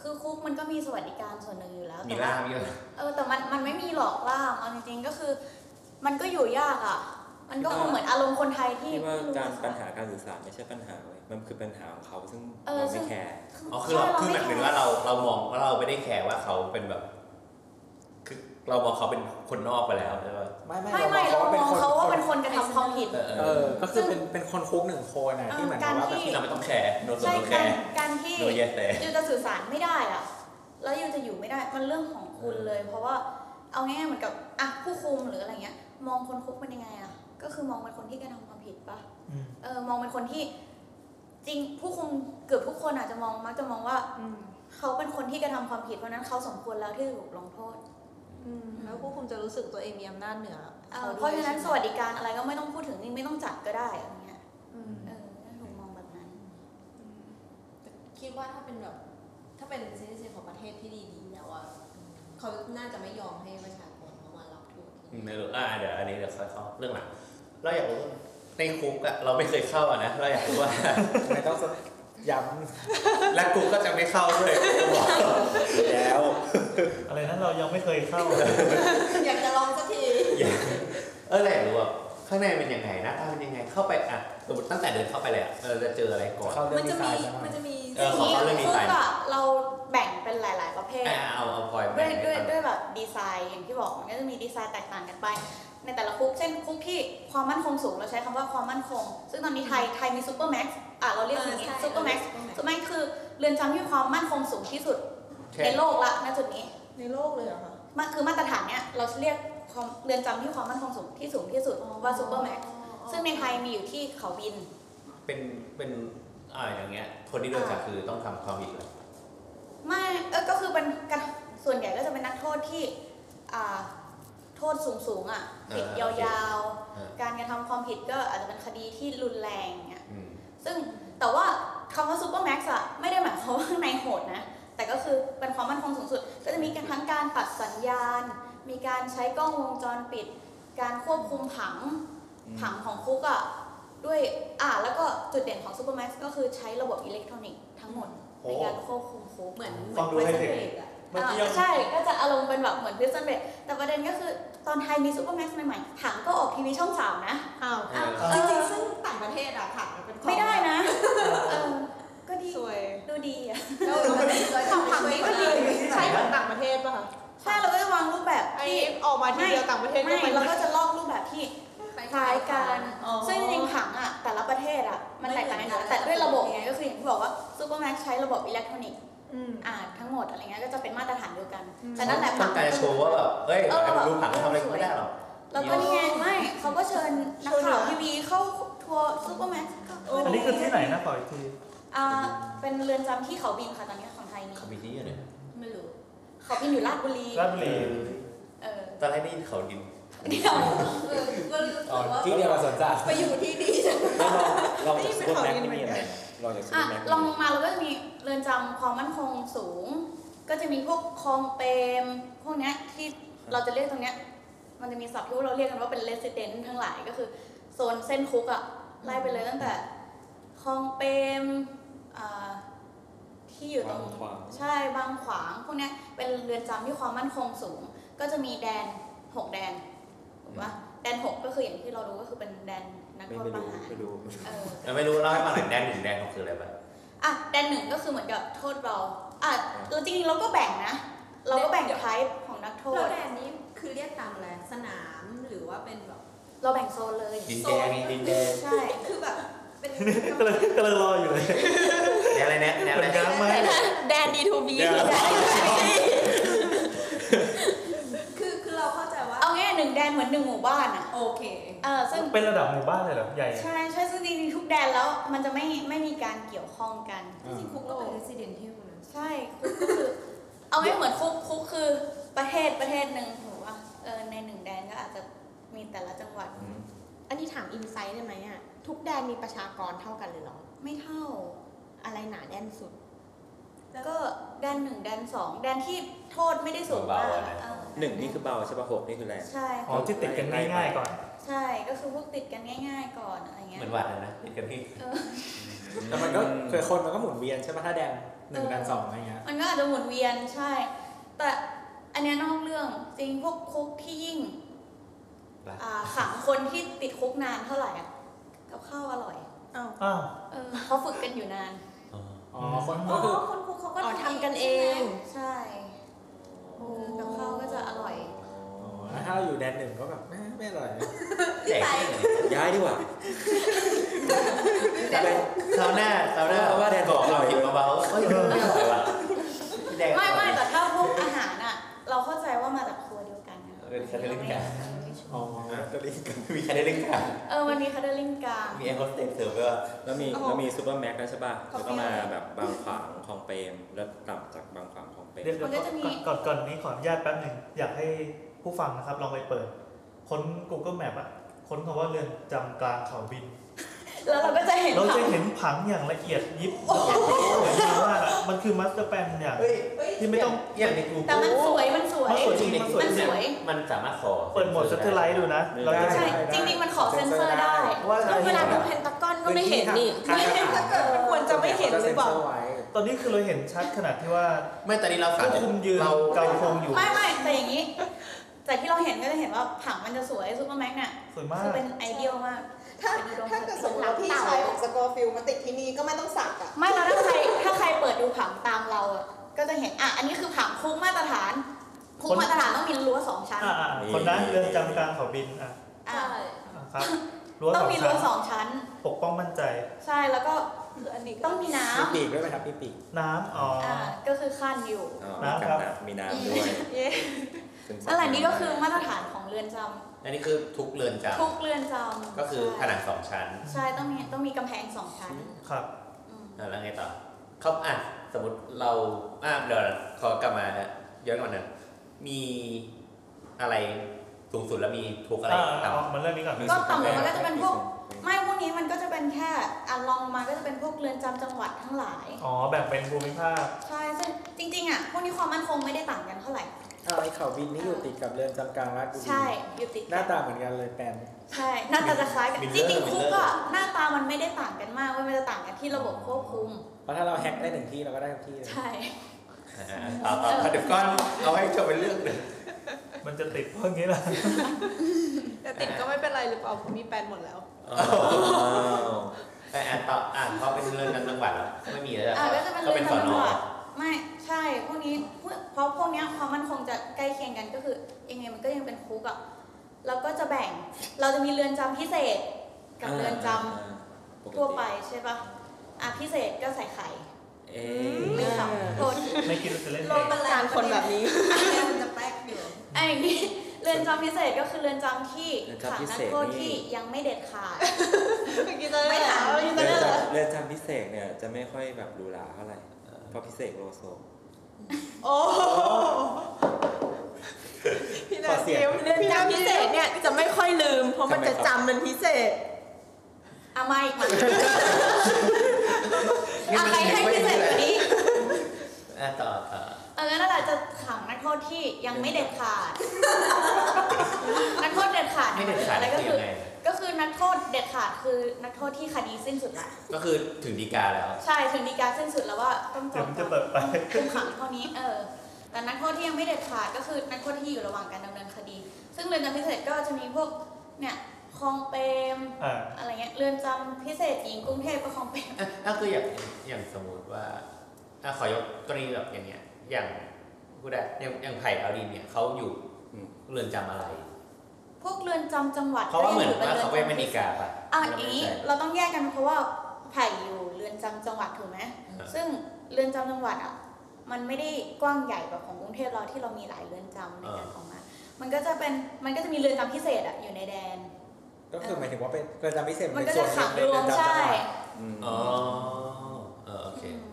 S7: คือคุกมันก็มีสวัสดิการส่วนหนึ่งอยู่แล้ว
S12: มี
S7: แต่ว่
S12: ล่ามเยอะ
S7: เออแต่มันมันไม่มีหลอกล่ามเอาจริงๆก็คือ มันก็อยู่ยากอะ่ะ มันก็คงเหมือนอารมณ์คนไทยที่
S6: ที่ว่า
S7: ไม่
S6: การ
S7: อะ
S6: ปัญ
S7: ค่ะ
S6: หาการสื่อสารไม่ใช่ปัญหาเว้ยมันคือปัญหาของเขาซึ่ง
S7: เออ
S6: เรา
S7: ซึ่
S6: ไม่
S7: ง
S6: แคร์
S3: อ๋อคือเรา
S7: ใช่
S3: คือหมายถึงว่า
S7: ไแคร์
S3: เราเรามองว่าเราไม่ได้แคร์ว่าเขาเป็นแบบ คือเรามองเขาเป็นคนนอกไปแล้วใช่ปะ
S17: ไม่ไม่
S7: ไม่ไม่เรามองเขาว่าเป็นคนกระทำความผิด
S3: เออเอ
S17: เอ
S3: อ
S17: อก็คือเป็นเป็นคนคุกหนึ่งคนนะที่เหมือนกับว่าแบบ
S3: ที่เราไม่ต้องแคร์โนตโน
S7: ใช่
S3: แค
S7: การ
S3: ร์
S7: การที่
S3: โนเยสแต่
S7: ยูจะสื่อสารไม่ได้อะแล้วยูจะอยู่ไม่ได้มันเรื่องของคุณเลย เพราะว่าเอาง่ายๆเหมือนกับอ่ะผู้คุมหรืออะไรเงี้ย มองคนคุกเป็นยังไงอะก็คือมองเป็นคนที่กระทำความผิดปะเออมองเป็นคนที่ จริงผู้คุมเกือบทุกคนอาจจะมองมักจะมองว่า
S14: อืม
S7: เขาเป็นคนที่กระทำความผิดเพราะฉะนั้นเขาสมควรแล้วที่จะถูกลงโทษ
S14: อืมแล้วผู้คุมจะรู้สึกตัวเองมีอำนาจเหนือ
S7: เอ่
S14: ข
S7: อ
S14: ด้วย
S7: เพราะฉะนั้นส
S14: ใช่ไหม
S7: วัสดิการอะไรก็ไม่ต้องพูดถึงนี่ไม่ต้องจัดก็ได้อะไรเงี้ย
S14: อืม
S7: เออถูกมองแบบนั้น
S4: คิดว่าถ้าเป็นแบบ ถ้าเป็นเซนเซของประเทศที่ดีๆแล้วอ่ะเขาน่าจะไม่ยอมให้ประชากรเขามารับโทษที่
S3: ไม่รู้อ่าเดี๋ยวอันนี้เดี๋ยวค่อยเข้าเรื่องหลังเราอยากรู้ว่าในคุกอะเราไม่เคยเข้าอะนะเราอยากรู้ว่า
S17: ไม่ต้องย้ำ
S3: และกูก็จะไม่เข้าด้วยกูบอก
S6: แล้ว
S2: อะไรนั้นเรายังไม่เคยเข้า
S4: อยากจะลองสักที
S3: อย่า เออเราอยากรู้ว่าข้างในเป็นยังไงหนะตาเป็นยังไงเข้าไปอะสมมติตั้งแต่เดินเข้าไปเลยอะเราจะเจออะไรก่อน
S17: เข้าเรื่
S4: มั
S17: อนง
S4: จะ
S17: ดีไซน์
S4: มี
S17: ใช่ไหม
S4: มันจะมี
S3: เออขอเข้าเรื่องดีไซน์
S7: อะเราแบ่งเป็นหลาย ๆ ประเภท
S3: อ่ะเอาเอาพลอยมา
S7: ด้วยด้วย
S3: ให้
S7: ด้ว
S3: ฟัง
S7: ยแบบดีไซน์อย่างที่บอกมันก็จะมีดีไซน์แตกต่างกันไป ในแต่ละคุกเช่นคุกที่ความมั่นคงสูงเราใช้คำว่าความมั่นคง ซึ่งตอนนี้ไทยไทยมีซูเปอร์แม็กซ์อ่ะเราเรียกอย่างนี้
S4: เออใช่
S7: ซูเปอร์แม็กซ์
S4: Supermax
S7: ซูเปอร์แม็กซ์คือเรือนจำที่มีความมั่นคงสูงที่สุด
S3: แค่
S7: ในโลกละณจุดนี้
S14: ในโลกเลยเหรอคะ
S7: มันคือมาตรฐานเนี้ยเราเรียกความเรือนจำที่ความมั่นคงสูงที่สูงที่สุดว่าซูเปอร์แม็กซ์ซึ่งในไทยมีอยู่ที่เขาบิน
S3: เป็นเป็นอ่าอย่างเงี้ย คนที่โดนจับคือต้องทำความผิดแล้ว
S7: ไม่เออก็คือเป็นการส่วนใหญ่ก็จะเป็นนักโทษที่อ่าโทษสูงสูงๆอ่ะติดยาว
S3: เออ
S7: ๆ การกระทำความผิดก็อาจจะเป็นคดีที่รุนแรงอย่างเงี้ย
S3: อืม
S7: ซึ่งแต่ว่าคำว่าซูเปอร์แม็กซ์อะไม่ได้หมายความว่าข้างในโหดนะ แต่ก็คือเป็นความมั่นคงสูงสุด ก็จะมีการทั้งการปัดสัญญาณ มีการใช้กล้องวงจรปิด การควบคุมผังผังของคุกอะด้วยอ่าแล้วก็จุดเด่นของซูเปอร์แม็กซ์ก็คือใช้ระบบอิเล็กทรอนิกส์ทั้งหมดในการควบคุมคุก
S4: เหมือน
S2: ฟังดูให้เด็ก เมื่อกี้ยัง
S7: อ่าใช่ ก็จะอารมณ์เป็นแบบเหมือนพิซซันเบรแต่ประเด็นก็คือตอนไทยมีซูเปอร์แม็กซ์ใหม่ๆถังก็ออกทีวีช่องสามนะ
S14: อ้าว
S3: เออ
S4: จริงๆซึ่งต่างประเทศอะค่ะมันเป็นของ
S7: ไม่ได้นะเออก็ดี
S14: สวย
S7: ดูดีอ่ะ
S4: แล้วเราไม่ได้ช่วย
S14: คำถามนี้ก็ดีใช้ของต่างประเทศป่ะคะ
S7: ใช่ เราก็จะวางรูปแบบ
S14: ไอ
S7: ที่
S14: ออกมาทีเดียวต่างประเทศ
S7: ไม่
S14: ก็
S7: เราก็จะลอกรูปแบบที่
S4: ไป
S7: คล้ายกัน
S14: อ๋อ
S7: ซึ่งจริงๆถังอ่ะ แต่ละประเทศอ่ะ มันแตกต่างกันอยู่แล้วแต่ด้วยระบบไงก็คืออย่างที่บอกว่าซูเปอร์แม็กซ์ใช้ระบบอิเล็กทรอนิกส์
S14: อืม
S7: อ่าทั้งหมดอะไรเงี้ยก็จะเป็นมาตรฐานเดียวกัน
S14: อืม
S7: แต่นั่นแหละ
S3: ต้
S7: ผั
S3: อง
S7: ง
S3: การจะโชว์ว่าแบบเฮ้ย
S7: เออ
S3: ไอ้มันรู้ผังทำอะไรกูไม่ได้หรอก
S7: แล้วก็นี่ไงไม่เขาก็เชิญนักข่าวทีวีเข้าทัวร์ซูเปอร์แม็กซ์
S2: อันนี้คือที่ไหนนะขออีกที
S7: อ่าเป็นเรือนจำที่เขาบินค่ะตอนนี้ของไทยมี
S3: เขามีที่อยู่เนี่ย
S4: ไม่รู้
S7: เขาบินอยู่ราชบุรี
S2: ราชบุรี
S7: เออ
S3: ตอนแรกได้ยินเขาดิน
S7: เดี๋ยว
S4: เออก็รู้สึกว่า
S17: ที่เดียวกับสวนจัด
S4: ไปอยู่ที่ดีจัง
S6: แล้วเราเราจะ
S14: นี่
S6: ซู
S14: เป็น
S6: เปอร์แม็ก
S14: ข่าวดี
S6: ซ์ไม่
S14: เหมื
S6: มี
S14: อน
S6: อะไร
S14: กัน
S6: เราจะซูเป
S7: อ่ะ
S6: อร์แม็ก
S7: ลง
S6: ซ์
S7: ลงมาเราก็จะมีเรือนจำความมั่นคงสูง ก็จะมีพวกคลองเปรมพวกเนี้ยที่เราจะเรียกตรงเนี้ยมันจะมีศัพท์ที่เราเรียกกันว่าเป็นเลสเดนทั้งหลายก็คือโซนเส้นคุกอะไล่ไปเลยตั้งแต่คลองเปรมอ่าที่อยู่ตร
S6: วาง
S7: ง
S6: ขวาง
S7: ใช่บางขวางพวกเนี้ยเป็นเรือนจำที่ความมั่นคงสูง ก็จะมีแดนหกแดนถูกปะแดนหกก็คืออย่างที่เรารู้ก็คือเป็นแดนนัก
S6: ไม่
S7: โทษ
S6: ไม่
S7: ประ
S6: รู้
S7: หาร
S6: ไม่รู้
S7: เออ
S3: เราไม่รู้เล่าให้ฟังหน่อยแดนหนึ่งแดนของคืออะไรบ้าง
S7: อ่ะแดนหนึ่งก็คือเหมือนกับโทษเราอ่ะเราจริงๆเราก็แบ่งนะ เราก็แบ่งไทป์ของนักโท
S4: แล้
S7: ษ
S4: วแดนนี้คือเรียกตามอะไร สนามหรือว่าเป็นแบบ
S7: เราแบ่งโซนเลย
S3: ดินแดงดินแดง
S7: ใช่
S4: คือแบบ เป็น
S2: กำลังกำลังรออยู่เลย
S3: แดนอะไรนะแดน
S2: เห
S3: อะ
S2: มื
S3: ไร
S2: อน
S3: นะ
S2: ย้ำไหม
S9: แดนดีทูบี
S6: แดน
S4: คือคือเราเข้าใจว่า
S7: เอาง่ายๆหนึ่งแดนเหมือนหนึ่งหมู่บ้านอ่ะ
S4: โอเค
S7: เออซึ่ง
S2: เป็นระดับหมู่บ้านเลยเหรอใหญ่
S7: ใช่ใช่ซึ่งจริงๆทุกแดนแล้วมันจะไม่ไม่มีการเกี่ยวข้องกัน
S4: จริงๆคุกก็เป็นเรสซิเดนเที่คนนั้น
S7: ใช่คุกก็คือ เอาไม่เหมือนคุกคุกคือประเทศประเทศหนึ่งถูกป่ะเออในหนึ่งแดนก็อาจจะมีแต่ละจังหวัด
S9: อันนี้ถามอินไซต์ได้ไหมอะทุกแดนมีประชากรเท่ากันเลยเหรอ
S7: ไม่เท่า
S9: อะไรหนาแน่นสุด
S7: ก็แดนหนึ่งแดนสองแดนที่โทษไม่ได้สูงมากเออ
S6: หนึ่งนี่คือเบาใช่ป่ะหกนี่คือแรง
S7: ใช่
S2: อ๋อที่ติดกันง่ายๆก่อน
S7: ใช่ก็คือพวกติดกันง่าย ๆ ก่อนอะไร
S3: เห
S7: เงี้ย
S3: มือนหวัดเลยนะติดกันที่
S17: แต่มันก็เคยคนมันก็หมุนเวียนใช่ไหมถ้าแดงหนึ่งแดงสองอะไรเงี้ย
S7: มันก็อาจจะหมุนเวียนใช่ แต่อันเนี้ยนอกเรื่องจริงพวกคุกที่ยิ่ง
S3: รัฐ
S7: อ่าขังคนที่ติดคุกนานเท่าไหร่อะกับข้าวอร่อย
S2: อ้าว
S7: เออเขาฝึกกันอยู่นาน
S3: อ๋อ
S14: อ๋อคน
S7: อ๋
S14: ก็
S7: อ
S14: คือ
S7: คนคุกเขาก็
S9: อ๋อทำกันเอง
S7: ใช่คือกับข้าวก็จะอร่อย
S14: แล้วถ้าเราอยู่แดนหนึ่งก็แบบแม่ไม่อร่อยนะ
S7: พี่ไป
S6: ย้ายดีกว่า
S3: คราวหน้าคราวหน้า
S6: เพราะว่าแดน
S3: บอก
S6: อร่
S3: เรา
S6: อย
S3: ผิดเบาๆเฮ้ยไม่อร่อยว่ะแดง
S7: ไม่ไม่แต่ถ้าพวกอาหารอะเราเข้าใจว่ามาจากครัวเดียวกันนะ
S3: เป็นแคทเธอรีนกลาง
S14: อ๋อตัวนี้
S3: มีใครได้เล่นกัน
S7: เออมันมีคาเดลิงกลาง
S3: มีแอร์โฮสเตสเสิร์ฟไปว่ะ
S6: แล้วมี
S18: โอ้โห
S6: แล้วมีซูเปอร์แม็กด้วยใช่ป่ะ
S7: ขอบคุณ
S6: แล้วก็มาแบบบางขวางคลองเปรมแล้วต่ำจากบางขวางคลองเปรม
S2: เดี๋ยว
S7: มันก็จะมี
S2: ก่อนก่อนนี้ขออนุญาตแป๊บหนึ่งอยากให้ผู้ฟังนะครับลองไปเปิด ค้น Google Map อ่ะ ค้นคำว่าเรือนจำกลางเขาบิน
S7: แล้วเราก็จะเห็น
S2: เราจะเห็นผังอย่างละเอียดยิบสวยงามมากอะมันคือมัสเตอร์แปนอย่าง
S3: เฮ้ย
S2: ที่ไม่ต้อง
S3: อย่างในกู
S7: แต่มันสวยมันสวย
S2: มันสวยจริง
S3: ใน
S2: มั
S7: มัน
S2: นสวย
S3: กู
S2: จ
S7: ส
S2: ริง
S7: วย
S3: มันสามารถขอ
S2: เปิดโหมดซัตเทอร์ไลท์ดูนะ เราจะ
S7: ใช่ จริงๆมันขอเซ็นเซอร์ได้
S2: ว่าอะไร
S9: เวลาดูเพนตากอนก็ไม่เห็นนี่
S14: พื้ที่ทางการทหาร
S18: มันควรจะไม่เห็นหรือเปล่า
S14: ขซ็นซไว้
S2: ตอนนี้คือเราเห็นชัดขนาดที่ว่า
S3: ไม่ตอนนี้เรา
S2: ค
S3: สาวม
S2: บคุมยืน
S3: เรา
S2: เกาโครงอยู่
S7: ไม่ไม่แต่อย่างนี้ จากที่เราเห็นก็จะเห็นว่าผังมันจะสวยซูเปอร์แม็กซ์เนี่ย
S2: สวยมาก
S7: คือเป็นไอเดียลมาก
S9: ถ้า ถ้าเกิดสมมติว่าพี่ชายของสกอร์ฟิลด์มาติดที่นี่ก็ไม่ต้องสักอะ
S7: ไม่แล้วถ้าใคร ถ้าใครเปิดดูผังตามเราอะก็จะเห็นอ่ะอันนี้คือผังคุกมาตรฐานคุกมาตรฐานต้องมีรั้วสองชั้น
S2: อ่ะอ่ะคนนั้นเรือนจำกลางเขาบินอ่ะ
S7: อ่ะ
S4: ใช่
S2: อ่ะครับรั้ว
S7: ต้
S2: ส
S7: อง
S2: อง
S7: มีรั้
S2: ชั้
S7: วน สองชั้น
S2: ปกป้องมั่นใจ
S7: ใช่แล้วก็
S18: คืออันนี้ก็
S7: ต้องมีน้
S14: มีปีกด้วยไหมครับมีปีก
S2: น้ำอ๋อ
S7: ำ
S2: อ
S7: อ่ะก็คือขั้นอยู่
S6: อ๋อ
S2: น้ำครับ
S6: มีน้ำด้วย
S18: เย้
S6: ซึมซับ
S7: นั่นแหละนี่ก็คือมาตรฐานของเรือนจำ
S3: อันนี้คือทุกเรือนจ
S7: ทุกเรือนจำ
S3: ำก็คือผนังสองชั้น
S7: ใช่ต้องมีต้องมีกำแพงสองชั้น
S2: ครับ
S7: อืม
S3: อ่ะแล้วไงต่อเขาอ่ะสมมติเราอ่ะเดี๋ยวขอกลับมาย้อนก่อนนะมีอะไรสูงสุดแล้วมีทุกอะไร
S2: อ่า
S3: ต่
S2: เอามันเริ่มนี้ก่อน
S7: ก็ต่ำลงมาก็จะเป็นพวก ไม่พวกนี้มันก็จะเป็นแค่อ่ะลองมาก็จะเป็นพวกเรือนจำจังหวัดทั้งหลาย
S2: อ๋อ แบ่งเป็นภูมิภาค
S7: ใช่ซึ่งจริงๆอ่ะพวกนี้ความมั่นคงไม่ได้ต่างกันเท่าไหร่
S14: อ้าวไอ้เขาบินนี่อยู่ติดกับเรือนจำกลางราชบุรี
S7: ใช่อยู่ติด
S14: หน้าตาเหมือนกันเลยแปลน
S7: ใช่หน้าตาจะคล้ายกันจริงๆคุกก็หน้าตามันไม่ได้ต่างกันมากเว้ยมันจะต่างกันที่ระบบควบคุม
S14: เพราะถ้าเราแฮ็กได้หนึ่งที่เราก็ได้ทุกที่เลย
S7: ใช่
S3: อ่ะต่อต่อต่อเดี๋ยวก่อน เอาให้จบเป็นเรื่อง เลย
S2: มันจะติดพวกนี้แหละ
S18: แต่ติดก็ไม่เป็นไรหรือเปล่าผมมีแปลนหมดแล้ว
S3: อ้าวแต่อ่ะต่ออ่ะเขาเป็นเรือนจำจังหวัดเหรอไม่มีแล้ว
S7: อ่ะก็จะเป็น
S3: ก็
S7: เรื
S3: เป็
S7: อนน
S3: สอน
S7: จำจัง
S3: อ
S7: หวัดไม่ใช่พวกนี้พวกเพราะพวกเนี้ยความมั่นคงจะใกล้เคียงกันก็คือยังไงมันก็ยังเป็นคุกอ่ะแล้วก็จะแบ่งเราจะมีเรือนจำพิเศษกับเรือนจำ
S6: ปกติ
S7: ทั่วไปใช่ปะอ่ะพิเศษก็ใส่ไข่
S6: เอ๊ะ
S7: ไม่สับโทษ
S2: ไม่คิดว่าจะเล่น
S4: โล
S2: เอง
S4: บัน
S9: การคนแบบนี้
S4: มันจะแป๊กอยู่
S7: ไอ้นี่เรือนจำพิเศษก็คือเรือนจำที่ขังนักโทษที่ยังไม่เด็ดขาด
S18: เมื่อกี้จะได้
S7: ไม่ถาม
S18: เมื่อกี้จะ
S6: เรือน
S18: ได้เหรอ
S6: จำเรือนจำพิเศษเนี่ยจะไม่ค่อยแบบหรูหราเท่าไหร่เพราะพิเศษโลโซ
S18: โอ้โหพี่นา
S14: ขอเสียง
S18: เดียว
S9: เรือนจำพิเศษเนี่ยจะไม่ค่อยลืม เพราะมันจะจำเป็นพิเศษ
S7: เอามาอีกมาอะไรให้พิเศษกว่านี้
S3: อ่ะต่อต่อ
S7: เออนั่นแหละจะขังนักโทษที่ยังไม่เด็ดขาด นักโทษเด็ดขาด
S3: ไม่เด็ดขาด
S7: อะไรก็
S3: คื
S7: คือ อ
S3: ยังไง
S7: ก็คือนักโทษเด็ดขาดคือนักโทษที่คดีสิ้นสุดละ
S3: ก็คือถึงดีกาแล้ว
S7: ใช่ถึงฎีกาสิ้นสุดแล้วว่าต้องจ
S2: เดี๋ยว
S7: บ
S2: มันจะเปิดไป
S7: คุมขังเท่านี้เออ แต่นักโทษที่ยังไม่เด็ดขาดก็คือนักโทษที่อยู่ระหว่างการดำเนินคดี ซึ่งเรือนจำพิเศษก็จะมีพวกเนี่ยคลองเปรม
S2: อ่า
S7: อะไรเงี้ยเรือนจำพิเศษหญิงกรุงเทพก็คลองเปรม
S3: อ่ะก็คืออย่างอย่างสมมติว่าอ่ะขอยกกรณีแบบอย่างเงี้ย อย่างกูดได้อย่างอย่างไผ่อารินเนี่ยเขาอยู่
S6: อืม
S3: เรือนจำอะไร
S7: พวกเรือนจำจังหวัด
S3: เพราะว่าเหมือน
S7: ก็
S3: ว่า
S7: ยัง
S3: เขา
S7: ยู่
S3: ไป
S7: ป็นรื
S3: อเมริกาป่ะ
S7: อ่ะอย่างนี้เราต้องแยกกันเพราะว่าไผ่อยู่เรือนจำจังหวัดถูกไหมซึ่งเรือนจำจังหวัดอ่ะมันไม่ได้กว้างใหญ่แบบของกรุงเทพเราที่เรามีหลายเรือนจำในการออกมา มันก็จะเป็นมันก็จะมีเรือนจำพิเศษอ่ะอยู่ในแดน
S14: ก็คือหมายถึงว่าเป็นเรือนจำพิเศษ
S7: มัน
S14: เป็
S7: ก็
S14: ส่
S7: จะ
S14: วนห
S7: ขัง
S14: นึ่
S7: ร
S14: ใน
S7: ว
S14: เอ
S7: ม
S14: นจำจังหด
S7: ใช่
S6: อืม
S3: อ๋อเออโอเค
S7: อืม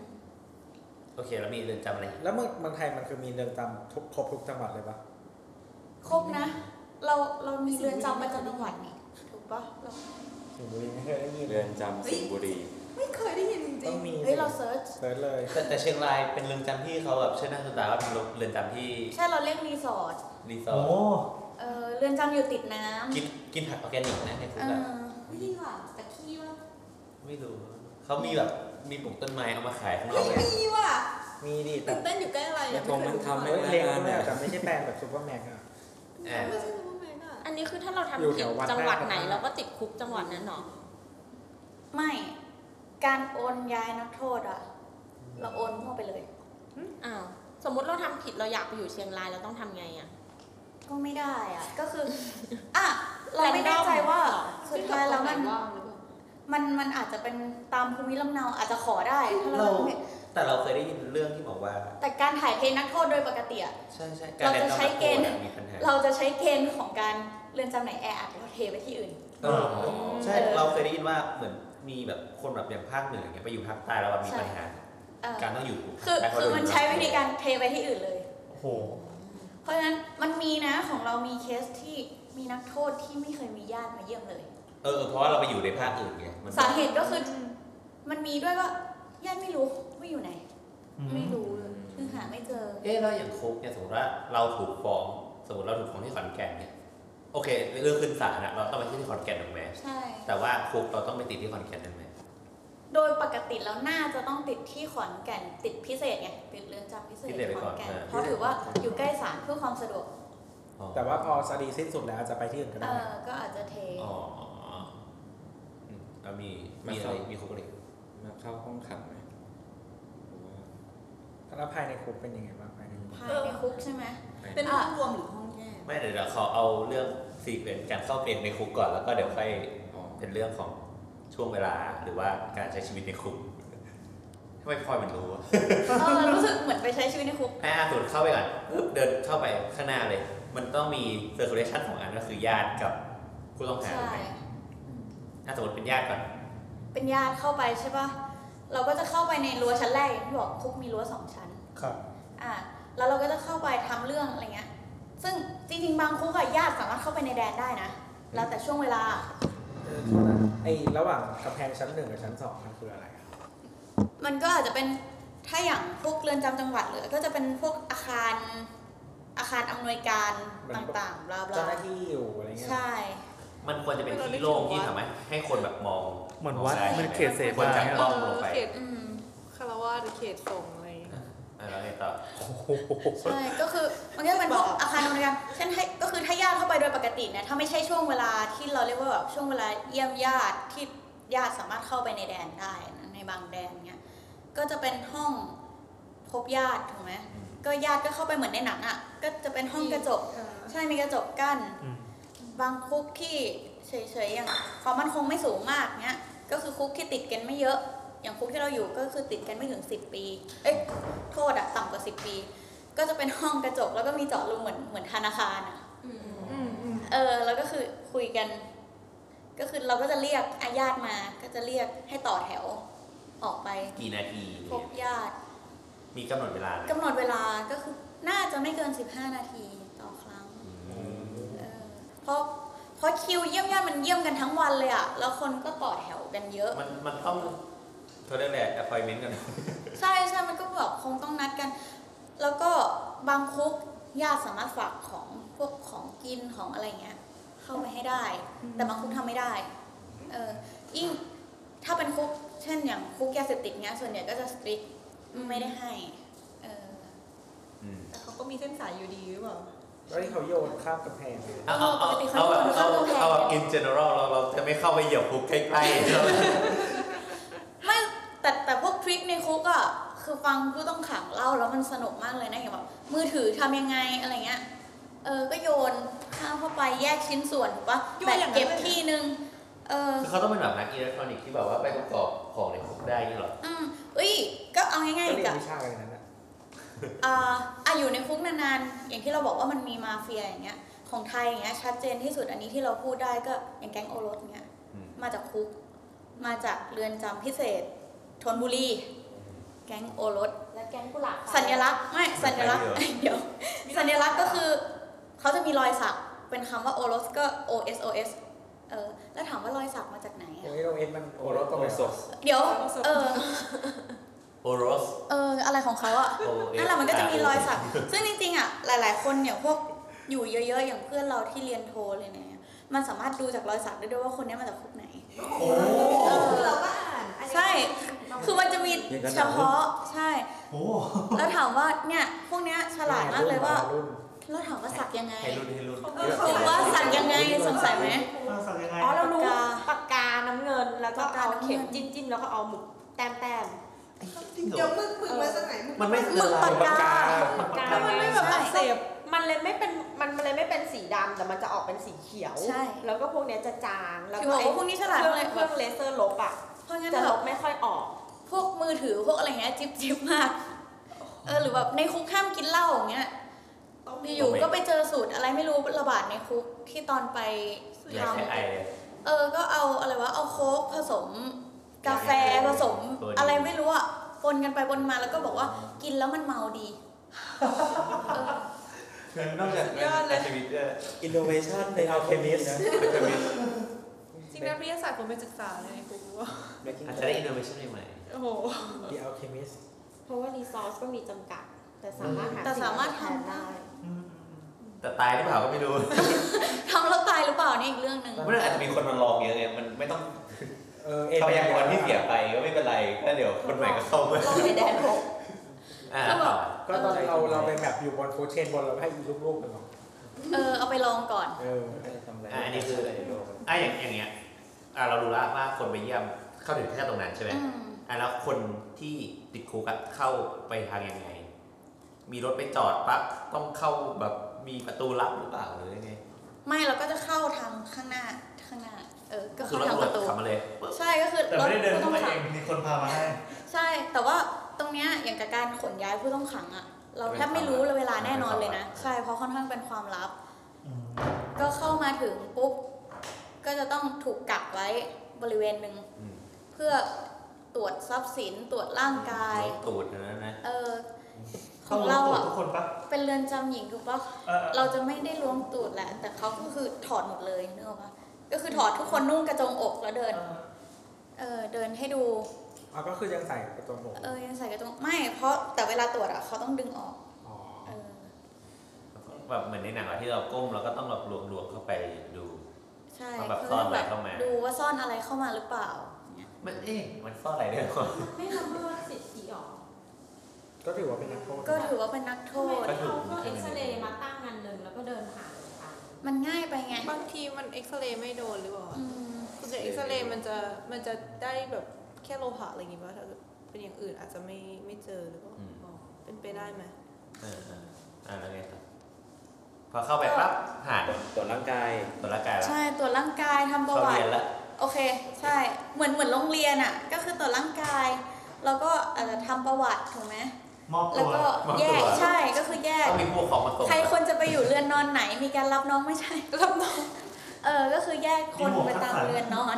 S3: โอเคแล้วมีเรือนจำอะไรอีก
S14: แล้วเมืองเมืองไทยมันคือมีเรือนจำทุกครบทุกจังหวัดเลยปะ
S7: ครบนะ เราเรามีเรือนจำประจำจังหวัดนี่ถูกปะเรา
S14: ถึงบุรีไม่เคยได้ยินเล
S6: เรือย นจำสิงห์บุรี
S4: ไม่เคยได้ยินจริ
S14: ต้อง งมี
S7: เฮ้ยเราเซิร์ช
S14: เซิร์ชเลย
S3: แต่แต่เชียงรายเป็นเรือนจำที่เขาแบบเชื่อหน้าสตาร์ว่าเป็นเรือนจำที่
S7: ใช่เราเรียกรีสอร์ท
S3: รีสอ
S2: โอ้
S3: ร์ท
S7: เออเรือนจำอยู่ติดน้
S3: กินกินผักออร์แกนิกนะ
S7: ำ
S3: ในคุ
S7: เอก
S3: อะ
S7: อ
S4: ๆไม่ดีว่ะตะขี้ว่ะ
S3: ไม่รู้เขามีแบบมีปลูกต้นไม้เอามาขายข้างน
S4: ไม่
S3: อกเลย
S4: มีว่ะ
S14: มีดิแต่
S4: ตื่นเต้นอยู่ใกล้อะไรอะ
S6: มันคงมันทำ
S14: เฮ้ยเล็กก็ไม่อาจจะไม่ใช่แปลงแบบซูเปอร์แมนอะ
S3: อ่า
S4: ไม่ใช่ซูเปอร์แมนอะ
S9: อันนี้คือถ้าเรา
S13: อยู่
S9: ทำ
S13: แถ
S9: ผิด
S13: ววัด
S9: จังหวัด
S13: แรก
S9: ไหนเราก็ติดคุกจังหวัดนั้นเนาะ
S7: ไม่การโอนย้ายนักโทษอะเราโอนมั่วไปเลย
S9: อ้าวสมมติเราทำผิดเราอยากไปอยู่เชียงรายเราต้องทำไงอ่ะ
S7: ก็ไม่ได้อะ ก็คืออ่ะเราไม่แน่ใจว่าสุดท้ายแล้วมัน
S14: ว่างหรือเปล่า
S7: มันมันอาจจะเป็นตามภูมิลำเนาอาจจะขอได้ถ้าเรา
S3: เรา แต่เราเคยได้ยินเรื่องที่บอกว่า
S7: แต่การถ่ายเกณฑ์นักโทษโดยปกติอะ
S3: ใช่ใช่การ
S7: เรา
S3: แนะ
S7: จะ
S3: นำ
S7: ใช้เกณฑ์
S3: มีปัญหา
S7: เราจะใช้เกณฑ์ของการเรือนจำไหนแออัดเราเทไปที่อื่น
S3: เออใช่
S7: เออ
S3: เราเคยได้ยินว่าเหมือนมีแบบคนแบบอย่างภาคเหนืออย่างเงี้ยไปอยู่ภาคใต้แล้วแบบมีปัญหา
S7: เออ
S3: การต้องอยู่
S7: คือ
S3: แต่เขา
S7: คือ
S3: โด
S7: มันใช้วิธีการเทไปที่อื่นเลย
S2: โอ้โห
S7: เพราะฉะนั้นมันมีนะของเรามีเคสที่มีนักโทษที่ไม่เคยมีญาติมาเยี่ยมเลย
S3: เออเพราะว่าเราไปอยู่ในภาคอื่นไงมัน
S7: สาเหตุก็คือมันมีด้วยว่าญาติไม่รู้ว่าอยู่ไหน ไม่รู้เลยคือหาไม่เจอ
S3: เอ๊ะแล้วอย่างคุกเนี่ยสมมติว่าเราถูกฟ้องสมมติเราถูกฟ้องที่ขอนแก่นเนี่ยโอเคเรื่องขึ้นศาลอะเราต้องไปที่ขอนแก่นถูกไหม
S7: ใช่
S3: แต่ว่าคุกเราต้องไปติดที่ขอนแก่นนั่นไหม
S7: โดยปกติแล้วน่าจะต้องติดที่ขอนแก่นติดพิเศษไงติดเรือนจำพิเศษ
S3: พิเศษไป
S7: ข
S3: ก่
S7: อ
S3: อน
S7: นแก่น
S3: อ่า
S7: เพราะถือว่าอยู่ใกล้ศาลเพื่อความสะดวก
S3: อ๋อ
S13: แต่ว่าพอสดีสิ้นสุดแล้วอาจจะไปที่อื่นก็
S7: เอ
S13: ได้
S7: อก็อาจจะเท
S3: อ๋ออืมแล้วมีมีอะไร มีคุกอะไรอีก
S6: มาเข้าห้องขังไหม
S13: แล้วภายในคุกเป็นยังไงบ้างภายในคุก
S7: ภายในคุกใช่ไหม
S4: เป็นห้องรวมหรือห้องแยก
S3: ไม่เดี๋ยวเราขอเอาเรื่องซีเควนต์การเข้าเปลี่ยนในคุกก่อน แล้วก็เดี๋ยวค่อยเป็นเรื่องของช่วงเวลาหรือว่าการใช้ชีวิตในคุกทำไมพลอยมันรู้วะ
S7: เออรู้สึกเหมือนไปใช้ชีวิตในคุก
S3: อ่ะสมมติเข้าไปก่อนปึ๊บเดินเข้าไปข้างหน้าเลย มันต้องมีเซอร์คูลเลชันของอันก็คือญาติกับผู้ต้องหา
S7: ใช่
S3: ถูกไหมอ่ะสมมติเป็นญาติก่อน
S7: เป็นญาติเข้าไปใช่ป่ะ เราก็จะเข้าไปในรั้วชั้นแรกอย่างที่บอกคุกมีรั้วสองชั้น
S2: ครับ
S7: อ่า แล้วเราก็จะเข้าไปทำเรื่องอะไรเงี้ย ซึ่งจริงๆ บางคุกอะญาติสามารถเข้าไปในแดนได้นะ แล้วแต่ช่วงเวลา
S13: ไอ้ระหว่างกำแพงชั้นหนึ่งกับชั้นสองมันคืออะไรอะ
S7: มันก็อาจจะเป็นถ้าอย่างพวกเรือนจำจังหวัดหรือก็จะเป็นพวกอาคารอาคารอำนวยการต่างๆบลาบ
S13: เจ้า
S7: ลา
S13: หน้าที่อยู่อะไรเงี้ย
S7: ใช่
S3: มันควรจะเป็นที่โล่งที่ทำให้ให้คนแบบมอง
S2: เหมือนวัด
S3: งได้
S2: มันเขตเส
S3: คน
S2: นา
S3: จับ
S14: เอ
S3: ต้องลง
S14: อ
S3: ไป
S14: เขต
S7: อืม
S14: คารวาสหรือเขตส่งอะไรอย่างเงี้ย
S3: อ่ะแล้วไงต่อ
S7: ใช่ ก็คือมันก็จะเป็นพวกอาคารอำนวยการเช่นให้ก็คือถ้าญาติเข้าไปโดยปกติเนี่ยถ้าไม่ใช่ช่วงเวลาที่เราเรียกว่าแบบช่วงเวลาเยี่ยมญาติที่ญาติสามารถเข้าไปในแดนได้นะในบางแดนเนี่ยก็จะเป็นห้องพบญาติถูกไหมก็ญาติก็เข้าไปเหมือนในหนังอ่ะก็จะเป็นห้องกระจก ใช่มีกระจกกั้น
S2: อืม
S7: บางคุกที่เฉยๆอย่างความมั่นคงไม่สูงมากเนี้ยก็คือคุกที่ติดกันไม่เยอะ อย่างคุกที่เราอยู่ก็คือติดกันไม่ถึง 10 ปี เอ้ยโทษอะต่ำกว่า 10 ปี ก็จะเป็นห้องกระจกแล้วก็มีเจาะรูเหมือนเหมือนธนาคารอะเออแล้วก็คือคุยกัน ก็คือเราก็จะเรียกอาญาติมา ก็จะเรียกให้ต่อแถว ออกไป
S3: กี่นาที
S7: พบญาติ
S3: มีกำหนดเวลาไหม
S7: กำหนดเวลาก็คือน่าจะไม่เกิน 15 นาทีต่อครั้ง
S3: อืม
S7: เออเพราะเพราะคิวเยี่ยมญาติมันเยี่ยมกันทั้งวันเลยอะแล้วคนก็ต่อแถวกันเยอะ
S3: มันมันต้องเขาเรียกอะไร appointment กัน
S7: ใช่ใช่มันก็แบบคงต้องนัดกัน แล้วก็บางคุกญาติสามารถฝากของพวกของกินของอะไรเงี้ย เข้าไปให้ได้ แต่บางคุกทำไม่ได้ เออยิ่งถ้าเป็นคุก เช่นอย่างคุกยาเสพติดเงี้ยส่วนใหญ่ก็จะสตริกไม่ได้ให้ เออ
S3: อืม
S14: แต่เขาก็มีเส้นสายอยู่ดีหรือเปล่า
S13: แล้วที่เขาโยนข้ามกำแพงเนี่ย
S3: เอาเอาเอา
S7: ปกติเขาจะ
S3: เอาแบบเอา
S7: เข้าโรงแรม
S3: เอาแบบ in general เราเราจะไม่เข้าไปเหยียบคุกใกล้ๆ
S7: ไม่แต่แต่พวกทริคในคุกอะคือฟังผู้ต้องขังเล่าแล้วมันสนุกมากเลยนะอย่างแบบมือถือทำยังไงอะไรเงี้ยเออก็โยนข้ามเข้าไปแยกชิ้นส่วนถูกปะ
S14: โย
S7: แบ
S14: น
S7: บ
S14: อย่างนั้นเลยเหรอ
S7: เก็บที่นึงเออ
S3: คือเขาต้องเป็นแบบนักอิเล็กทรอนิกส์ที่แบบว่าไปประกอบของในคุกได้นี่หรอ
S7: อืมเอ้ยก็เอาง่ายๆ
S13: ก็
S7: อี
S13: เรี
S7: ก
S13: ยน
S7: อะ
S13: วิชาอะไรนั้นอะ
S7: อ่าอ่ะอยู่ในคุกนานๆอย่างที่เราบอกว่ามันมีมาเฟียอย่างเงี้ยของไทยอย่างเงี้ยชัดเจนที่สุดอันนี้ที่เราพูดได้ก็อย่างแก๊งโอรสเงี้ย
S3: อืม
S7: มาจากคุก มาจากเรือนจำพิเศษธนบุรี แก๊งโอรส
S9: และแก๊งกุหลาบ
S7: สัญลักษณ์ไม่สัญลักษณ์ เดี๋ยว สัญลักษณ์ก็คือเขาจะมีรอยสักเป็นคำว่าโอรสก็ O S O S เออแล้วถามว่ารอยสักมาจากไหน
S13: โอ้
S7: อะ
S13: ยโรงเอ็นมันโอรสตรงไหน
S6: ส
S13: วะ
S6: ด
S7: เดี๋ยว เออ
S3: โอรส
S7: เออ อะไรของเขาอะ
S3: O S
S7: นั่นแหละมันก็จะมีรอยสัก ซึ่งจริงๆอะหลาย ๆ คนเนี่ยพวกอยู่เยอะๆ อย่างเพื่อนเราที่เรียนโทเลยเนี่ยมันสามารถดูจากรอยสักได้ด้วยว่าคนเนี้ยมาจากคุกไหน
S3: โอ้
S7: เออ
S4: เราก็อ่านอันนี้
S7: ใช่ คือมันจะมี
S6: อย่างนั้นเหรอ
S7: เฉพาะ ใช่
S2: โอ้
S7: แล้วถามว่าเนี่ยพวกเนี้ยฉลาดมากเลยว่า
S13: รุ่น
S7: เราถามว่าสักยังไง
S12: ให้รุ่นให้รุ่น
S4: เออ
S7: ห
S4: เขา
S7: รือว่าสักยังไงสงสัยไหม
S2: อ้าวสั่งยังไง
S9: อ๋อเรารู้
S7: ปากกา
S9: ปากกาน้ำเงิน แล้วก็
S7: ปากกา
S9: เอา
S7: น้ำเงิน
S9: เข็มจิ้มจิ้มแล้วก็เอาหมึกแต้มแต้ม
S4: เดี๋ยวมึกมึกมาจากไหนมึก
S12: มันไม่
S7: หมึกปากกา
S9: ปากกา
S14: แล้วมันไม่แบบ
S7: ใช่
S14: อักเสบ
S9: มันเลยไม่เป็นมันมันเลยไม่เป็นสีดำแต่มันจะออกเป็นสีเขียว
S7: ใช่
S9: แล้วก็พวกเนี้ยจะจางแล้ว
S7: คือบ
S9: ก็
S7: อก
S9: ไอ้
S7: ว่าพวกนี้ฉลาด
S9: เครื่อง
S7: เลย
S9: เครื่องเลเซอร์ลบอ่ะ
S7: เพราะงั้น
S9: จะ
S7: แบ
S9: ล
S7: บบ
S9: ไม่ค่อยออก
S7: พวกมือถือพวกอะไรเงี้ยจิ๊บจิ๊บมากเออหรือแบบในคุกห้ามกินเหล้าอย่างเงี้ยอยู่ๆก็ไปเจอสูตรอะไรไม่รู้ระบาดในคุกที่ตอนไป
S3: อยาก
S7: ทำ
S3: ใช้ไอ
S7: เออ ก็เอาอะไรวะ เอาโค้กผสม กาแฟผสม
S3: เออดี
S7: อะไรไม่รู้อะปนกันไปปนมาแล้วก็บอกว่ากินแล้วมันเมาดี
S12: นอกจาก
S14: ยอดเลย
S12: ชีวิตเนี่ย
S6: อินโนเวชันในอัลเคมิสนะ
S14: จริงนักวิทยาศาสตร์ผมไปศึกษาเลยในกูว่า
S3: อาจจะได้อินโนเวชั่นใหม่
S14: โอ้โห
S13: The Alchemist
S9: เพราะว่ารีซอสก็มีจำกัด แต่สามารถหา
S7: แต่สามารถทำได้
S2: อืม
S3: ๆแต่ตายหรือเปล่าก็ไม่รู้
S7: ทำแล้วตายหรือเปล่านี่อีกเรื่องหนึ่ง
S3: มันอาจจะมีคนมาลองเยอะไงมันไม่ต้อง
S13: เออ
S3: ทรัพยากรที่เสียไปก็ไม่เป็นไรก็เดี๋ยวคนใหม่ก็เข้ามา
S9: ลองในแดนโลก
S3: อ่า
S7: ก็บอก
S13: ก็ตอนเราเราเป็นแบบอยู่บนฟูเชนบนเราให้ลูกๆกันหรอก
S7: เออ เอาไปลองก่อน
S13: เออ
S3: อ่าอันนี้คืออ่าอย่างอย่างเงี้ยอ่าเรารู้ละว่าคนไปเยี่ยมเข้าถึงแค่ตรงนั้นใช่ไหม
S7: อืม
S3: อ่ะแล้วคนที่ติดคุกอะเข้าไปทางยังไง มีรถไปจอดปั๊บต้องเข้าแบบมีประตูลับหรือเปล่าหรือยังไง
S7: ไม่เราก็จะเข้าทางข้างหน้า ข้างหน้า เออ ก็
S3: คือ
S7: เข้าร
S3: ถ
S7: ทางประตู
S3: ตำรวจขับมาเลยปึ๊บ
S7: ใช่ ก็คือ
S2: แต่ไม่ได้เดิน
S7: ผู้
S2: เข้า
S7: ต้อง
S2: ไป
S7: ขั
S2: เอง งมีคนพามาให้
S7: ใช่ แต่ว่าตรงเนี้ยอย่างกับการขนย้ายผู้ต้องขังอะเราแทบไม่รู้เวลาแน่นอนเลยนะ ใช่ เพราะค่อนข้างเป็นความลับ ก็เข้ามาถึงปุ๊บ ก็จะต้องถูกกักไว้บริเวณหนึ่ง
S3: อืม
S7: เพื่อตรวจทรัพย์สินตรวจร่างกาย
S3: รถตูดนะนะ
S7: เออข
S2: ต้
S7: อง
S2: อง
S7: เรา
S2: รู้ตัว
S7: อ่ะ
S2: ทุกคนปะ
S7: เป็นเรือนจำหญิงถูกปะ
S2: เออ
S7: เราจะไม่ได้ล้วงตูดแหละ แต่เขาก็คือถอดหมดเลยนึกออกปะก็คือถอดทุกคนนุ่งกระโจงอกแล้วเดิน เออเดินให้ดู
S13: เอาก็คือยังใส่กระโจมหมวก
S7: เออยังใส่กระโจงไม่ เพราะแต่เวลาตรวจอ่ะเขาต้องดึงออก
S13: อ๋อ
S7: เออ
S3: แบบเหมือนในหนังอะที่เราก้มเราก็ต้องแบบหลวงๆเข้าไปดู
S7: ใช่
S3: เอาแบบ
S7: เขา
S3: ซ่อน
S7: ต้อง
S3: อะไร
S7: แบบ
S3: เข้ามา
S7: ดูว่าซ่อนอะไรเข้ามาหรือเปล่าเนี่ย
S3: มันเอ๊ะมันซ่อนอะไรด้วยวะ
S9: ไม่ทำเพื่อสิทธิออก
S13: ก็ถือว่าเป็นนักโทษ
S7: ก็ถือว่าเป็นนักโท
S9: ทำไม
S7: ษ
S9: ไม่เอาเครื่องเอ็กซเรย์มาตั้งอันหนึ่งแล้วก็เดินผ่านไป
S7: มันง่ายไปไง
S14: บางทีมันเอ็กซเรย์ไม่โดนหรือเปล่า
S7: อืม
S14: คุณจะเอ็กซเรย์มันจะมันจะได้แบบแค่โลหะอะไรอย่างงี้ป่ะถ้าเกิดเป็นอย่างอื่นอาจจะไม่ไม่เจอหรือเปล่าอ๋อเป็นไปได้ไหม
S3: เออเอออ่าแล้วไงต่อพอเข้าไปปั๊บผ่าน
S6: ตรวจร่างกาย
S3: ตัวจร่างกายละ
S7: ใช่ตรวจร่างกายทำประ
S3: เข้า
S7: วั
S3: เรี
S7: ติ
S3: ยนละ
S7: โอเค ใช่ เหมือนเหมือนโรงเรียนอ่ะ ก็คือตรวจร่างกาย แล้วก็อาจจะทำประวัติถูกไหม
S2: มอบ
S7: แล้
S2: ตัว ว
S7: ก็แยกใช่ก็คือแยก
S3: ต้องมีผู้ปกครองมาส่ง
S7: ใครคนจะไปอยู่เรือนนอนไหน มีการรับน้องไม่ใช่ รับน้องเออก็คือแยกคนไปตามเรือนนอน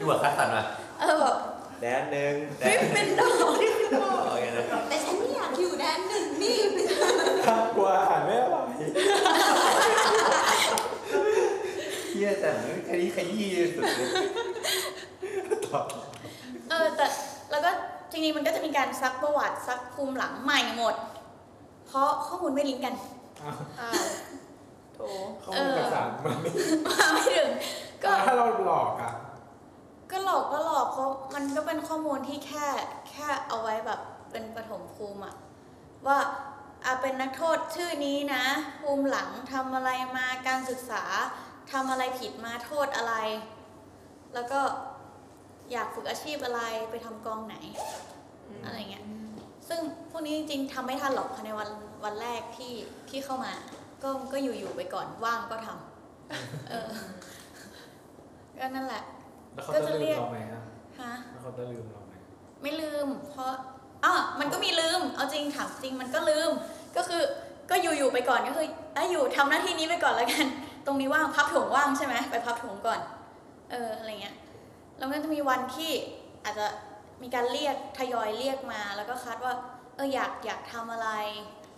S3: ดูว่าคัดสรรมา
S7: เออแบบ
S6: แดนหนึ่งแด
S7: ไม่
S6: น
S7: เป็นดอก
S3: เอาอย่างนั้นนะ
S4: แต่ฉันไม่อยากอยู่แดนหนึ่งนี่
S13: ข้ากลัวอาหารไม่อร่อย
S3: เฮียจังแค่นี้ขยี้สุดเลย
S7: เออแต่แล้วก็จริงๆมันก็จะมีการซักประวัติซักภูมิหลังใหม่หมด เพราะข้อมูลไม่ลิงก์กัน
S14: อ้าวโถ
S13: ข้อมูลประสานมันไม่
S7: มาไม่ถึงก็
S13: ถ้าเราหลอกอ่ะ
S7: ก็หลอกก็หลอกเพราะมันก็เป็นข้อมูลที่แค่แค่เอาไว้แบบเป็นปฐมภูมิอะว่าอาเป็นนักโทษชื่อนี้นะ ภูมิหลังทำอะไรมาการศึกษาทำอะไรผิดมาโทษอะไร แล้วก็อยากฝึกอาชีพอะไรไปทำกองไหน อะไรเงี้ย ซึ่งพวกนี้จริงๆทำไม่ทันหรอกภายในวันวันแรกที่ที่เข้ามา ก็ก็อยู่ๆไปก่อนว่างก็ทำเออ ก็นั่นแหละ
S13: แล้วเขา
S7: ก็
S13: จะ
S7: จะ
S13: ลื
S7: เรี
S13: ม
S7: ยก
S13: เราไหมอ่ะ
S7: ฮะ
S13: แล้วเขาจะลืมเราไหม
S7: ไม่ลืม เพราะอ๋อมันก็มีลืม เอาจริงถามจริงมันก็ลืม ก็คือ ก็อยู่ๆไปก่อนก็คือเอ้ยอยู่ทำหน้าที่นี้ไปก่อนแล้วกัน ตรงนี้ว่างพับถุงว่างใช่ไหมไปพับถุงก่อน เอออะไรเงี้ย แล้วมันก็จะมีวันที่อาจจะมีการเรียกทยอยเรียกมา แล้วก็คัดว่า เอออยากอยากทำอะไร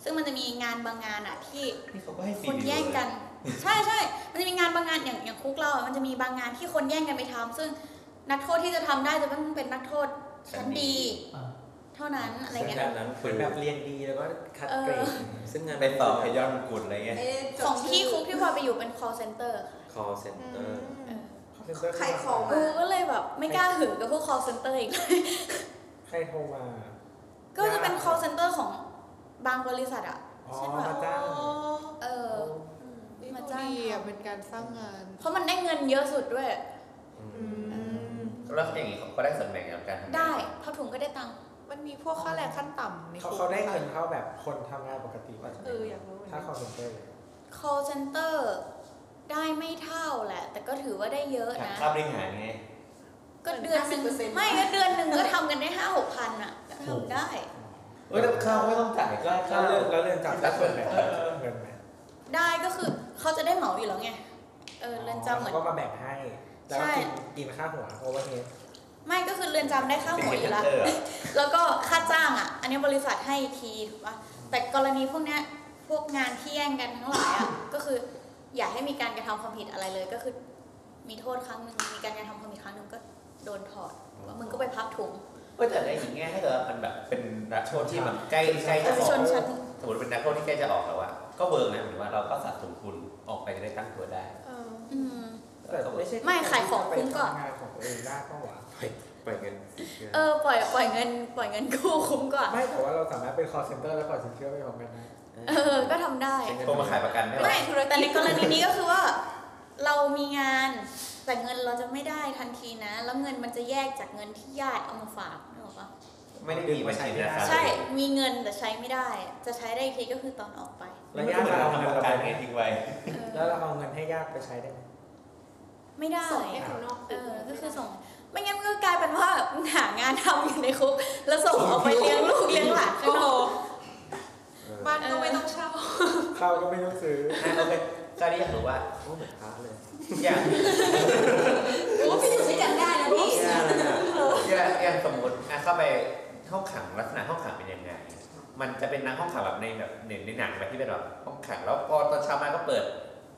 S7: ซึ่งมันจะมีงานบางงานอะที่
S3: นี่เขาก็ให้ซี
S7: คน
S3: ดี
S7: แย่งกัน ใช่ใช่มันจะมีงานบางงานอย่างอย่างคุกเราอะมันจะมีบางงานที่คนแย่งกันไปทำซึ่งนักโทษที่จะทำได้จะต้องเป็นนักโทษชั้นดี
S2: อ่า
S7: เท่านั้นอะไร
S6: ซึ่ง
S7: เงี้ย
S6: งานนั้น
S13: เห
S6: คื
S13: มือ
S6: อน
S13: แบบเรียนดีแล้วก็คัดเกรด
S6: ซึ่งงาน
S3: ไปต่อพยอดมงกุฎอะไรเงี้ย
S4: เอ๊ะจบ
S7: ของที่
S4: ชื่
S7: คุกที่พลอยไปอยู่เป็น call center ค่ะ
S6: คอเซ็นเตอร์
S7: เออ
S4: ใครของ
S7: กู
S4: มา
S7: ก็เลยแบบไม่กล้าหือกับพวก call center อีก
S13: ใครโทรมา
S7: ก็จะเป็น call center ของบางบริษัทอ่ะ
S13: อ๋อ
S7: ใช่ปะ
S13: มาจ้าง
S7: เออ
S14: ดีอ่ะเป็นการสร้างงาน
S7: เพราะมันได้เงินเยอะสุดด้วย
S3: แล้วอย่างนี้เขาก็ได้ส่วนแบ่งจากการทำงาน
S7: ได้ผ้าถุงก็ได้ตังค์
S14: มันมีพวกค่าแรงขั้นต่ำใน
S13: เขา
S14: คุก
S13: เขาได้เงินเท่าแบบคนทำงานปกติป่ะ
S14: เอออยากรู้เหมือน
S13: ถ้า
S14: กัน
S13: คอนเซ็นเตอร์
S7: call center ได้ไม่เท่าแหละ แต่ก็ถือว่าได้เยอะนะ
S3: ค่าบริหารไง
S7: ก็เดือนหนึ่ง
S4: 50%
S7: ไม่ก็เดือนหนึ่งก็ทำกันได้ห้าหกพันอ่ะทำได้
S3: เออแต่ข้าวไม่ต้องจ่ายก็
S13: แล้
S3: ข้าว ว
S13: เรื่องแล้วเรื่องจำ
S3: แล้วส่วนแบ่ง
S13: เออเงินไหม
S7: ได้ก็คือเขาจะได้เหมาอยู่แล้วไง เออเรือนจำเหมือน
S13: ก็มาแบ่งให้ แล้วก็
S7: ใช่
S13: กินกินค่าหัวโอเวอร์เฮด
S7: ไม่ก็คือเรือนจำได้ค่าหัวอยู่แล้ว
S3: เออ
S7: แล้วก็ค่าจ้างอ่ะ อันนี้บริษัทให้อีกทีถูกปะแต่กรณีพวกเนี้ยพวกงานที่แย่งกันทั้งหลายอ่ะ ก็คืออย่าให้มีการกระทำความผิดอะไรเลย ก็คือมีโทษครั้งหนึ่งมีการกระทำความผิดครั้งหนึ่งก็โดนถอดว่ามึงก็ไปพับถุง
S3: ก็แต่ในอีกแง่ถ้าเกิดว่ามันแบบเป็นนักโทษที่มันใกล้ใกล้
S7: เอ
S3: จะ
S7: อ
S3: ออ
S7: ช
S3: ก
S7: นชั้น
S3: สมมติเป็นนักโทษที่ใกล้จะออกแล้วอะก็เวิร์กนะหมายถึงว่าเราก็สะสมทุนออกไปจะได้ตั้งตัวได้
S14: เออ
S7: อืม
S13: แต่ไม่ใช่
S7: ไม่ขายของคุ้มก่อน
S13: ไปทำงานของตัวเองได้ก็หวะ
S6: ปล่อยเงินเ
S7: เออปล่อยปล่อยเงิน ปล่อยเงินกู้คุ้มกว่า
S13: ไม่แต่ว่าเราสามารถเป็น call center แล้วขอสินเชื่อไปพร้อมกันได้
S7: เออ ก็ทำได้
S3: โทรมาขายประกันได้หรอ
S7: ไม่แต่ในกรณีนี้ก็คือว่า เรามีงานแต่เงินเราจะไม่ได้ทันทีนะ แล้วเงินมันจะแยกจากเงินที่ญาติเอามาฝากนึกออกปะ
S3: ไม่ได้มีไว้ใช้ธนาคาร
S7: ใช่ มีเงินแต่ใช้ไม่ได้ จะใช้ได้อีกทีก็คือตอนออกไป
S13: แล้
S3: ระ
S13: วย
S3: ะ
S13: ญาติ
S3: เว
S13: เรา
S3: ลาทำประกั
S13: เอาเงินเราไป
S3: น
S13: ไหม
S3: เนี่ยทิ้งไว้
S7: เอ
S13: แล้ว
S7: อ
S13: เราเอาเงินให้ญาติไปใช้ได้ไหม
S7: ไม่ได้
S4: ส่งให้คนนอก
S7: เออ ก็คือส่ง ไม่งั้นมันก็กลายเป็นว่าหางานทำอยู่ในคุก แล้วส่งออกไปเลี้ยงลูกเลี้ยงหลานข้างนอก
S14: บ้านก็ไม่ต้องเช่า
S13: ข้าวก็ไม่ต้องซื้อ
S3: อ่ะโอเคก็นี่อยากรู้ว่า
S13: โอ้เหมือนพระเลย
S3: อยาก
S4: หรือว่าไปอยู่ด้วยกันได้นะพี่
S3: อยากอยากสมมติอ่ะเข้าไปห้องขังลักษณะห้องขังเป็นยังไง มันจะเป็นนักห้องขังแบบในแบบในในหนังแบบที่เป็นแบบห้องขังแล้วพอตอนเช้ามาก็เปิด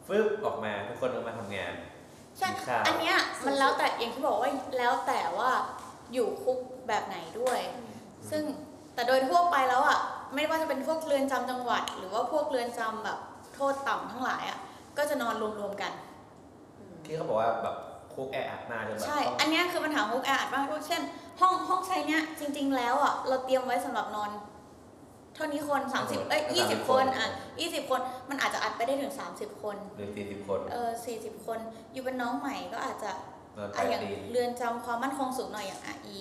S3: ฟึบออกมาทุกคนก็มาทำงาน
S7: ใช่
S3: กินข้าว
S7: อันเนี้ยมันแล้วแต่อย่างที่บอกว่าแล้วแต่ว่าอยู่คุกแบบไหนด้วย ซึ่งแต่โดยทั่วไปแล้วอ่ะไม่ว่าจะเป็นพวกเรือนจำจังหวัด หรือว่าพวกเรือนจำแบบโทษต่ำทั้งหลายอ่ะก็จะนอนรวมๆกัน
S3: ที่เขาบอกว่าแบบคุกแออัดมากจนแบบ
S7: ใช่
S3: ต้อง
S7: อันเนี้ยคือปัญหาฮุกแออัดมากเพราะเช่น ห้องห้องใช้เนี้ยจริง ๆ แล้วอ่ะเราเตรียมไว้สำหรับนอน เท่านี้คน 30เอ้ย20 คนอ่ะ20 คนมันอาจจะอัดไปได้ถึง 30 คน
S3: หรือสี่สิบคน
S7: เออ40 คนอยู่เป็นน้องใหม่ก็อาจจะ
S3: นอน
S7: อะอย่าง
S3: ปี
S7: เรือนจำความมั่นคงสูงหน่อยอย่างอ่ะอี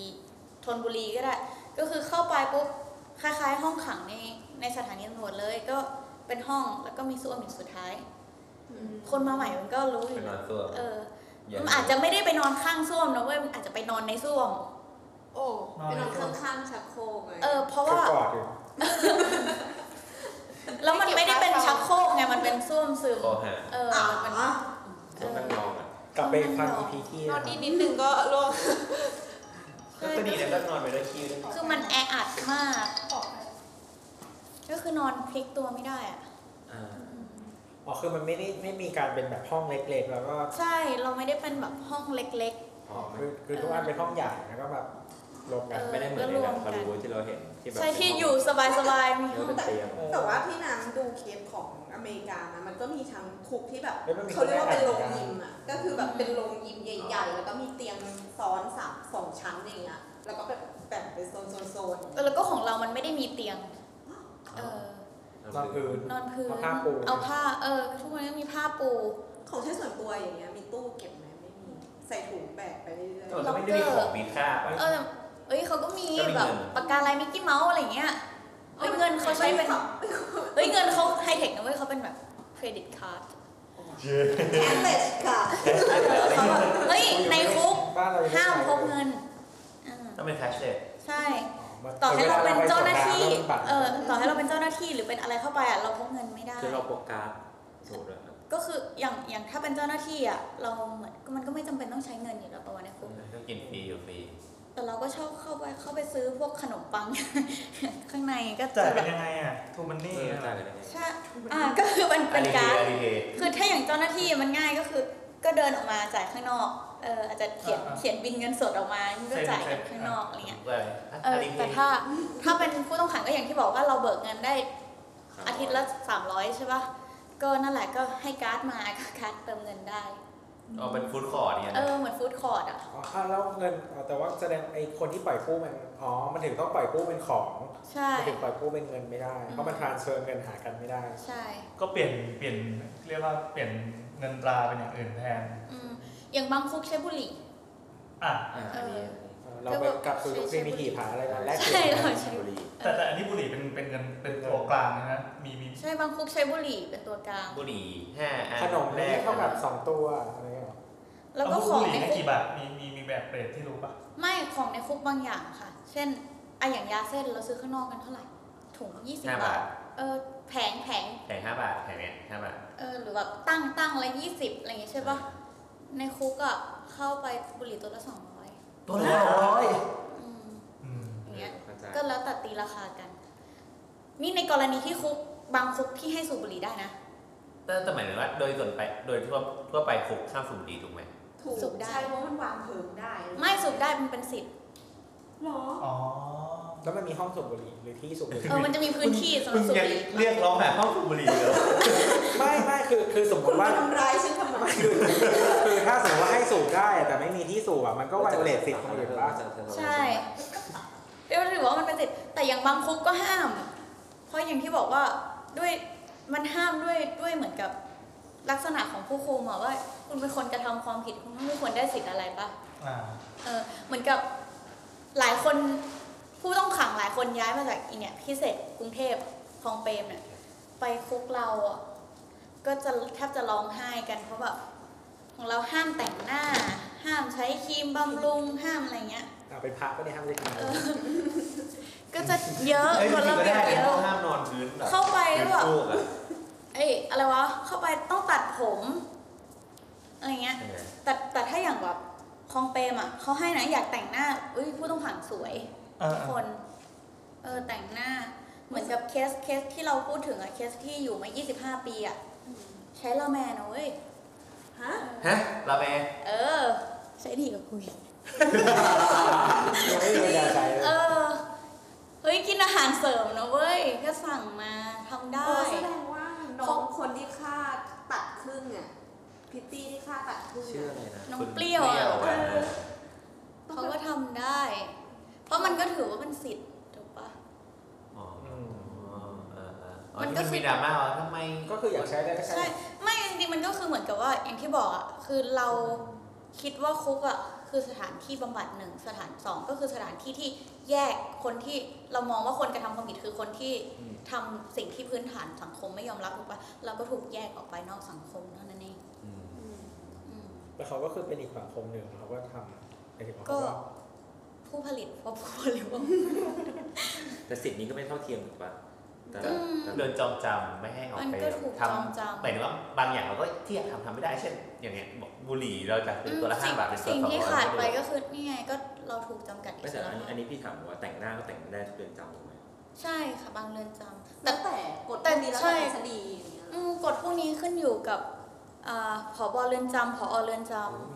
S7: ธนบุรีก็ได้ ก็คือเข้าไปปุ๊บคล้ายๆ ห้องขังในในสถานีตำรวจเลยก็เป็นห้องแล้วก็มีซ่วมอยู่สุดท้าย คนมาใหม่มันก็รู้อ
S3: ไป
S7: ยู่
S3: นอ
S7: แล้ว
S3: นตัว
S7: เออ
S3: อย่
S7: มันอาจจะไม่ได้ไปนอนข้างซ่วมนะเว้ยมันอาจจะไปนอนในซ่วม
S14: โอ้
S2: นอน
S4: ไปน
S2: ใน
S4: อน
S2: ช่วง
S4: ข้างๆชักโครกเลย
S7: เออเพราะ
S13: คือ
S7: ว่าก
S13: อดอยู่
S7: แล้วมันไม่ได้เป็นชักโครกไงมันเป็นซ่วมซึม
S3: คอหัก
S7: เออมันเป็นเอ
S3: ต้อง
S7: อ
S3: นั่งมองอ่ะ
S13: กลับไปฟังอีพีที่
S14: น
S13: แล้
S14: อ
S13: วน ค
S14: นี่
S13: รับ
S14: นิดนึงก็ร่วง
S7: ใช่
S3: ก็ดีนะก็นอนไปด้วยคิ้วด้วย
S7: คือมันแออัดมากก็คือนอนพลิกตัวไม่ได้อะ
S3: อ่า
S13: อ๋อคือมันไม่ได้ไม่มีการเป็นแบบห้องเล็กๆ แล้วก็
S7: ใช่เราไม่ได้เป็นแบบห้องเล็ก ๆ
S13: อ๋อคือคือทุกอันเป็นห้องใหญ่แล้วก็แบบรวมกัน
S6: ไม่ได้เหมือนในแบบคารูที่เราเห็นที่แบบ
S7: ใช่ที่อยู่สบายสบายๆมี
S6: เนื้
S7: ห้อ
S6: อ
S7: ง
S6: เป็นเตียง
S4: แต่ว่าที่น้ำดูเคสของอเมริกานะมันก็มีทั้งคุกที่แบบ
S13: แล้วมันมี
S4: เขาเรียกว่าเป็นโรงยิมอ่ะก็คือแบบเป็นโรงยิมใหญ่ ๆ แล้วก็มีเตียงซ้อนสามสองชั้นอย่างเงี้ยแล้วก็แบบแบ่งเป็นโซนๆ
S7: แล้วก็ของเรามันไม่ได้มีเตียง เออ
S13: นอนอื่น
S7: นอนพื้น
S13: เอาผ้าปู
S7: เอาผ้า เออ ทุกคนก็มีผ้าปู
S4: ๆ ของใช้ส่วนตัวอย่างเงี้ยมีตู้เก็บไหมไม่มีใส่ถุงแบกไปเรื่อย
S3: แต่มันไม่ได้มีของมีค่าไป
S7: เออแต่เอ้ยเขาก็มี
S3: ก็มี
S7: แบบ
S3: เงิน
S7: ปากกาลายมิกกี้เมาส์อะไรเงี้ย
S4: ๆ
S7: เอ้ยเงินเขาใช้เป็น
S4: ไม่
S7: เอ้ยเงินเขาไฮเทคนะเว้ยเขาเป็นแบบเครดิตคาร์ด
S4: แคชเลสค่ะ
S7: เฮ้ย ในคุก
S13: บ้านเรายังไม่
S7: ห้าม
S13: ใช้
S7: พกเงินอ่า
S3: ต้องเป็นแคชเลส
S7: ใช่
S13: มัน
S7: ต่อให้เราเป็นเจ้าหน้าที่
S13: วลไปสงกรนต์แล้วมันบัตร
S7: เออ ต่อให้เราเป็นเจ้าหน้าที่หรือเป็นอะไรเข้าไปอ่ะ เราพกเงินไม่ได้
S6: คือเราโปกการดสมมติว่า
S7: ก็คืออย่างอย่างถ้าเป็นเจ้าหน้าที่อ่ะเราเหมือนมันก็ไม่จำเป็นต้องใช้เงินอยู่แล้วประมาณนี้คุณ
S3: ก็กินฟรีอยู่ฟรี
S7: แต่เราก็ชอบเข้าไปเข้าไปซื้อพวกขนมปัง ข้างในก็จะ
S2: จ่าย
S7: แบ
S2: เป็น
S7: บ
S2: ยังไงอ่ะทูมันนี่
S6: เออจ่ายกันยังไง
S7: ใช่อ่าก็คือมันเป็นการด
S3: อลิเกต
S7: คือถ้าอย่างเจ้าหน้าที่มันง่ายก็คือ ก็เดินออกมาจ่ายข้างนอกเอออาจจะเขียน
S2: อ่าๆ
S7: เขียนบินเงินสดออกมาก็จ่ายกันข้างนอก
S3: อ
S7: อะไร
S3: ลิเก
S7: เงี้ย
S3: ตอะไร
S7: เออ
S3: อลิเก
S7: แต่
S3: ต
S7: ถ้าถ้าเป็นผู้ต้องขังก็อย่างที่บอกว่าเราเบิกเงินได้
S6: ครับ
S7: อาทิตย์ละ300ใช่ป่ะก็นั่นแหละก็ให้การ์ดมาก็การ์ดเติมเงินได้
S3: อ๋อเป็นฟู้ดคอร์ดเนี่ย
S7: เอ
S3: นะ
S7: อเหมือนฟู้ดคอร์ ร์ดอ่ะ
S13: อ๋ออ่ะแล้วเงินอ๋อแต่ว่าแสดงไอ้คนที่ปล่อยกู้มันอ๋อมันถึงต้องปล่อยกู้เป็นของ
S7: ใช่
S13: มันถึงปล่อยกู้เป็นเงินไม่ได้เพราะมันทรานเชิเงินหากันไม่ได้
S7: ใช่
S2: ก็เปลี่ยนเปลี่ยนเรียกว่าเปลี่ยนเงินตราเป็นอย่างอื่นแทน
S7: อืมอย่างบางคุกใช้บุหรี่
S2: อ่ะ
S7: เออ
S13: เราไปกลับสู่ยุคซีมิทีผาอะไรกันแลกเป
S7: ใช่
S13: ลี่ยน
S7: เราใช้
S6: บุรี
S2: แต่แต่อันนี้บุหรี่เป็นเป็นเงินเป็นตัวกลางนะฮะมีมี
S7: ใช่บางคุกใช้บุหรี่เป็นตัวกลาง
S3: บุหรี่ห้าอัน
S13: ขนม
S3: แร
S13: แรก
S3: ก
S13: เท่ากับสองตัวอะไรอย่างเงี้ยหรอ
S7: แล้วก็
S2: เา
S7: ข
S2: พ
S7: อง
S2: บุห
S7: ใน
S2: รี่ให้
S7: คุก
S2: กี่บาท มีมีมีแบบเปรตที่รู้ปะ
S7: ไม่ของในคุกบางอย่างค่ะ เช่นไอะอย่างยาเส้นเราซื้อข้างนอกกันเท่าไหร่ ถุงยี่สิบ
S3: ห้า
S7: บา
S3: บา
S7: ท
S3: ท
S7: เออแผงแผง
S3: แผงห้าบาทแผงเนี้ยห้าบาท
S7: เออหรือแบบตั้งตั้งละยี่สิบอะไรอย่างเงี้ยใช่ปะในคุกอ่ะเข้าไปบุหรี่ตัวละสองร้อย
S3: ตัวละร้อย
S7: อืม
S2: อืม
S7: อย่างเงี้ย ก็แล้วแต่ตีราคากัน นี่ในกรณีที่คุกบางคุกที่ให้สูบบุหรี่ได้นะ
S3: แต่แต่หมายถึงว่าโดยส่วนไปโดยทั่วทั่วไปคุกข้ามสูบบุหรี่ถูกไหม
S4: ถูก
S7: สุกได้
S4: ใช่เพราะมันวางเพลิงได้
S7: ไม่สูบได้มันเป็นสิทธิ์
S4: หรอ
S2: อ๋อ
S13: แล้วมันมีห้องสูบบุหรี่หรือที่สูบบุหรี่
S7: เออมันจะมีพื้นที่สำหรับสูบบุหรี่
S3: เรียกร้องหาห้องสูบบุหรี่เลย
S13: ไม่ไม่คือคือสมม
S4: คุณ
S13: ติ
S4: มา
S13: ว่า
S4: ทำร้ายฉันทำไม
S13: คือถ้าสมมติว่าให้สูบได้แต่ไม่มีที่สูบอ่ะมันก็ไวโอเลตสิทธิ์คนอื่นป่ะ
S7: ใช่เรียกว่าถือว่ามันเป็นสิทธิ์แต่อย่างบางคุกก็ห้าม เพราะอย่างที่บอกว่าด้วยมันห้ามด้วยด้วยเหมือนกับลักษณะของผู้คุมอะว่า คุณเป็นคนกระทำความผิดคุณไม่ควรได้สิทธิ์อะไรปะ
S2: อ่า
S7: เออเหมือนกับหลายคนผู้ต้องขังหลายคนย้ายมาจากอีเนี่ยพิเศษกรุงเทพคลองเปรมเนี่ยไปคุกเราอะก็จะแทบจะร้องไห้กันเพราะแบบของเราห้ามแต่งหน้า ห้ามใช้ครีมบำรุงห้ามอะไรเงี้ย
S13: เอาเป็นพระก็ได้ห้ามเล่นการพ
S7: เอ
S13: นั
S7: อ
S13: น
S7: ก็จะเยอะคนระเบียบเยอะ
S3: ห้ามนอนพื้นแบบ
S7: เข้าไปแล้วแบบ
S3: เป็นฟูกอะ
S7: เอ้ยอะไรวะ เข้าไปต้องตัดผม อะไรเงี้ย
S3: เออ
S7: แต่แต่ถ้าอย่างแบบคลองเปรมอ่ะเขาให้นะอยากแต่งหน้า อุ้ยผู้ต้องขังสวย
S2: เออ
S7: ทุกคน เออแต่งหน้า เหมือนกับเคสเคสที่เราพูดถึงอะเคสที่อยู่มา 25 ปีอะใช้ละแมนะเว้ย
S4: ฮะ
S3: ฮะลาแมน
S7: เออ ใช้ดีกว่าคุย
S13: ยังไม่มีเวลาใช้เลย
S7: เออ เฮ้ยกินอาหารเสริมนะเว้ยก็สั่งมาทำได้
S4: เออแสดงว่าน้องคนที่ฆ่าตัดครึ่งอ่ะพิตตี้ที่ฆ่าตัดครึ่ง
S6: ชื่อ
S4: อะ
S6: อะไรนะ
S7: น้องเปรี้ยวอะ
S3: เปรี้ยวอะ
S7: เขาก็ทำได้ เพราะมันก็ถือว่าเป็นสิทธิ์ถูกปะ
S3: อ๋ออ๋อเออเอออ๋อ
S7: มัน
S3: ที่
S7: ก็
S3: มัน
S7: คือ
S3: มีดราม่าว่าทำไม
S13: ก็คืออยากใช้ได้ก็ใช้
S7: ใช่ ไม่จริงๆมันก็คือเหมือนกับว่าอย่างที่บอกอะคือเราคิดว่าคุกอะคือสถานที่บำบัดหนึ่งสถานสองก็คือสถานที่ที่แยกคนที่เรามองว่าคนกระทำความผิดคือคนที่ทำสิ่งที่พื้นฐานสังคมไม่ยอมรับถูกปะเราก็ถูกแยกออกไปนอกสังคมเท่านั้นเอง
S4: อืม
S7: อืม
S13: แล้วเขาก็คือเป็นอีกสังคมหนึ่งเขาก็ทำไอ้ที่บอก
S7: ก็
S13: ว่า
S7: ผู้ผลิตว่าผู้ผลิตว่า
S6: แต่สิทธิ์นี้ก็ไม่เท่าเทียมถูกปะแต่
S7: อืม
S6: แต่
S3: โดนจองจำไม่ให้ออก
S7: มัน
S3: ไป
S7: ก็ถูก
S3: ท
S7: จองจำ
S3: ำหมายถึงว่าบางอย่างเราก็ที่อยากทำทำไม่ได้เช่น อย่างเงี้ยบอกบุหรี่เราจากตัวละ
S7: สิ่
S3: ห้างบาทเป็นตัว
S7: สิ่ง
S3: สอง
S7: ที่
S3: ร้อย
S7: ขาดไป
S3: ไม่ได้
S7: ก็คือนี่ไงก็เราถูกจำกัดอิ
S6: ไม่
S7: ส
S6: แต่
S7: ระ
S6: อัน
S7: ภา
S6: อั
S7: พ
S6: นนี้พี่ถามว่าแต่งหน้าก็แต่งได้ทุกเดือนจำถูกไหม
S7: ใช่ค่ะบางเรือนจำแต่
S4: แล้วแต่กฎ
S7: แต่
S4: นี้แล้ว
S7: ใช่
S4: แต่ทฤษฎีอย่างเงี้ย
S7: อืมกฎพวกนี้ขึ้นอยู่กับอาผอบเรือนจำผอเรือนจำ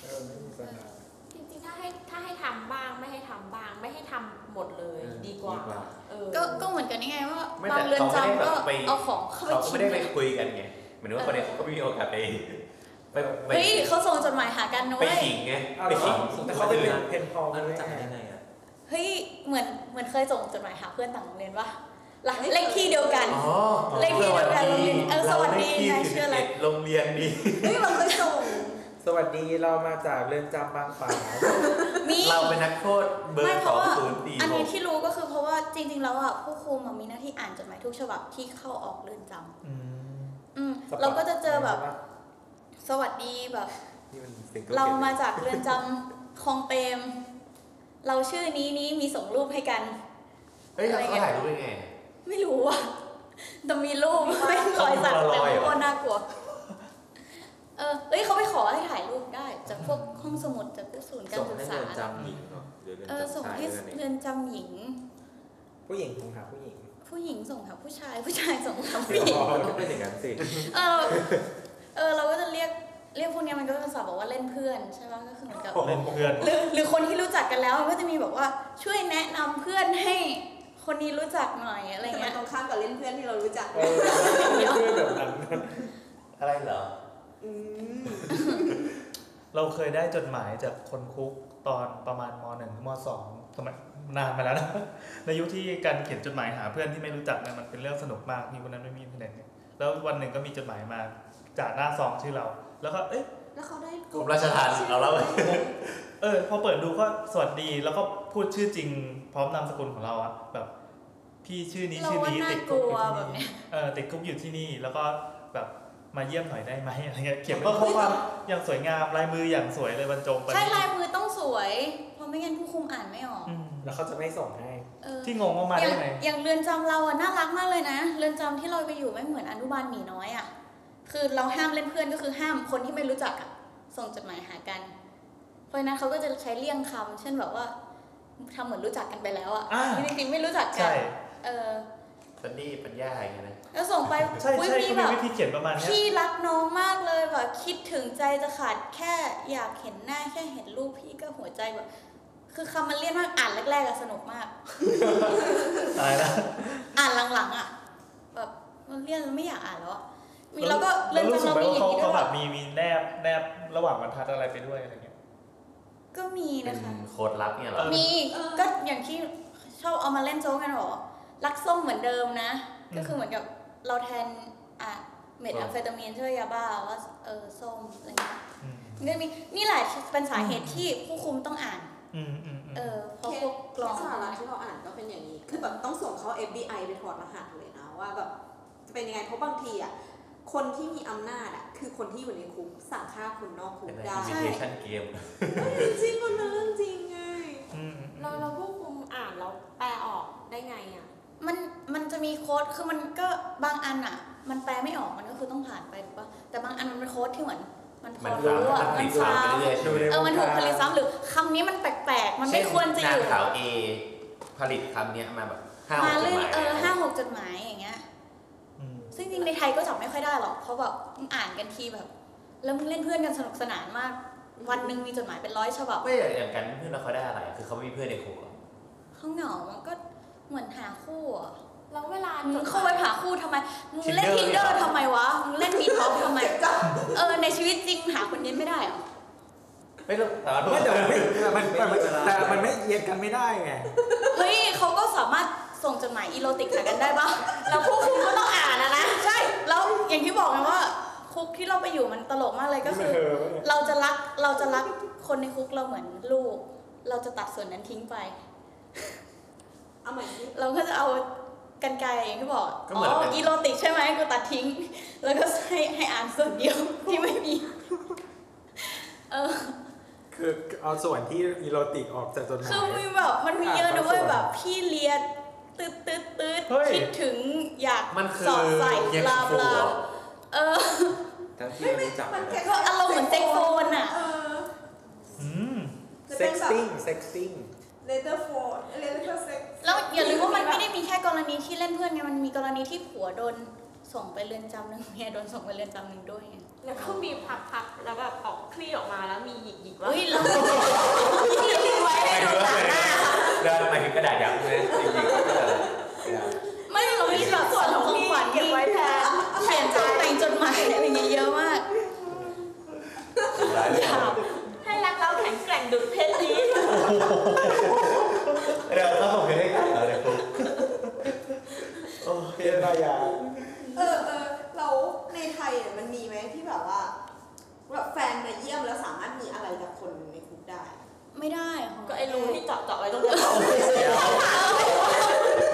S13: เออไม่มีปัญหา
S9: จริงๆ ถ้าให้ถ้าให้ทำบ้างไม่ให้ทำบ้าง ไม่ให้ทำหมดเลย
S6: เออ
S9: ดีกว่า
S6: ดีกว่า
S9: เออ
S7: ก็ก็เหมือนกันนี่ไงว่า
S3: ไม่
S7: บาง
S3: แต่
S7: เรือน
S3: เขาไม่
S7: จำ
S3: ได้แบ
S7: ก็
S3: บไป
S7: เอาของเข้าไป
S3: เขาก็
S7: ชิ
S3: ไม่
S7: ง
S3: ได้ไปคุยกันไงเหมือนว่าคนเนี้ยเขาก็ไม่มีโอกาสไปไปไป
S7: เฮ้ยเขาส่งจดหมายหากันนะ
S3: ไป
S7: เว้ย
S3: ขิงไง
S13: เอา
S3: ไป
S13: เหรอ
S3: ขิง
S13: แต่เขาเป็นเพนพอล
S6: มัน
S13: ไม่
S6: รู้จัก
S13: ได้
S6: ได้
S13: ไง
S6: ไงอ่ะ
S7: เฮ้ยเหมือนเหมือนเคยส่งจดหมายหาเพื่อนต่างโรงเรียนปะหลังเลขที่เดียวกัน
S3: อ๋อ
S7: เลขที่เดียวกันโรงเรียนเออสวัสดี
S3: เราเลขที่
S7: นายชื่ออะไร
S3: สิบเดโรงเรียนนี้
S4: เฮ้ยเราเคยส่ง
S13: สวัสดีเรามาจากเรือนจำบางฝาง
S7: มี
S3: เราเป็นนักโทษเบอ
S7: ไม่
S3: ร์
S7: เพ
S3: สอ
S7: ราะ
S3: ง
S7: ว่า
S3: ศูนย์สี่
S7: อัน
S3: ห
S7: นี้
S3: ก
S7: ที่รู้ก็คือเพราะว่าจริงๆแล้วอ่ะผู้คุมอะมีหน้าที่อ่านจดหมายทุกฉบับที่เข้าออกเรือนจำ
S2: อืม
S7: อืมเราก็จะเจอแบบ
S13: ว่า
S7: สวัสดีแบบ
S6: นี่มันสิ่ง
S7: เรามาจากเรือนจำคลองเปรม เราชื่อนี้นี้มีส่งรูปให้กัน
S3: เฮ้ยเราเขาถ่ายรูปได้ไง
S7: ไม่รู้อ่ะแต่มีรูปไม่รอยสัก
S3: เขา
S7: แต่
S3: มีรอยเหรอ
S7: โคตรน่ากลัวเออเอ้ยเขาไปขอให้ถ่ายรูปได้ จากพวกห้องสมุดจากพวกศูนย์การ
S6: ส่ง
S7: ศึก
S6: ให้
S7: ษา
S6: เรือนจำหญิงเนาะหรือเรือน
S7: เออ
S6: จำ
S7: ส่ง
S6: ชาย
S7: ให้
S6: เรือนไหน
S7: เรือนจำหญิง
S13: ผู้หญิงของหาผู้หญิง
S7: ผู้หญิงส่งหาผู้ชายผู้ชายส่งหาผู้หญิง
S6: มันต้องเป็นอย่างนั้นสิ
S7: เออ เออ เราก็จะเรียก เรียกพวกเนี้ยมันก็เป็นศัพท์บอกว่าเล่นเพื่อนใช่ไหมก็คือเหมือนกับ
S2: เล่นเพื่อน
S7: หรือหรือคนที่รู้จักกันแล้วมันก็จะมีแบบว่าช่วยแนะนำเพื่อนให้คนนี้รู้จักหน่อยอะไร
S4: แต่มัน
S7: เงี้ย
S4: ตรงข้ามกับเล่นเพื่อนที่เรารู้จัก
S13: เออเพื่อนแบบนั้น
S3: อะไรเหรอ
S4: อืม
S2: เราเคยได้จดหมายจากคนคุกตอนประมาณมหนึ่งถึงมสองสมัยนานมาแล้วนะ ในยุคที่การเขียนจดหมายหาเพื่อนที่ไม่รู้จักเนี่ยมันเป็นเรื่องสนุกมากมีคนนั้นไม่มีอินเทอร์เน็ตเนี่ยแล้ววันหนึ่งก็มีจดหมายมาจากหน้าซองชื่อเรา แล้วก็เอ้ย
S9: แล้วเขาได้
S12: กรมราชทัณฑ์เราเล่า
S2: เออพอเปิดดูก็สวัสดีแล้วก็พูดชื่อจริง พร้อมนามสกุลของเราอะแบบ พี่ชื่อนี้
S7: เรา
S2: ชื่อ
S7: ว่า
S2: นี้
S7: น่า
S2: ติด
S7: ก
S2: คุก
S7: ลัว
S2: อยู่ที่
S7: แบบ
S2: นี่
S7: เนี้ย
S2: เออติดคุกอยู่ที่นี่แล้วก็แบบมาเยี่ยมหน่อยได้ไหมอะไรเงี้ยเขียนก็ข้อความอย่างสวยงามลายมืออย่างสวยเลยบรรจงประณีต
S7: ใช่ลายมือต้องสวยเพราะไม่งั้นผู้คุมอ่านไม่ออก
S2: อืม
S13: แล้วเขาจะไม่ส่งให้
S7: เออ
S2: ที่งงว่ามา
S7: อ
S2: ได้
S7: ย่าง
S2: ไง
S7: อย่างเรือนจำเราอะน่ารักมากเลยนะ เรือนจำที่เราไปอยู่ไม่เหมือนอนุบาลหมีน้อยอะคือเราห้ามเล่นเพื่อนก็คือห้ามคนที่ไม่รู้จักอะส่งจดหมายหากัน เพราะฉะนั้นเขาก็จะใช้เลี่ยงคำเช่นแบบว่าทำเหมือนรู้จักกันไปแล้วอะ
S2: อ่า
S7: จริงๆไม่รู้จักกั
S2: ใช่
S7: เออ
S12: ซันนี่ปัญญาอย่างเงี้ยนะ
S7: แล้วส่งไป
S2: ใช่
S7: อุ๊ย
S2: ใช่
S7: มี
S2: เขา
S7: แบบ
S2: มีวิธีเขียนประมาณเนี้ย
S7: พี่รักน้องมากเลยแบบคิดถึงใจจะขาดแค่อยากเห็นหน้าแค่เห็นรูปพี่ก็หัวใจแบบ คือคำมันเลี่ยนมากอ่านแรกๆอะสนุกมาก
S2: ตายแล้ว
S7: อ่านหลังๆอ่ะแบบมันเรียนไม่อยากอ่านแล้วอะมี
S2: แล้
S7: แล้ววก็เล่น
S2: รู้
S7: จำ
S2: สึก
S7: เรา
S2: ไหม
S7: มีอ
S2: ว่า
S7: ย่า
S2: เขา
S7: งนี้ด้
S2: เขา
S7: วย
S2: แบ
S7: แบบ
S2: บมีมีแนบแนบระหว่างบรรทัดอะไรไปด้วยอะไรเงี้ย
S7: ก็มี
S12: เป็
S7: นะ
S12: น
S7: คะ
S12: โค้ดลับเนี่ยเหรอ
S7: มีก็อย่างที่ชอบเอามาเล่นโจ๊กกันหรอรักส้มเหมือนเดิมนะ
S2: อืม
S7: ก็คือเหมือนกับเราแทนอ่ะเม็ดแอมเฟตามีนใช่ไหมยาบ้าว่าเออส้มอะไรเงี้ย
S2: อืม
S7: มันก็มีนี่แหละเป็นสาเหตุที่ผู้คุมต้องอ่าน
S2: อืมอืมอืม
S7: เออเพราะพวกกลอง
S4: สหรัฐที่เราอ่านก็เป็นอย่างนี้ คือแบบต้องส่งเข้า FBI ไปถอดรหัสเลยนะว่าแบบจะเป็นยังไง เพราะบางทีอ่ะ คนที่มีอำนาจอ่ะ คือคนที่อยู่ในคุกสั่งฆ่าคนนอกคุ
S12: เป็
S4: ก
S12: น
S4: ได้
S12: อิมิเทชันเกม
S4: จริงมันเป็นเรื่องจริงไง
S2: อืมอืม
S4: เราเราผู้คุมอ่านเราแปลออกได้ไงอ่ะ
S7: มันมันจะมีโค้ด คือมันก็บางอันอ่ะ มันแปลไม่ออกมันก็คือต้องผ่านไปถูกปะแต่บางอันมันเป็นโค้ดที่เหมือน มันพ
S12: มัน
S7: อ
S12: สาม
S7: รู้อ่ะ
S12: มั
S7: มัน น
S12: สาม
S7: ซ้
S12: ไปเรื่อยๆใช่
S13: ดู
S12: ไหม
S7: ำ
S13: ใน
S7: เออมันถูกผลิตซ้ำหรือคำนี้มันแปลกๆ มันไม่ควรจะอยู่
S12: เช่นนางสาวเอผลิตคำเนี้ยมาแบบห้าห
S7: มาก
S12: จ
S7: เรื่
S12: ด
S7: อย
S12: หมาย
S7: เออ
S12: แล้ว
S7: ห้าหกจดหมายอย่างเงี้ย
S2: อืม
S7: ซึ่งจริงในไทยก็จับไม่ค่อยได้หรอก เพราะแบบมึงอ่านกันทีแบบ แล้วมึงเล่นเพื่อนกันสนุกสนานมาก วันหนึ่งมีจดหมายเป็นร้อยฉบับ
S12: ไม่แต่อย่างกันเพื่อนเราเขาได้อะไร คือเขาไม่มีเพื่อนในคุกหรอ
S7: เขาเหงา มันก็เหมือนหาคู่อะ
S4: แล้วเวลา
S7: มึงเข้าไปหาคู่ทำไม มึงเล่น Tinder ทำไมวะ มึงเล่นมีท็อปทำไม เออในชีวิตจริงหาคนเย็นไม่ได้เหรอ
S12: ไม่รู้แต่ว่า
S13: ไม่แต่มันไม่แต่มันแต่มันแต่มันไม่เย็นกันไม่ได้ไง
S7: เฮ้ยเขาก็สามารถส่งจดหมายอีโรติกหากันได้ปะเราผู้คุมก็ต้องอ่านนะนะ ใช่ แล้วอย่างที่บอกไงว่า คุกที่เราไปอยู่มันตลกมากเลยก็คือ เราจะรักเราจะรักคนในคุกเราเหมือนลูก เราจะตัดส่วนนั้นทิ้งไป
S4: เอาใหม่สิ
S7: เราก็จะเอากันไกลอย่างที่บอก
S13: ก็
S7: อ๋
S13: เหมือน
S7: อ
S13: เป็น
S7: อีโรติกใช่ไหมกูตัดทิ้ง แล้วก็ให้ให้อ่านส่วนเดียวที่ไม่มี เออ
S13: คือเอาส่วนที่อีโรติกออกจากจดหมา
S7: คือย มีแบบมันมีเยอะ
S13: อ่ะ
S7: นะเว้ย
S13: บางส่วน
S7: แบบพี่เลียดตืดตืดตืด
S2: เฮ้ย
S7: คิดถึงอยาก
S12: มันคือ
S7: สอดใส่
S12: เย็น
S7: บ
S12: ตา
S7: ลาบ
S12: โฟ
S7: ลา
S12: เหรอ
S7: เออ
S6: ทั้งที่ไม่รู้จัก
S4: มันแค่
S7: ก็อารมณ์เหมือนเซ็กโฟนอ่ะ
S4: เออ
S2: อืม
S4: จะ
S13: เซ็
S4: เป็น
S13: ก
S4: แบบ
S13: ซิ่งเซ็กซิ่ง
S4: letter for letter sex
S7: แล้วอย่าลืมว่ามันไม่ได้มีแค่กรณีที่เล่นเพื่อนไงมันมีกรณีที่ผัวโดนส่งไปเรือนจำหนึ่งเมียโดนส่งไปเรือนจำหนึ่งด้วยไง
S19: แล้วก็มีพักๆ แล้วแบบออกคลี่ออกมาแล้วมีหยิกหยิกๆว่า
S7: เฮ้ยเราที่ทิ้งไว้ให้โดนตาหน้า
S12: เดินมาถึงกระดาษยับเลยจริงๆก็เลย
S7: ไม่เรามีแบบส่วนของขวัญเก็บไว้แทนเขียนจดแต่งจดหมายอะไรอย่างเงี้ยเยอะมาก
S12: ร้ายเลย
S19: ให้รักเราแข็งแกร่งดุจเพชรนี้
S12: เดี๋ยวเขาส่งไปให้กันอะไรปุ๊บโอ้
S13: เพีย
S12: ย
S13: รายา
S4: เออเออเราในไทยอ่ะมันมีไหมที่แบบว่าแบบแฟนมาเยี่ยมแล้วสามารถมีอะไรกับคนในคุกได้
S7: ไม่ได้ของ
S19: ก็
S7: เรา
S19: ไอ้รูที่เจาะเจาะๆไว้ตรงกระจก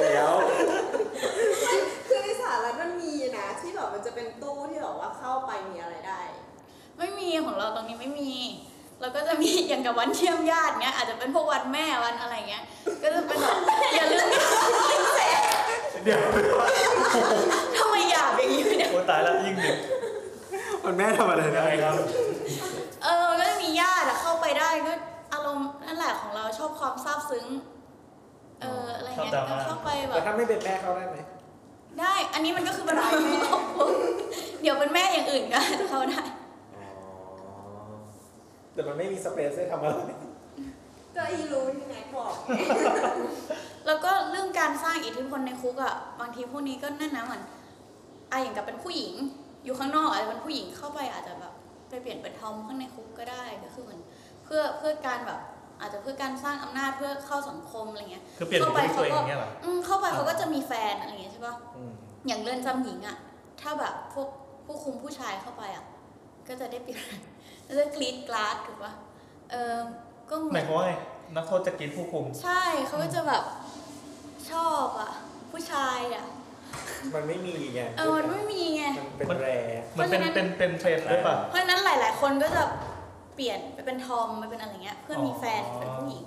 S6: เดี๋ยว
S4: คือในสหรัฐมันมีนะที่แบบมันจะเป็นตู้ที่แบบว่าเข้าไปมีอะไรได้
S7: ไม่มีของเราตรงนี้ไม่มีเราก็จะมี อย่างกับวันเยี่ยมญาติเงี้ยอาจจะเป็นพวกวันแม่วันอะไรเงี้ย ก็จะเป็นแบบ อย่าลืม
S2: เดี๋ยว
S7: ทำไมหยาบอย่างนี้วะเนี่ย
S2: โอ้ตายแล้วยิ่งดึก
S13: มันแม่ทำอะไร
S2: ยัง
S13: นะ
S2: ไงครับ
S7: เออมันก็จะมีญาติอะเข้าไปได้ก็อารมณ์นั่นแหละของเราชอบความซาบซึ้งเอออะไรเงี้ย
S2: ชอบดราม่า
S7: ก็เข้าไปแบ
S13: แต่
S7: บ
S13: ถ้าไม่เป็นแม่เข้าได้ไหม
S7: ได้ อันนี้มันก็คือเป็นแบบ เดี๋ยวเป็นแม่อย่างอื่นก็ จะเข้าได้
S13: แต่มันไม่มีสเปซให้ทำอะไร
S4: ก็อีรู้ที่ไหนบอก
S7: แล้วก็เรื่องการสร้างอิทธิพลในคุกอะ่ะบางทีพวกนี้ก็นั่นนะเหมือนอ่ะอย่างกับเป็นผู้หญิง อยู่ข้างนอกอาจจะเป็นผู้หญิงเข้าไปอาจจะแบบ ไป ไปเปลี่ยนเป็นทอมข้างในคุกก็ได้ก็คือเหมือนเพื่อเพื่อการแบบอาจจะเพื่อการสร้างอำนาจเพื่อเข้าสังคมอะไรเงี้ย
S2: คือเปลี่ยนบุคลิกตัวเองอย่างเงี้ยเหรอ
S7: อืมเข้าไปเขาก็จะมีแฟนอะไรอย่างเงี้ยใช่ปะ
S2: อืม
S7: อย่างเรือนจำหญิงอะถ้าแบบพวกผู้คุมผู้ชายเข้าไปอะก็จะได้เปลี่ยน ก็จะกรีดกราดถูกปะเออก็เห
S2: ห
S7: มือ
S2: มา
S7: ย น
S2: ความว่าไงนักโทษจะกินผู้คุม
S7: ใช่เขาก็จะแบบชอบอะผู้ชาย อะ
S13: มันไม่มีไง
S7: เออมันไม่มีไง
S13: มันเป็นแรร์
S2: มันเป็นเป็นเป็นเทรนด์ด้วยป่ะ
S7: เพราะฉะนั้นหลาย ๆ คนก็จะเปลี่ยนไปเป็นทอมไปเป็นอะไรเงี้ย เพื่อนมีแฟนเป็นผู้หญิง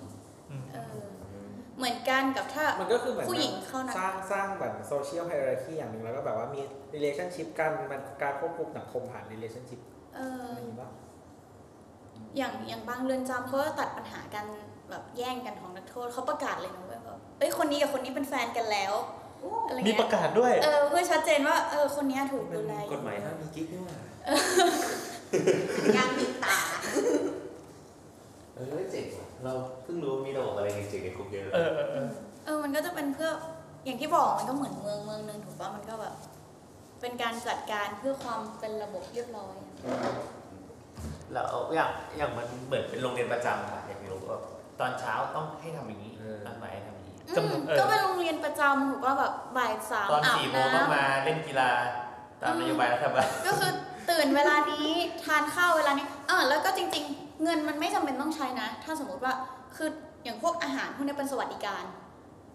S2: อืม
S7: เออเหมือนกันกับถ้า
S13: มันก็คือเหมือน
S7: ผู้หญิงเข้านะ
S13: สร้างสร้างแบบโซเชียลไฮรักีอย่างหนึ่งแล้วก็แบบว่ามี relationship กันมันการควบคุมสังคมผ่าน relationship
S7: เออ
S13: อะไรอย่างงี้ปะ
S7: อย่างอย่างบางเรือนจำเขาก็ตัดปัญหากันแบบแย่งกันของนักโทษเขาประกาศเลยนะเว้ยแบบเอ้ยคนนี้กับคนนี้เป็นแฟนกันแล้วอะไร
S2: มี
S7: เงี้
S2: ประ
S7: ย
S2: กาศด้วย
S7: เออเพื่อชัดเจนว่าเออคนเนี้ยถูกดูแลอก ยู่
S6: ฎหมายห้ามมีกิ๊กนี่หว่า
S4: การปิดตา
S3: เออเจ๋งว่ะเราเพิ่งรู้มีระบบอะไรจริงๆในคุกเยอะเลย
S2: เออเออเออ
S7: เออมันก็จะเป็นเพื่ออย่างที่บอกมันก็เหมือนเมืองเมืองหนึ่งถูกปะมันก็แบบเป็นการจัดการเพื่อความเป็นระบบเรียบร้อย
S3: เราเอาอย่างอย่างมันเหมือนเป็นโรงเรียนประจำค่ะอย่างรู้ว่าตอนเช้าต้องให้ทำอย่างนี้
S12: เออ
S3: ตอนบ่ายให้ทำอย่างนี้
S7: อื
S2: จำ
S7: ม
S2: เออ
S7: ก็เป็นโรงเรียนประจำถูกปะแบบบ่ายสาม
S3: ตอน
S7: อาบ
S3: สี่โม
S7: น้
S3: งต้องมาเล่นกีฬาตามนโยบายรัฐบาล
S7: ำก็คือตื่นเวลานี้ทานข้าวเวลานี้เออแล้วก็จริง ๆ เงินมันไม่จำเป็นต้องใช้นะ ถ้าสมมติว่าคืออย่างพวกอาหารพวกเนี้ยเป็นสวัสดิการ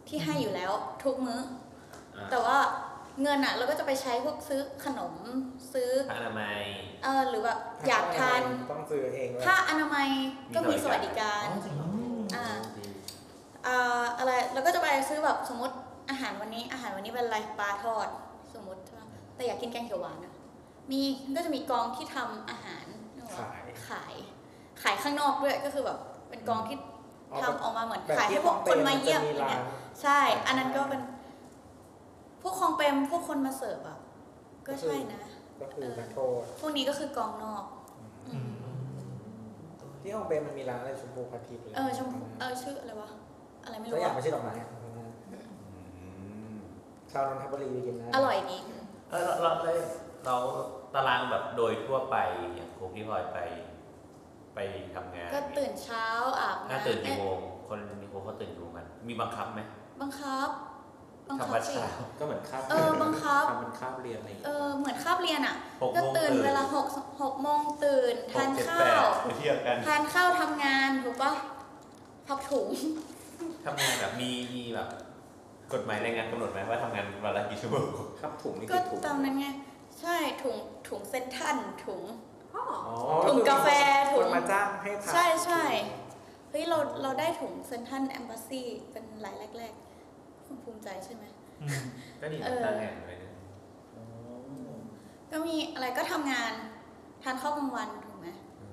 S7: ที่ให้อยู่แล้วทุกมื้ออแต่ว่าเงินอะเราก็จะไปใช้พวกซื้อขนมซื้อ
S3: อนามัย
S7: เออหรือแบบอยากทาน
S13: ต้องซื้อเองเลย
S7: ผ้าอนามัยก็มีสวัสดิการ
S3: อ๋อจริงเหรอ
S7: อ่า
S3: จริง
S7: เอ่ออะไรแล้วก็จะไปซื้อแบบสมมติอาหารวันนี้อาหารวันนี้เป็นอะไรปลาทอดสมมติใช่ปะแต่อยากกินแกงเขียวหวานอะมีก็จะมีกองที่ทำอาหารนึกออกปะ
S13: ขาย
S7: ขาย ขายข้างนอกด้วยก็คือแบบเป็นกองที่
S13: อ๋อ
S7: ทำ
S13: แบบ
S7: ออกมาเหมือน
S13: แบบ
S7: ขาย
S13: ที่
S7: ให้พวกคนมาเยี่ยม
S13: จะ
S7: อะไร
S13: ร้า
S7: เงี้
S13: น
S7: ยใช่ อันนั้นก็เป็น พวกคลองเปรมพวกคนมาเสิร์ฟอะก็ใช่นะ
S13: ก็คือนักโทษ
S7: พวกนี้ก็คือกองนอกอืม
S13: ที่ฮ่องเบนมันมีร้านอะไรชมพูพาทิพย์ลย
S7: เออชมพูเออชื่ออะไรวะอะไรไม่
S13: ตัว
S7: รู้
S13: อย่าง
S7: อะ
S13: ไม่ใช่ดอกไม้อะชาวนนทบุรีไปกินนะ
S7: อร่อยดี
S3: เออเราเราเราเราตารางแบบโดยทั่วไปอย่างครูพี่พลอยไป ไปทำงาน
S7: ก็ตื่นเช้าอาบ
S3: น่า
S7: น้ำ
S3: ตื่น
S7: เอ้
S3: กี่
S7: ย
S3: โมงคนนิโคเขาตื่นกี่โมงกัน มีบังคับไหม
S7: บังคับ บัง
S3: ทำ
S7: คั
S3: วั
S7: บ
S3: น
S7: สิ
S3: เช้า
S6: ก็เหมือนคาบ
S7: เออบังคับ
S6: ทำเป็นคาบเรียนอะไรอย่างเงี้ย
S7: เออ เหมือนคาบเรียนอ่ะ
S3: หก
S7: ก็
S3: โมง
S7: ตื่นเวลาหกหกโมงตื่น
S3: ห
S7: ทาก น
S3: เจ็ด
S7: ข้า
S3: แปด
S7: ว
S3: ไปเที่ยวกัน
S7: ทานข้าวทำงานถูกปะพับถุง
S3: ทำงานแบบมีมีแบบ กฎหมายแรงงานกำหนดไหมว่าทำงานวันละกี่ชั่วโมง
S6: ครับถุงนี่
S7: ก็
S6: คือถุง
S7: ตามนั้นไง ใช่ ถุง ถุงเส้นทันถุง
S13: อ๋อ
S7: ถุงกาแฟถุง
S13: คนมาจ้างให้ทาน
S7: ใช่ใช่เฮ้ย เรา เราได้ถุงเซนทันแอมบ s สซีเป็นรายแรกๆคุณภูมิใจใช่ไหม
S2: อืม
S3: ก็ดี
S7: เออ
S3: ทำงานเลยนะ
S7: ก็มีอะไรก็ทำงาน ทานข้าวกลางวันถูกไหม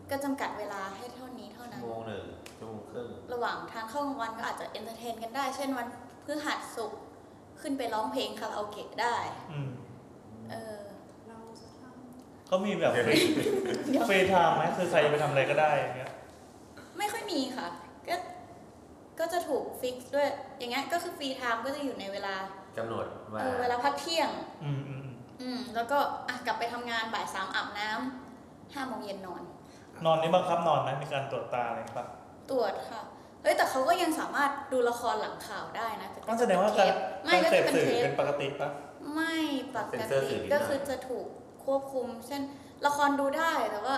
S7: ก็จำกัดเวลาให้เท่านี้เท่า
S3: ชั่
S7: นั้
S3: วน โมงหนึ่งชั่วโมงครึ่ง
S7: ระหว่างทานข้าวกลางวันก็อาจจะเอนเตอร์เทนกันได้ เช่นวันพฤหัสศุกร์ขึ้นไปร้องเพลงคาราโอเกะได้
S2: อืม
S7: เออ
S2: เขามีแบบฟรีฟรีไทม์ไหมคือใครจะไปทำอะไรก็ได้อย่างเงี้ย
S7: ไม่ค่อยมีค่ะ ก็ ก็จะถูกฟิกซ์ด้วย อย่างเงี้ยก็คือฟรีไทม์ก็จะอยู่ในเวลาก
S3: ำหนดว่า
S7: เออเวลาพักเที่ยง
S2: อืมอืมอืม
S7: อืม แล้วก็อ่ะกลับไปทำงานบ่ายสามอาบน้ำห้าโมงเย็นนอน
S2: นอนนี่บังคับนอนไหมมีการตรวจตาอะไรป่ะ
S7: ตรวจค่ะ เอ้ยแต่เขาก็ยังสามารถดูละครหลังข่าวได้นะต่ก็
S2: ก็แสดงว่าการ
S7: ไม่
S2: การ
S7: ก็จะเป็น
S2: เสพสื่อ
S7: เทป
S2: เป็นปกติป่ะ
S7: ไม่ปกติก็คือจะถูกควบคุม เช่น ละครดูได้แต่ว่า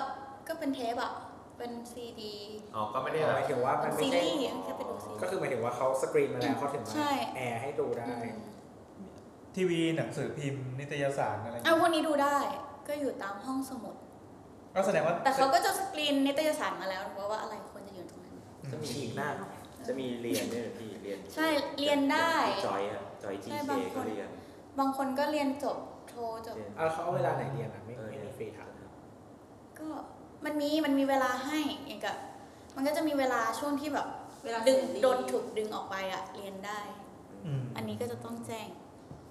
S7: ก็เป็นเทปอะเป็นซีดี
S3: อ๋อก็ไม่ได้
S13: อ๋อ
S3: แบบ
S13: หมายถึงว่ามันไม่
S7: ซี
S13: ใช่
S7: รีส์แค่ไปดูซี
S13: ก็
S7: รีส์
S13: คือหมายถึงว่าเขาสกรีนมาแล้วเขาถึงมา
S7: ใช่
S13: แอร์ให้ดูได้
S7: อืม
S2: ทีวีหนังสือพิมพ์ นิตยสารอะไร
S7: เอาพวกนี้ดูได้ก็อยู่ตามห้องสมุด
S2: ก็แสดงว่า
S7: แต่เขาก็จะสกรีนนิตยสารมาแล้วว่าว่าอะไรควรจะอยู่ตรงนั้น
S6: จะมี
S13: ฉีกหน้า
S6: จะมีเรียนด้วยเหรอพี่เรียน
S7: ใช่เรียนได้
S6: จอยอะจอยจี
S7: ใช่
S6: เค
S7: บางคน
S6: ก็เรียน
S7: บางคนก็เรียนจบโทจบ
S6: เรียน
S13: เอาแล้วเขาเอาเวลาไหนเรียนอ่ะไม่ไม่มีฟรีทาง
S7: ก็มันมีมันมีเวลาให้อย่างกับมันก็จะมีเวลาช่วงที่แบบ
S4: เวลา
S7: ดึง
S4: เสรี
S7: โดนถูกดึงออกไปอะเรียนได้
S2: อืม
S7: อันนี้ก็จะต้องแจ้ง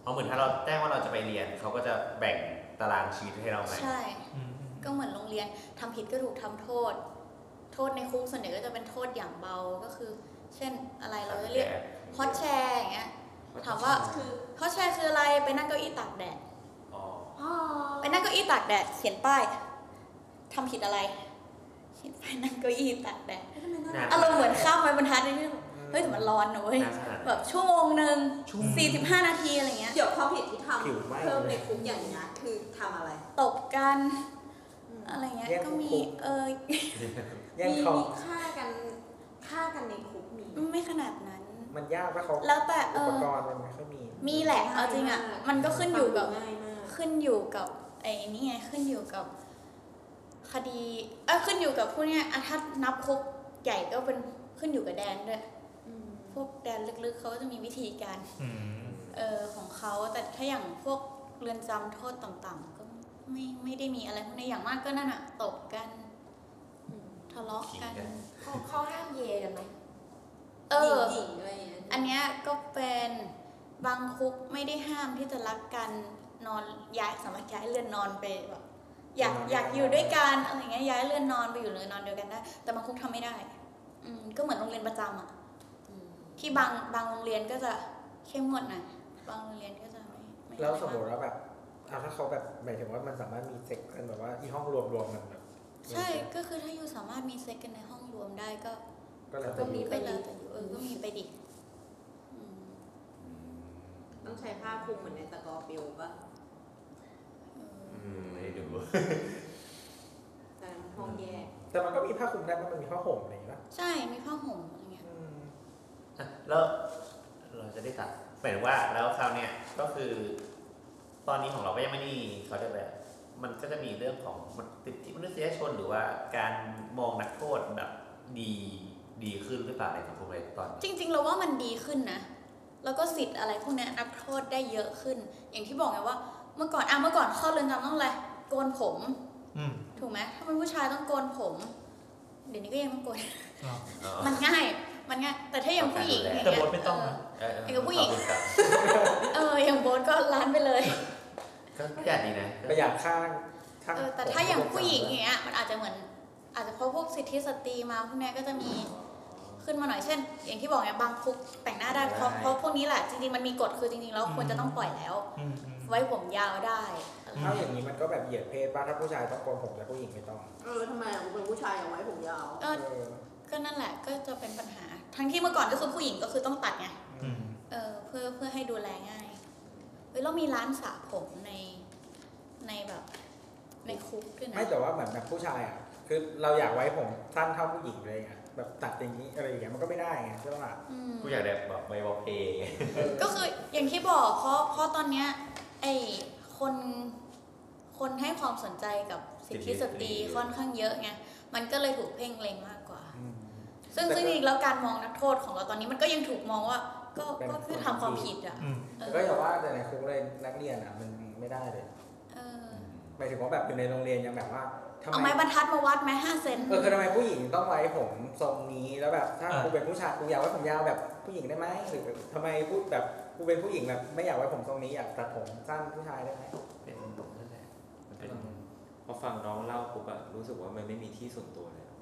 S3: เอาเหมือนถ้าเราแจ้งว่าเราจะไปเรียน เขาก็จะแบ่งตารางชีวิตให้เราไหม
S7: ใช่
S2: อืม
S7: ก็เหมือนโรงเรียนทำผิดก็ถูกทำโทษ โทษในคุกส่วนใหญ่ก็จะเป็นโทษอย่างเบาก็คือ เช่นอะไรเราจะเรียกฮอตแชร์อย่างเงี้ยถามว่า
S4: คือ
S7: ฮอตแชร์คืออะไรไปนั่งเก้าอี้ตากแดด
S3: อ๋อ
S4: อ๋อ
S7: ไปนั่งเก้าอี้ตากแดดเขียนป้าย ทำผิดอะไรเห็นไปนั่งเก้าอี้ตากแดด
S3: นาน
S7: อารมณ์เหมือนข้ามไม้บรรทัดนี่เฮ้ยแต่มันร้อนนะเว้ย
S3: นานขนาดนั้น
S7: แบบชั่วโมงหนึ่งสี่สิบห้านาทีอะไรเงี้ย
S4: เดี๋ยวความผิดที่ทำ
S6: ผิวไหม้
S4: เพิ่มในคุกอย่างนี้คือทำอะไร
S7: ตบกัน
S4: อืม
S7: อะไรเงี้ย
S13: แยก
S7: ก็มี
S13: คุก
S7: เออ
S13: แย่ง
S4: มี
S13: เขา
S4: มีฆ่ากันฆ่ากันในคุกมี
S7: ไม่ขนาดนั้น
S13: มันยากเพราะเขา
S7: แล้วแต่เอ
S13: อุป
S7: อก
S13: รณ์มันไม่ค่อยมี
S7: มีแหละเอาจริงอ่ะ มันก็ขึ้นอยู่กับ
S4: ง่ายมาก
S7: ขึ้นอยู่กับไอ้นี่ไงขึ้นอยู่กับคดีเออขึ้นอยู่กับพวกเนี้ยอ่ะถ้านับคุกใหญ่ก็เป็นขึ้นอยู่กับแดนด้วยพวกแดนลึกๆเขาก็จะมีวิธีการ
S2: อืม
S7: เออของเขาแต่ถ้าอย่างพวกเรือนจำโทษต่างๆ ก็ไม่ไม่ได้มีอะไรพวกนี้อย่างมากก็นั่นอะตบกันทะเลาะกัน
S3: ขิงกัน
S4: เขาเขาห้ามเยกันไหม
S7: เออ
S4: หญิงๆอะไรอย่างเงี้ย
S7: อันเนี้ยก็เป็นบางคุกไม่ได้ห้ามที่จะรักกันนอนย้ายสามารถย้ายเรือนนอนไปแบบอยาก
S13: นอนด้
S7: อ
S13: วยกัน
S7: ยากอยู่ด้วยกันอะไรเงี้ยย้ายเรือนนอนไปอยู่เรือนนอนเดียวกันได้ แต่บางคุกทำไม่ได้ อืมก็เหมือนโรงเรียนประจำอะที่บางบางโรงเรียนก็จะเข้มงวดหน่อยบางโรงเรียนก็จะไม่ไม่
S13: แล้วสมมติว่าแบบเอาถ้าเขาแบบหมายถึงว่ามันสามารถมีเซ็กกันแบบว่าอีห้องรวมรวมๆกันแบบ
S7: ใช่ ก็คือถ้าอยู่สามารถมีเซ็กกันในห้องรวมได้ก็
S13: ก็แล้วแต่
S7: ก็
S13: อ
S7: มี
S13: ยู่
S7: ไปแล้วแต่อยู่เออก็มีไปดิอืม
S4: ต้องใช้ผ้าคลุมเหมือนในสกอร์ปิวป่ะ
S7: เออ
S3: อืมไม่ได้ ดู
S4: แต่ห้องแยก
S13: แต่มันก็มีผ้าคลุมได้เพราะมันมีผ้าห่มอะไรอย่างเงี้ยป่ะ
S7: ใช่มีผ้าห่มอะไรเงี้ย
S13: อืม
S3: อ่ะแล้วเราจะได้ตัดหมายถึงว่าแล้วคราวเนี้ยก็คือ ตอนนี้ของเราก็ยังไม่ได้เขาเรียกอะไรมันก็จะมีเรื่องของสิทธิมนุษยชนหรือว่าการมองนักโทษแบบดีดีขึ้นหรือเปล่าในสังคมเลยตอน
S7: จริงๆ เราว่ามันดีขึ้นนะ แล้วก็สิทธิ์อะไรพวกเนี้ยนักโทษได้เยอะขึ้น อย่างที่บอกไงว่า เมื่อก่อนอ่ะเมื่อก่อนเข้าเรือนจำต้องอะไร โกนผม
S2: อืม
S7: ถูกไหมถ้าเป็นผู้ชายต้องโกนผม เดี๋ยวนี้ก็ยังต้องโกน
S2: อ๋อ
S3: เนาะ
S7: มันง่าย มันง่าย แต่ถ้าอย่างผู้หญิงอย่าง
S2: แต่
S7: เงี้ย
S2: โบ๊ทไม่ต้องนะ
S3: เออเออ
S7: ไอ้กับผู้หญิง
S3: ขอบคุณครับ
S7: เออ อย่างโบนก็ล้านไปเลย
S3: ก็ประหยัดดีนะ
S13: ประหยัดข้างข้าง
S7: เออ แต่ถ้าอย่างผู้หญิง
S13: เ
S7: อย่างเงี้ย มันอาจจะเหมือน อาจจะเพราะพวกสิทธิสตรีมาพวกเนี้ยก็จะมีขึ้นมาหน่อย เช่น อย่างที่บอกไงบางคุกแต่งหน้าได้เพราะเพราะพวกนี้แหละ จริงๆ มันมีกฎ คือจริงๆ แล้วควรจะต้องปล่อยแล้ว
S2: อืมอืม
S7: ไว้ผมยาวได้
S13: ถ้าอย่างนี้มันก็แบบเหยียดเพศป่ะถ้าผู้ชายต้องโกนผมแต่ผู้หญิงไม่ต้อง
S4: เออทำไมอ่ะกูเป็นผู้ชายเอาไว้ผมยาว
S7: เออ
S13: เออ
S7: ก็นั่นแหละก็จะเป็นปัญหา ทั้งที่เมื่อก่อนก็คือผู้หญิงก็คือต้องตัดไง
S2: อื
S13: อืม
S2: ม
S7: เออเพื่อเพื่อให้ดูแลง่ายเฮ้ยเรามีร้านสระผมในในแบบในคุกด้วยนะ
S13: ไม่แต่ว่าเหมือนแบบผู้ชายอ่ะคือเราอยากไว้ผมสั้นเท่าผู้หญิงเลยอ่ะแบบตัดอย่างนี้อะไรอย่างเงี้ยมันก็ไม่ได้ไงใช่ปะล่ะ
S7: อืม
S3: กูอยากแบบแบบไววอลเพย์
S7: ก็คืออย่างที่บอกเพราะเพราะตอนเนี้ยไอคนคนให้ความสนใจกับสิทธิสตรีค่อนข้างเยอะไงมันก็เลยถูกเพ่งเล็งมากกว่า
S13: อืม
S7: ซึ่ง
S13: แต่ก็
S7: ซึ่งจริงๆแล้วการมองนักโทษของเราตอนนี้มันก็ยังถูกมองว่า ก็
S13: เป็น
S7: ก็คือ
S13: คน
S7: ทำความ
S13: ที่
S7: ผิดอ่ะ
S2: อืม
S7: เออ
S13: แต่ก็อย่าว่าแต่ในคุกเลยนักเรียนอ่ะมันไม่ได้เลย
S7: เออ
S13: หมายถึงว่าแบบอยู่ในโรงเรียนยังแบบว่าทำ
S7: เอา
S13: ไม
S7: ไม้บรรทัดมาวัดไหมห้าเซน
S13: เออคือทำไมผู้หญิงต้องไว้ผมทรงนี้แล้วแบบถ้า
S2: อ่า
S13: กูเป็นผู้ชายกูอยากไว้ผมยาวแบบผู้หญิงได้ไหมหรือทำไมพูดแบบกูเป็นผู้หญิงแบบไม่อยากไว้ผมทรงนี้อยากตัดผมสั้นผู้ชายได้ไหม
S3: เป็นนั่นแหละมันเป็น
S6: พอฟังน้องเล่าปุ๊บอะรู้สึกว่ามันไม่มีที่ส่วนตัวเลยอะ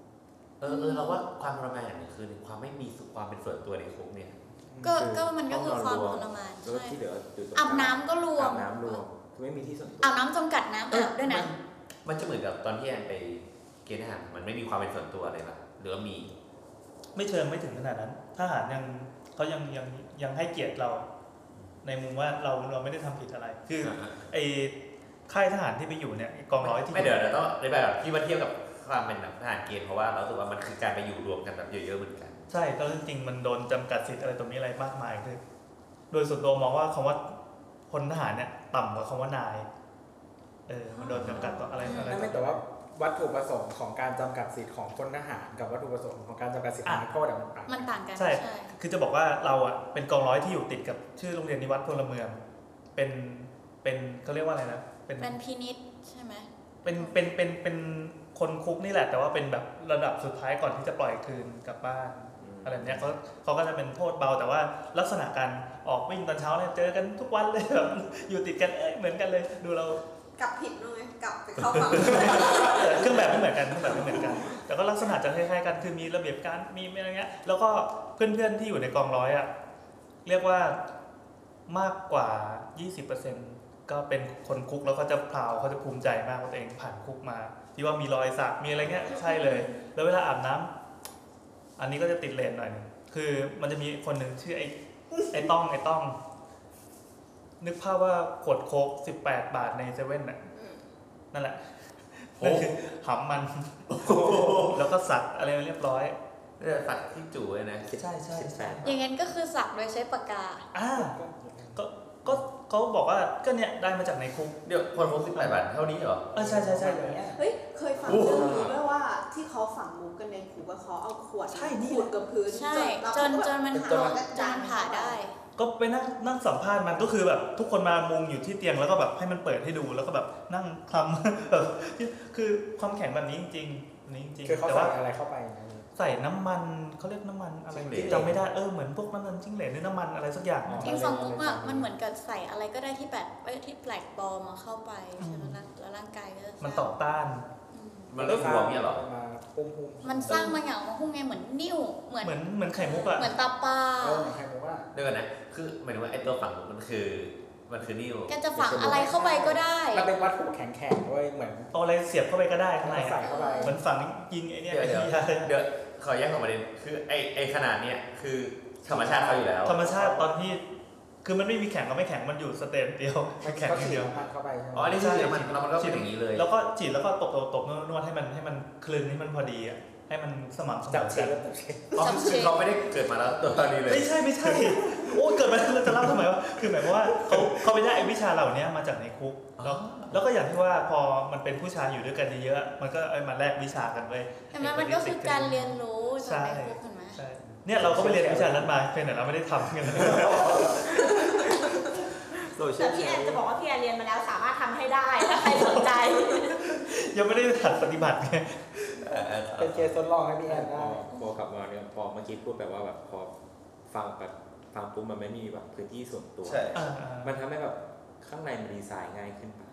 S3: เออเออเราว่าความทรมานอย่างหนึ่งคือความไม่มีสุขความเป็นส่วนตัวในคุกเนี่ย
S7: ก็ก็มันก็คือความทรมาน
S6: แล้วก็
S7: ใช่
S6: ที่เหลืออยู่ตรงกลาง
S7: อาบน้ำก็รว
S6: อาม บน้ำรวมคือไม่มีที่ส่วนตัว
S7: อาบน้ำจำกัดน้ำอาบด้วยนะ
S3: มันจะเหมือนกับตอนที่แอนไปเกณฑ์ทหารมันไม่มีความเป็นส่วนตัวเลยป่ะหรือว่ามี
S2: ไม่เชิงไม่ถึงขนาดนั้นทหารยังเขายังยังยังให้เกียรติเรา ในมุมว่าเราเราไม่ได้ทำผิดอะไร คือไอ้ค่ายทหารที่ไปอยู่เนี่ยไอ้กองร้อยที่
S3: ไม่เดี๋ยวเราต้องอธิบายแบบที่มาเทียบกับความเป็นแบบทหารเกณฑ์เพราะว่าเรารู้สึกว่ามันคือการไปอยู่รวมกันแบบเยอะๆเหมือนกัน
S2: ใช่ก็จริงๆมันโดนจำกัดสิทธิ์อะไรตรงนี้อะไรมากมายคือโดยส่วนตัวมองว่าคำว่าพลทหารเนี่ยต่ำกว่าคำว่านายเออมันโดนจำกัดต่ออะไรอะไร
S13: นั่นไม่แต่ว่าวัตถุประสงค์ของการจำกัดสิทธิ์ของคนทหารกับวัตถุประสงค์ของการจำกัดสิทธิ์ของนักโทษอะมันต่าง
S7: มันต่างกัน
S2: ใช่ คือจะบอกว่าเราอ่ะเป็นกองร้อยที่อยู่ติดกับชื่อโรงเรียนนิวัฒน์พลเมือง เป็นเป็นเขาเรียกว่าอะไรนะเป็น
S7: เป็นพินิษใช่ไหม
S2: เป็นเป็นเป็นเป็นคนคุกนี่แหละ แต่ว่าเป็นแบบระดับสุดท้ายก่อนที่จะปล่อยคืนกลับบ้านอะไรแบบเนี้ยเขาเขาก็จะเป็นโทษเบา แต่ว่าลักษณะการออกวิ่งตอนเช้าเนี่ยเจอกันทุกวันเลย แบบอยู่ติดกันเอ้ยเหมือนกันเลย ดูเรา
S4: กลับผิดด้วยกลับไปเข้าฝั่ง
S2: เอ อเครื่องแบบไม่เหมือนกันเครื่องแบบไม่เหมือนกัน แต่ก็ลักษณะจะคล้ายๆกันคือมีระเบียบการมีอะไรเงี้ยแล้วก็เพื่อนๆที่อยู่ในกองร้อยอ่ะเรียกว่ามากกว่า 20%ก็เป็นคนคุกแล้วก็จะพราวเขาจะภูมิใจมากว่าตัวเองผ่านคุกมา ที่ว่ามีรอยสักมีอะไรเงี้ยใช่เลย แล้วเวลาอาบน้ำอันนี้ก็จะติดเลนหน่อยหนึ่งคือมันจะมีคนหนึ่งชื่อไอ้ ไอ้ต้องไอ้ต้อง นึกภาพว่าขวดโค้กสิบแปดบาทในเซเว่นน่ะนั่นแหละ
S12: โอ้
S2: นั่นคือหำ มันแล้วก็สักอะไรเรียบร้อย
S3: เรื่องสัตว์ที่จู่เลยนะ
S2: ใช่ใช่
S6: สิบแปด
S7: อย่างนั้นก็คือสักโดยใช้ปากกา
S2: อ่าก็ก็เขาบอกว่าก็เนี่ยได้มาจากในคุก
S3: เดี๋ยวคนเขาสิบแปดบาทเท่านี้เหรอ
S2: เออใช่ใช่ใช่ใช่
S4: เฮ้ย เคยฝังเรื่องนี้ด้วยว่าที่เขาฝังมุกกันในขูว่าเขาเอาขวด
S2: ใช่นี่
S4: ขูดกับพื้น
S7: ใช่
S4: เรา
S7: จ
S4: ก็
S7: น
S4: แบบ
S7: จนมัน
S4: จ
S7: จ
S4: น
S7: น
S4: มัน
S7: มันผ่าได้
S2: ก็ไปนั่งนั่งสัมภาษณ์มันก็คือแบบทุกคนมามุงอยู่ที่เตียงแล้วก็แบบให้มันเปิดให้ดูแล้วก็แบบนั่งคลำ แบบคือความแข็งแบบนี้จริงๆอันนี้จริง
S13: คือเขา
S2: แต่
S13: ใส่
S2: ว่า
S13: อะไรเข้าไปนะ
S2: ใส่น้ำมันเขาเรียกน้ำมันอะไร
S3: จิ้งเหลน
S2: จำไม่ได้เออเหมือนพวกน้ำมันจิ้งเหลนหรือน้ำมันอะไรสักอย่าง
S13: อ๋อ
S7: จริงสองมุกอะมันเหมือนกับใส่อะไรก็ได้ที่แปลกเอ้ยที่แปลกปลอมมาเข้าไปใช่ไหมล่ะแล้วร่างกายก็จะ
S2: มันต่อต้าน
S7: อืม
S3: มันเริ่มบวมเนี่ยเหรอ
S13: มาปุ้มปุ้ม
S7: มันสร้างมาอย่างมาหุ้งไงเหมือนนิ่วเหมือน
S2: เหมือนเหมือนไข่มุกอะ
S7: เหมือนตาปลา
S13: เออใครบอกว่า
S3: เดี๋ยวก่อนนะ คือหมายถึงว่าไอ้ตัวฝังมันคือ มันคือนิ่ว
S7: แกจะฝังอะไรเข้าไปก็ได้
S13: มันเป็นวัตถุแข็งๆเว้ยเหมือน
S2: เอาอะไรเสียบเข้าไปก็ได้ข้างใน
S13: ใส่
S2: อะ
S13: เข้าไป
S2: เหมือนฝังยิงไอเนี่ยไอ้
S3: เดี๋ยว
S2: ที่อะไรอะ
S3: เดี๋ยวขอแยกออกประเด็นคือไอ้ไอ้ขนาดเนี้ยคือธรรมชาติเขาอยู่แล้ว
S2: ธรรมชาติตอนที่คือมันไม่มีแข็งกับไม่แข็งมันอยู่สเตจเดียว
S13: มั
S2: มัน นแข็ง
S13: ก็
S2: อย่าง
S13: ฉี
S2: เดี
S13: ด
S2: ยว
S13: มันเข้าไปใช่ไหม
S3: อ๋อ นี่คือเดี๋ยวมันเรามันก็เป็นอย่างนี้เลย
S2: แล้วก็ฉีดแล้วก็ตบตบตบนวดนวดให้มันให้มันคลึงให้มันพอดีอ่ะให้มันสม่ำเสม
S13: จับ
S2: อ
S13: ฉี
S2: กั
S13: ด
S2: น
S13: แล้วจับฉีด
S3: อ๋อคือเขาไม่ได้เกิดมาแล้วตัวตอนนี้เลย
S2: ไม่ใช่ไม่ใช่ โอ้เกิดมาแล้วจะเล่าทำไมวะคือหมายความว่าเขาเขาไปได้ไอ้วิชาเหล่านี้มาจากในคุกแล้วแล้วก็อย่างที่ว่าพอมันเป็นผู้ชายอยู่ด้วยกันเยอะๆมันก็เอ้ยมาแลกวิชากันเว้ย
S7: เห็นไหมมันก็คือการเรียนรู้จากในคุกเห็นไหม
S2: ใช่เนี่ยเราก็ไปเรียนวิชานั้นมาเพียงแต่เราไม่ได้ทำกันนะ
S9: แต่พี่แอนจะบอกว่าพี่แอนเรียนมาแล้วสามารถทำให้ได้ถ้าใครสนใจ
S2: ยังไม่ได้ถัดปฏิบัติไง
S13: เป็นเคสทดลองให้พี่แอนได้
S6: พอกลับมาเนี่ยพอเมื่อกี้พูดแบบว่าแบบพอฟังแบบฟังปุ๊บมันไม่มีแบบพื้นที่ส่วนตัว
S3: ใช่
S6: มันทำให้แบบข้างในมันดีไซน์ง่ายขึ้นปะ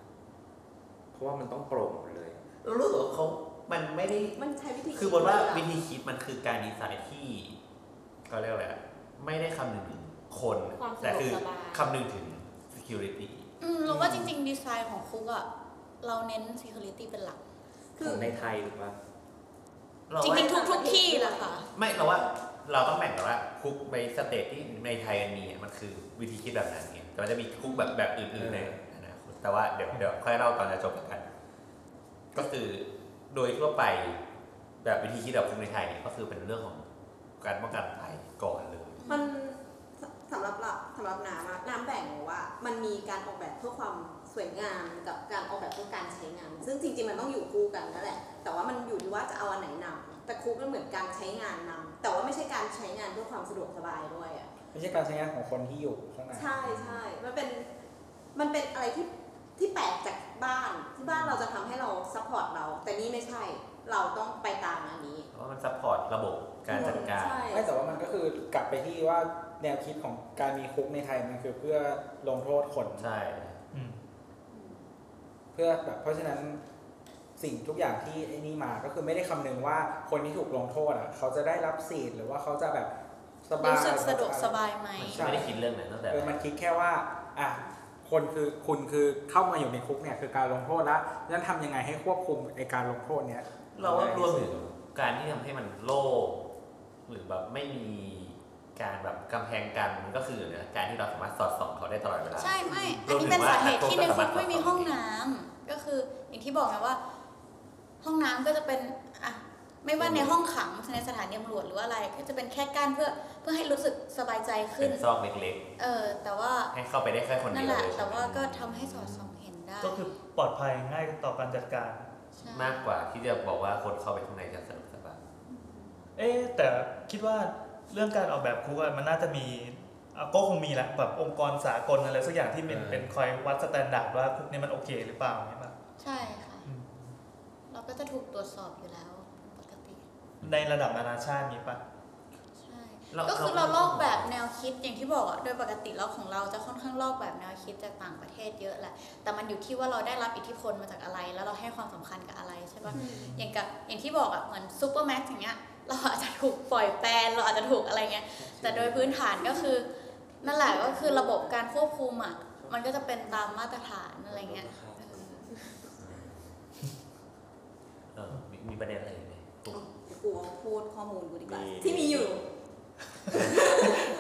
S6: เพราะว่ามันต้องโปร่งหมดเลย
S3: เรารู้สึกว่าเขามันไม่ได้
S4: มันใช้วิธี
S3: คือบนว่า
S4: ดะ
S3: วิธีคิดมันคือการดีไซน์ที่เขาเรียกอะไรอะไม่ได้คำนึงถึงคน
S19: ความสะดวก
S3: แต่คื
S19: สบาย
S3: คำนึงถึง security
S7: อืมรู้ว่าจริง ๆ ดีไซน์ของคุกอะเราเน้น security เป็นหลัก
S6: ของในไทยหรือว่า
S3: เรา
S7: จ
S3: ว่า
S7: ริง ๆ ทุกๆที่แหละค่ะ
S3: ไม่เราว่าเราต้องแบ่งกันว่าคุกในสเตทที่ในไทยอันนี้อะมันคือวิธีคิดแบบนั้นไงแต่มันจะมีคุกแบบแบบอื่นๆในอนาคตแต่ว่าเดี๋ยวเดี๋ยวค่อยเล่าตอนจะจบแล้วกัน ก็คือโดยทั่วไปแบบวิธีคิดแบบคุกในไทยเนี่ยก็คือเป็นเรื่องของการป้องกันภัยก่อนเลย
S4: มันสสำหรับเราสำหรับน้ำอะน้ำแบ่งว่า มันมีการออกแบบเพื่อความสวยงามกับการออกแบบเพื่อการใช้งาน ซึ่งจริงๆมันต้องอยู่คู่กันนั่นแหละ แต่ว่ามันอยู่ที่ว่าจะเอาอันไหนนำแต่คุกมันเหมือนการใช้งานนำแต่ว่าไม่ใช่การใช้งานเพื่อความสะดวกสบายด้วยอะ
S13: ไม่ใช่การใช้งานของคนที่อยู่ข้างใน
S4: ใช่ใช่มันเป็นมันเป็นอะไรที่ที่แปลกจากบ้านที่บ้านเราจะทำให้เราซัพพอร์ตเรา แต่นี่ไม่ใช่เราต้องไปตามอันนี้
S3: ว่ามันซัพพอร์ตระบบการจัดการ
S4: ใช่
S13: ไม่แต่ว่ามันก็คือกลับไปที่ว่าแนวคิดของการมีคุกในไทยมันคือเพื่อลงโทษคน
S3: ใช่
S13: เพื่อแบบเพราะฉะนั้นสิ่งทุกอย่างที่ไอ้นี่มาก็คือไม่ได้คำนึงว่าคนที่ถูกลงโทษอ่ะเขาจะได้รับสิทธิ์หรือว่าเขาจะแบบสบาย
S7: รู้สึกสะดวกสบายไหม
S13: ใช่
S3: ไม่ได้คิดเรื่องนั้นตั้งแต่
S13: เออมันคิดแค่ว่าอ่ะคนคือคุณคือเข้ามาอยู่ในคุกเนี่ยคือการลงโทษแล้วนั้นทำยังไงให้ควบคุมไอการลงโทษเนี้ย
S3: เราว่ารวมถึงการที่ทำให้มันโล่งหรือแบบไม่มีการแบบกำแพงกันมันก็คือเนี่ยการที่เราสามารถสอดส่องเขาได้ตลอดเวลา
S7: ใช่ไม่ อันนี้เป็นสาเหตุที่ในคุกไม่มีห้องน้ำก็คืออย่างที่บอกไงว่า ห้องน้ำก็จะเป็นอ่ะไม่ว่าในห้องขังในสถานีตำรวจหรืออะไร ก็จะเป็นแค่กั้นเพื่อเพื่อให้รู้สึกสบายใจขึ้
S3: เป็น นซอกเล็ก
S7: เออแต่ว่า
S3: ๆ ให้เข้าไปได้แค่คน
S7: นั่น
S3: เดียว
S7: แหละ
S3: เลย
S7: แต่ว่าก็ทำให้สอดส่องเห็นได้
S2: ก็คือปลอดภัยง่ายต่อการจัดการ
S7: ใช่
S3: มากกว่าที่จะบอกว่าคนเข้าไปข้างในจะสนุกสบาย
S2: เอ๊ะแต่คิดว่าเรื่องการออกแบบคุกอะมันน่าจะมีอ่ะก็คงมีแหละแบบองค์กรสากลอะไรสักอย่างที่เป็น
S3: เออ
S2: เป็นคอยวัดสแตนดาร์ดว่าคุกนี้มันโอเคหรือเปล่าอย่างเงี้ยป่ะ
S7: ใช่ค่ะ
S2: อืม
S7: เราก็จะถูกตรวจสอบอยู่แล้วปกติ
S2: ในระดับนานาชาติมีป่ะ
S7: ใช่
S3: เรา
S7: ก็คือ
S3: เรา
S7: เราลอกแบบแนวคิดอย่างที่บอกอะโดยปกติเราของเราจะค่อนข้างลอกแบบแนวคิดจากต่างประเทศเยอะแหละ แต่มันอยู่ที่ว่าเราได้รับอิทธิพลมาจากอะไร แล้วเราให้ความสำคัญกับอะไรใช่ปะอย่างกับอย่างที่บอกอะเหมือนซูเปอร์แม็กซ์อย่างเงี้ย เราอาจจะถูกปล่อยแปลนเราอาจจะถูกอะไรเงี้ย แต่โดยพื้นฐานก็คือนั่นแหละก็คือระบบการควบคุมอะมันก็จะเป็นตามมาตรฐานอะไรเงี้ยเออ
S3: มีประเด็นอะไรอีกไหม
S4: กูพูดข้อมูลกูดีกว่า
S6: มี
S4: ที่มีอยู่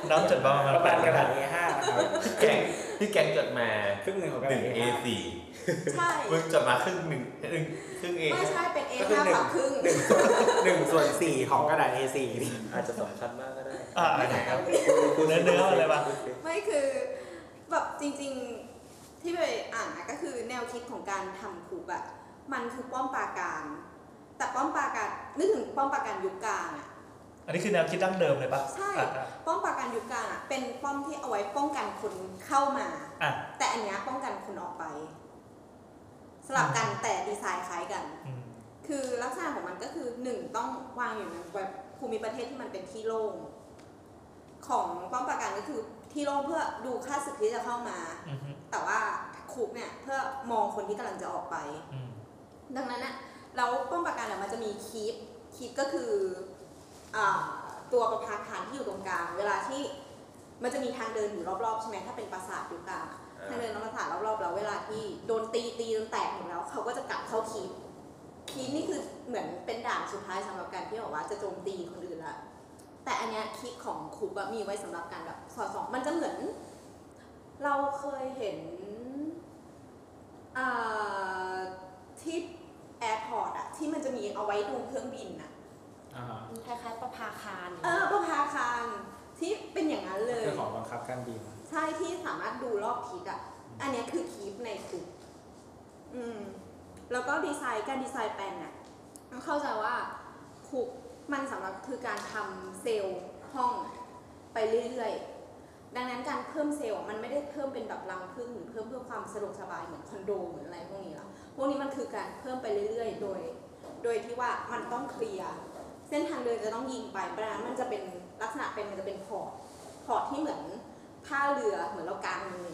S2: น้ำจดบ้าง
S13: ประมาณกระดาษ A5 นะครับ
S3: แกงพี่แกงจดมา
S13: ครึ่งหนึ่งของกระ
S3: หนึ่
S13: ดาง ษ A5
S3: A4
S4: ใช่
S3: มึงจดมาครึ่งหนึ่งครึ่งครึ่ง A
S4: ไม่ใช่เป็น A
S13: ก็คือ
S4: ห้า
S13: หนึ่ง
S4: ฝาครึ่ง
S13: หนึ่งส่วนหนึ่งส่วนสี่ของกระดาษ A4
S6: อาจจะสำคัญมากก็ได้
S2: อ่าไหนครับคุณเนื้อเนื้ออะไรบ้าง
S4: ไม่คือแบบจริงๆที่ไปอ่านนะก็คือแนวคิดของการทำคุกอะมันคือป้อมปราการ แต่ป้อมปราการนึกถึงป้อมปราการยุคกลางอะ
S2: อันนี้คือแนวคิดดั้งเดิมเลยปะ
S4: ใช่
S2: อ่ะอ่ะ
S4: ป้อมปราการยุคกลางอะเป็นป้อมที่เอาไว้ป้องกันคนเข้ามา
S2: อ่ะ
S4: แต่อันเนี้ยป้องกันคนออกไปสลับกันแต่ดีไซน์คล้ายกัน
S2: อืม
S4: คือลักษณะของมันก็คือหนึ่งต้องวางอยู่ในแบบภูมิประเทศที่มันเป็นที่โล่งของป้อมปราการก็คือที่โล่งเพื่อดูค่าศึกที่จะเข้ามา
S2: อืม
S4: แต่ว่าคุกเนี่ยเพื่อมองคนที่กำลังจะออกไป
S2: อืม
S4: ดังนั้นอะแล้วป้อมปราการเนี่ยมันจะมีคีปคีปก็คืออาตัวประภาคารที่อยู่ตรงกลางเวลาที่มันจะมีทางเดินอยู่รอบๆใช่ไหมถ้าเป็นปราสาทอยู่กลางอะทางเดินรอบปราสาทรอบๆแล้วเวลาที่โดนตีตีจนแตกหมดแล้วเขาก็จะกลับเข้าคีปคีปนี่คือเหมือนเป็นด่านสุดท้ายสำหรับการที่บอกว่าจะโจมตีคนอื่นละแต่อันเนี้ยคีปของคุกอะมีไว้สำหรับการแบบสอดส่องมันจะเหมือน เราเคยเห็นอ่า ที่แอร์พอร์ตอะที่มันจะมีเอาไว้ดูเครื่องบินอะ
S13: อ่าฮะ
S7: คล้ายๆประภาคาร
S4: เออประภาคารที่เป็นอย่างนั้นเลย
S13: คือของบังคับการบิน
S4: ใช่ที่สามารถดูรอบทิศอะอันเนี้ยคือคีปในคุกอืม แล้วก็ดีไซน์การดีไซน์แปลนอะต้องเข้าใจว่าคุกมันสำหรับคือการทำเซลล์ห้องไปเรื่อยๆ ดังนั้นการเพิ่มเซลล์อะมันไม่ได้เพิ่มเป็นแบบรังผึ้งหรือเพิ่มเพื่อความสะดวกสบายเหมือนคอนโดเหมือนอะไรพวกนี้ละพวกนี้มันคือการเพิ่มไปเรื่อยๆ โดย โดยที่ว่ามันต้องเคลียร์เส้นทางเดินจะต้องยิงไปเพราะฉะนั้นมันจะเป็นลักษณะเป็นมันจะเป็นพอร์ตพอร์ตที่เหมือน ท่าเรือเหมือนเรากางมือ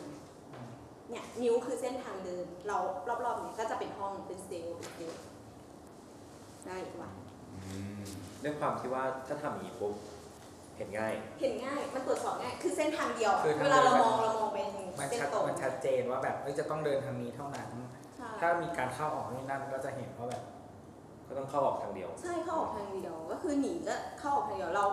S4: เนี่ยนิ้วคือเส้นทางเดิน เรารอบๆเนี่ยก็จะเป็นห้องเป็นเซลล์เป็นเซลล์ได้อีกว่า
S6: เรื่องความที่ว่าถ้าทำอย่างนี้ปุ๊บเห็นง่าย
S4: เห็นง่ายมันตรวจสอบง่ายคือเส้นทางเดียวอะ
S13: คือทาง
S4: เวลา
S13: เดียว
S4: เรามองเรามองไปทาง
S13: มัน
S4: เส้น
S13: ชัด
S4: ตรง
S13: มันชัดเจนว่าแบบเอ้ยจะต้องเดินทางนี้เท่านั้น
S4: ใช่
S13: ถ้ามีการเข้าออกนี่นั่นก็จะเห็นว่าแบบ
S6: ก็ต้องเข้าออกทางเดียว
S4: ใช่เข้าออกทางเดียวก็คือหนีก็เข้าออกทางเดียวเรา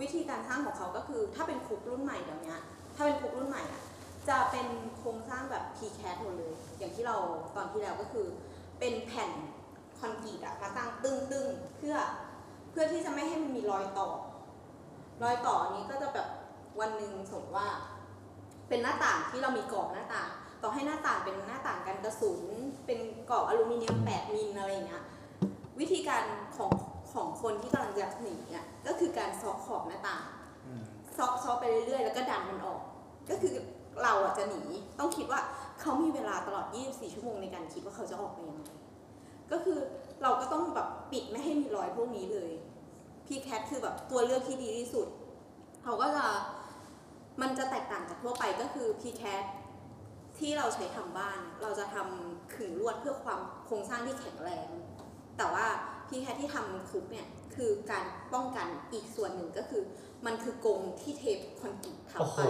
S4: วิธีการสร้างของเขาก็คือ ถ้าเป็นคุกรุ่นใหม่เดี๋ยวเนี้ยถ้าเป็นคุกรุ่นใหม่อะจะเป็นโครงสร้างแบบ P-CAT หมดเลย อย่างที่เราตอนที่แล้วก็คือ เป็นแผ่นคอนกรีตอะมาตั้งตึงๆ เพื่อเพื่อที่จะไม่ให้มันมีรอยต่อ รอยต่อนี้ก็จะแบบวันหนึ่งสมมติว่า เป็นหน้าต่างที่เรามีกรอบหน้าต่าง ต่อให้หน้าต่างเป็นหน้าต่างกันกระสุน เป็นกรอบอลูมิเนียมแปดมิลอะไรอย่างเงี้ยวิธีการของของคนที่กำลังจะหนีอะก็คือการซอกขอบหน้าต่าง
S13: อืม
S4: ซอกซอกไปเรื่อยๆ แล้วก็ดันมันออก ก็คือเราอะจะหนี ต้องคิดว่าเขามีเวลาตลอด 24 ชั่วโมงในการคิดว่าเขาจะออกไปยังไง ก็คือเราก็ต้องแบบปิดไม่ให้มีรอยพวกนี้เลย พี่แคทคือแบบตัวเลือกที่ดีที่สุด เขาก็จะมันจะแตกต่างจากทั่วไปก็คือพี่แคทที่เราใช้ทำบ้าน เราจะทำขึงลวดเพื่อความโครงสร้างที่แข็งแรง แต่ว่าพี่แคทที่ทำคุกเนี่ยคือการป้องกันอีกส่วนหนึ่งก็คือ มันคือกรงที่เทปคอนกรีตทับ
S2: โอ้โห
S4: ไป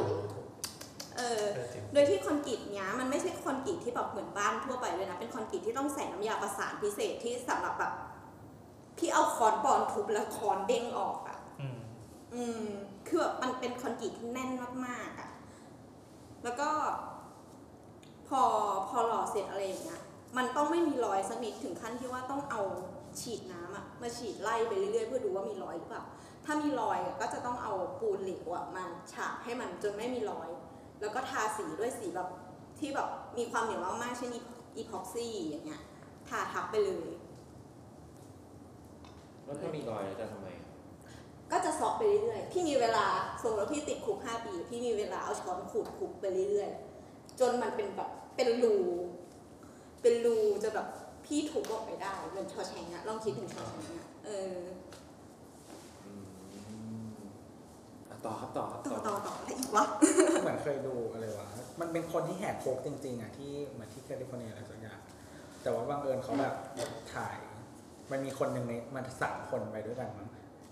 S4: เออ
S2: เออจริง
S4: โดยที่คอนกรีตเนี้ยมันไม่ใช่คอนกรีตที่แบบเหมือนบ้านทั่วไปเลยนะ เป็นคอนกรีตที่ต้องใส่น้ำยาประสานพิเศษที่สำหรับแบบที่เอาคอนปอนทุบแล้วคอนเด้งออกอะ่ะ
S2: อืม
S4: อืมคือแบบมันเป็นคอนกรีตที่แน่นมากๆอะ่ะ แล้วก็ พอพอหล่อเสร็จอะไรอย่างเงี้ยมันต้องไม่มีรอยสักนิดถึงขั้นที่ว่าต้องเอาฉีดน้ำอะมาฉีดไล่ไปเรื่อยๆเพื่อดูว่ามีรอยหรือเปล่า ถ้ามีรอยอะก็จะต้องเอาปูนเหลวอะมาฉาบให้มันจนไม่มีรอย แล้วก็ทาสีด้วยสีแบบที่แบบมีความเหนียวมากๆเช่นอีพ็อกซี่อย่างเงี้ยทาทับไปเลย
S3: แล้วถ้ามีรอยแล้วจะทำไง
S4: ก็จะซอกไปเรื่อยๆ พี่มีเวลาสมมติว่าพี่ติดคุก5ปี พี่มีเวลาเอาช้อนขูดคุกไปเรื่อยๆ จนมันเป็นแบบเป็นรูเป็นรูจะแบบพี่ถูกออกไปได้เหมือนชอแชงอะลองคิดถึงชอแชงอะเออ
S6: อ่ะต่อครับต่อครับ
S4: ต่
S6: ต่
S4: อ
S6: อ
S4: ต่อต่ออะไรอีกวะ
S13: เหมือนเคยดูอะไรวะ มันเป็นคนที่แหกโค้กจริงๆอ่ะที่เหมือนที่แคลิฟอร์เนียอะไรสักอย่าง แต่ว่าบังเอิญเขาแบบถ่าย มันมีคนหนึ่งในมันสามคนไปด้วยกันมั้ง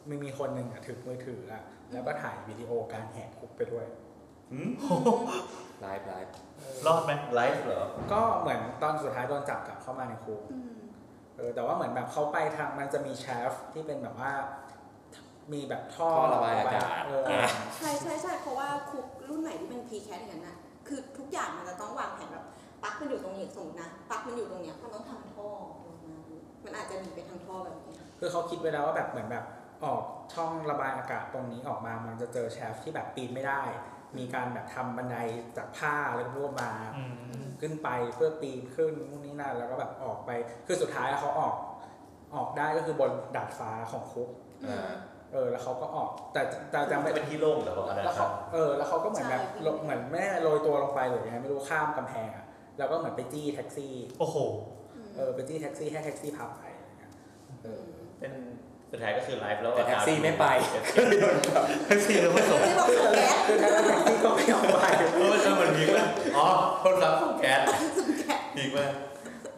S13: มีมีคนหนึ่งอ่ะถือมือถืออ่ะ แล้วก็ถ่ายวิดีโอการแหกคุกไปด้วย
S6: ไลฟ์ไลฟ์
S2: รอดไหม
S3: ไลฟ์เหรอ
S13: ก็เหมือนตอนสุดท้ายโดนจับกลับเข้ามาในคุก เออแต่ว่าเหมือนแบบเขาไปทางมันจะมีแชฟที่เป็นแบบว่า มีแบบท่อ
S12: ท่อระบายอากาศ
S13: เอออ่ะ
S4: ใช่ใช่ใช่เพราะว่าคุกรุ่นใหม่ที่เป็น p c a t อย่างนั้นน่ะคือทุกอย่างมันจะต้องวางแผนแบบปลั๊กมันอยู่ตรงนี้สมมตินะปลั๊กมันอยู่ตรงเนี้ยมันต้องทำท่อลงมามันอาจจะหนีไปทางท่อแบบนี้
S13: คือเขาคิดไว้แล้วว่าแบบเหมือนแบบออกช่องระบายอากาศตรงนี้ออกมา มันจะเจอแชฟที่แบบปีนไม่ได้ มีการแบบทำบันไดจากผ้าอะไรพวกมา
S2: อืม
S13: ขึ้นไปเพื่อปีนขึ้นนู่นนี่นั่นแล้วก็แบบออกไป คือสุดท้ายแล้วเขาออกออกได้ก็คือบนดาดฟ้าของคุก
S12: อ่า
S13: เออ แล้วเขาก็ออกแต่แต่จำไม่
S12: เป็นที่โล่งเหรอบอกอันนั้น
S13: แล้ว
S12: ครั
S13: เขา
S12: บ
S13: เออ แล้วเขาก็เหมือนแบบ
S4: ใช่
S13: ลงเหมือนแม่โรยตัวลงไปหรือยังไงไม่รู้ข้ามกำแพงอะแล้วก็เหมือนไปจี้แท็กซี่
S2: โอ้โห
S4: อืม
S13: เออไปจี้แท็กซี่ให้แท็กซี่พาไปอะไรอย่างเงี้ยเออ
S4: ม
S3: เป็นสุดท้ายก็คือไลฟ์แล้ว
S12: แต่แท็กซี่ไม่ไป
S2: แท็กซี่เลยไม่ส่ง
S4: ไม่บอกส่งแก๊ส
S13: คือแท็กซี่ก็ไม่ยอมไป
S12: เออมันเหมือนพีกเลยอ๋อคนรับส่งแก๊ส
S4: ส่งแก๊ส
S12: พีกมาก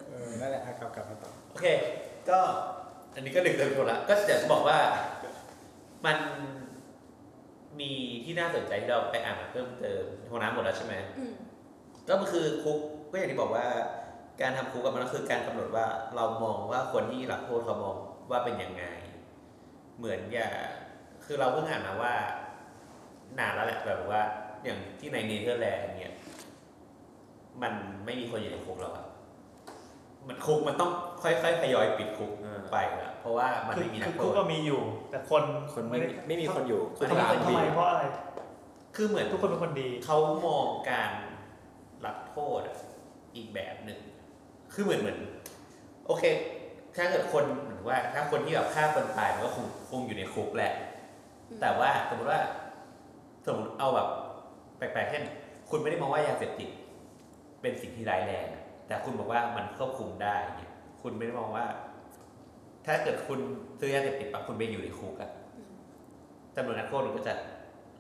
S13: เออ นั่นแหละอ่ะกลับกลับมาต่อ
S3: โอเค ก็อันนี้ก็ดึกเต็มตัวละก็อยากจะบอกว่ามันมีที่น่าสนใจที่เราไปอ่านมาเพิ่มเติมโทน้ำหมดแล้วใช่ไหม
S4: อืม
S3: ก็มันคือคุกก็อย่างที่บอกว่า การทำคุกกับมันก็คือการกำหนดว่าเรามองว่าคนที่รับโทษเขามองว่าเป็นยังไง เหมือนอย่างคือเราเพิ่งอ่านมาว่า นานแล้วแหละแบบว่า อย่างที่ในเนเธอร์แลนด์เนี่ยมันไม่มีคนอยู่ในคุกแล้วอะมันคุกมันต้องค่อยๆทยอยปิดคุก
S12: อ่า
S3: ไปละเพราะว่ามัน
S2: คือ
S3: ไม่มีนั
S2: คื
S3: ก
S2: อ
S3: โท
S2: คุก
S3: ษ
S2: ก็มีอยู่ แต่คน
S6: คนไม่มีไม่มีคนอยู่
S2: ทำไมทำไมเพราะอะไร
S3: คือเหมือน
S2: ทุกคนเป็นคนดี
S3: เขามองการรับโทษอะอีกแบบหนึ่ง คือเหมือนเหมือน โอเค ถ้าเกิดคนเหมือนว่า ถ้าคนที่แบบฆ่าคนตายมันก็คงคงอยู่ในคุกแหละ
S4: อืม
S3: แต่ว่าสมมติว่า สมมติเอาแบบแปลกๆเช่นคุณไม่ได้มองว่ายาเสพติดเป็นสิ่งที่ร้ายแรงอะแต่คุณบอกว่ามันควบคุมได้เนี่ยคุณไม่ได้มองว่า ถ้าเกิดคุณซื้อยาเสพติดปั๊บคุณไปอยู่ในคุกอะ
S4: อืม
S3: จำนวนนักโทษมันก็จะ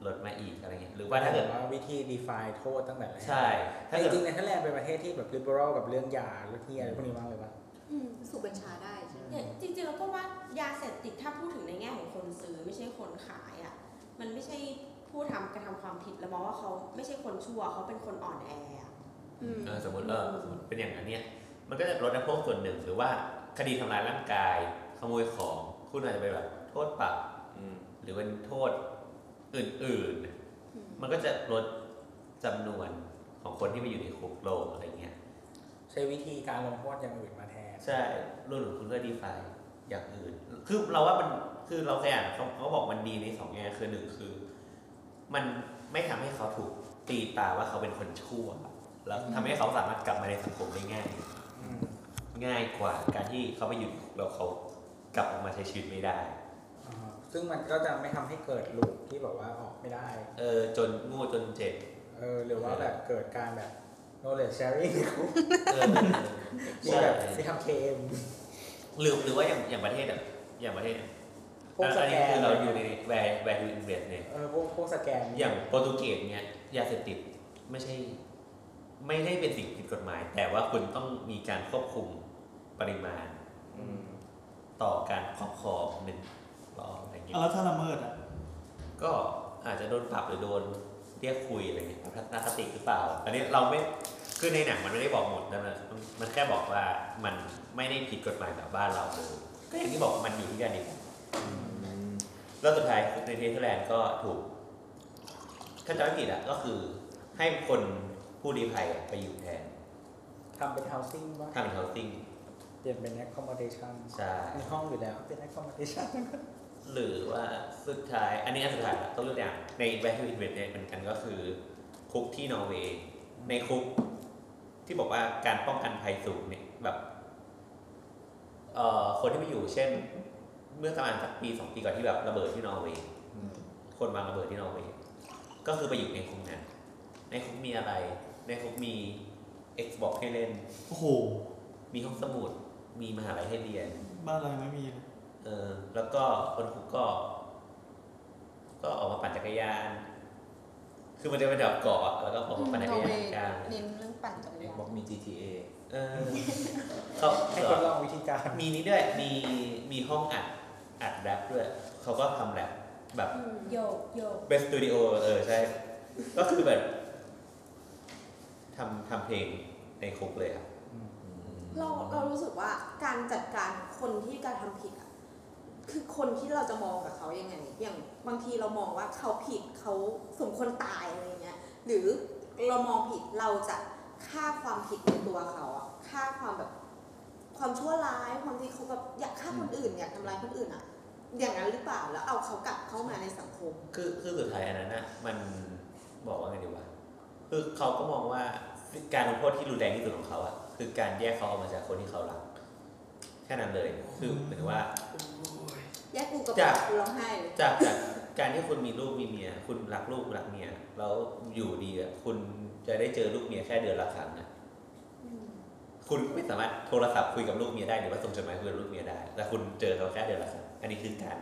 S3: ลดมาอีกอะไรเงี้ยหรือว่าถ้าเกิด
S13: ว่าวิธี define โทษตั้งแต่แรก
S3: ใช่ถ้า
S13: จ
S3: เกิด
S13: ริงๆในเทแลนด์เป็นประเทศที่แบบ liberal กับเรื่องยาเรื่องเฮียอะไรพวกนี้มากเลยป่ะ
S4: อืมสูบบัญชาได้ใช่ไหม
S9: เนี่ยจริงๆเราก็ว่ายาเสพติดถ้าพูดถึงในแง่ของคนซื้อไม่ใช่คนขายอ่ะมันไม่ใช่ผู้ทำกระทำความผิดแล้วมองว่าเขาไม่ใช่คนชั่วเขาเป็นคนอ่อนแออะ
S3: เออสมมติเออสมมติเป็นอย่างนั้นเนี่ยมันก็จะลดน้ำโทษส่วนหนึ่งหรือว่าคดีทำร้ายร่างกายขโมยของคุณอาจจะไปแบบโทษปรับ
S12: อืม
S3: หรือเป็นโทษอื่น
S4: อืม
S3: ๆ มันก็จะลดจำนวนของคนที่ไปอยู่ในคุกโลงอะไรเงี้ย
S13: ใช้วิธีการลงโทษอย่างอื่นมาแทน
S3: ใช่รุ่นของคุณก็ดีไฟอย่างอื่น คือเราว่ามันคือเราเคยอ่านเขาเขาบอกมันดีในสองแง่คือหนึ่งคือ มันไม่ทำให้เขาถูกตีตาว่าเขาเป็นคนชั่ว แล้วทำให้เขาสามารถกลับมาในสังคมได้ง่าย ง่ายกว่าการที่เขาไปอยู่ในคุกแล้วเขากลับออกมาใช้ชีวิตไม่ได้
S13: อ่าซึ่งมันก็จะไม่ทำให้เกิดลูปที่แบบว่าออกไม่ได้
S3: เออจนโง่จนเจ็บ
S13: เออ หรือว่าแบบเกิดการแบบ knowledge sharing
S3: เออ
S13: มี
S3: ใช่
S13: แบบมีทำเคม
S3: หรือหรือว่าอย่างอย่างประเทศอ่ะอย่างประเทศอะ
S13: พวกส
S3: อัน
S13: แก
S3: นี้
S13: น
S3: คือเราอยู่ในแวร์แวร์ทูอินเวสเนี่ย
S13: เออพวกพวกสแกน
S3: อย่างโปรตุเกสเนี่ยยาเสพติดไม่ใช่ ไม่ได้เป็นสิ่งผิดกฎหมาย แต่ว่าคุณต้องมีการควบคุมปริมาณ
S12: อืม
S3: ต่อการครอบครองหนึ่งรอบอะไรเงี้ย
S2: แล้วถ้าละเมิดอ่ะ
S3: ก็อาจจะโดนปรับหรือโดนเรียกคุยอะไรเงี้ยทัศนคติหรือเปล่า อันนี้เราไม่ คือในหนังมันไม่ได้บอกหมดนะมันมันแค่บอกว่ามันไม่ได้ผิดกฎหมายแบบบ้านเราเลย ก็อย่างที่บอกมันอยู่ที่การดีแล้วสุดท้ายในเนเธอร์แลนด์ก็ถูกถ้าจำไม่ผิดอะก็คือให้คนผู้ลี้ภัยอะไปอยู่แทน
S13: ทำเป็น housing ว่า
S3: ทำเป็น housing
S13: เปลี่ยนเป็น accommodation
S3: ใช่
S13: มีห้องอยู่แล้วเป็น accommodation
S3: หรือว่าสุดท้าย อันนี้อันสุดท้ายละต้องเลือกอย่างใน value invest เนี่ยเหมือนกันก็คือคุกที่นอร์เวย์ในคุกที่บอกว่าการป้องกันภัยสูงเนี่ยแบบเอ่อคนที่ไปอยู่เช่น เมื่อประมาณสักปีสองปีก่อนที่แบบระเบิดที่นอร์เวย์คนวางระเบิดที่นอร์เวย์ก็คือไปอยู่ในคุกนั้นในคุกมีอะไร ในคุกมี Xbox ให้เล่น
S2: โอ้โห
S3: มีห้องสมุดมีมหาลัยให้เรียน
S2: บ้านเรายังไม่มีเลย
S3: เออแล้วก็คนคุกก็ ก็ออกมาปั่นจักรยาน คือมันจะเป็นแบบเกาะอะแล้วก็ออกมาปั่นจักรยานกัน
S9: เน้นเรื่องปั่นจักรยาน
S6: บอกมี GTA
S3: เออเขา
S13: ให้ทดลองวิธีการ
S3: มีนี้ด้วยมีมีห้องอัดอัดแรปด้วย เขาก็ทำแรปแบบ
S4: โยกโยก
S3: เป็นสตูดิโอเออ ใช่ ก็คือแบบทำทำเพลงในคุกเลยครับ
S13: อืม
S3: อืม
S4: เราเรารู้สึกว่าการจัดการคนที่กระทำผิดอ่ะคือคนที่เราจะมองกับเขายังไง อย่างบางทีเรามองว่าเขาผิดเขาสมควรตายอะไรเงี้ยหรือเรามองผิดเราจะค่าความผิดในตัวเขาอ่ะค่าความแบบความชั่วร้ายความที่เขาแบบอยากฆ่าคนอื่นอยากทำร้ายคนอื่นอ่ะ อย่างนั้นหรือเปล่าแล้วเอาเขากลับเข้ามาในสังคม
S3: คือคือสุดท้ายอันนั้นน่ะมันบอกว่าไงดีวะคือเขาก็มองว่าการลงโทษที่รุนแรงที่สุดของเขาอะคือการแยกเขาออกมาจากคนที่เขารักแค่นั้นเลยคือหมายถึงว่า
S4: แยกกูกับ
S3: จ้ะ
S4: กูร้องไห้เลย
S3: จากจากการที่คุณมีลูกมีเมีย คุณรักลูกรักเมียแล้วอยู่ดีอะคุณจะได้เจอลูกเมียแค่เดือนละครั้งนะคุณไม่สามารถโทรศัพท์คุยกับลูกเมียได้หรือว่าส่งจดหมายคุยกับลูกเมียได้แต่คุณเจอเขาแค่เดือนละครั้งอันนี้คือการ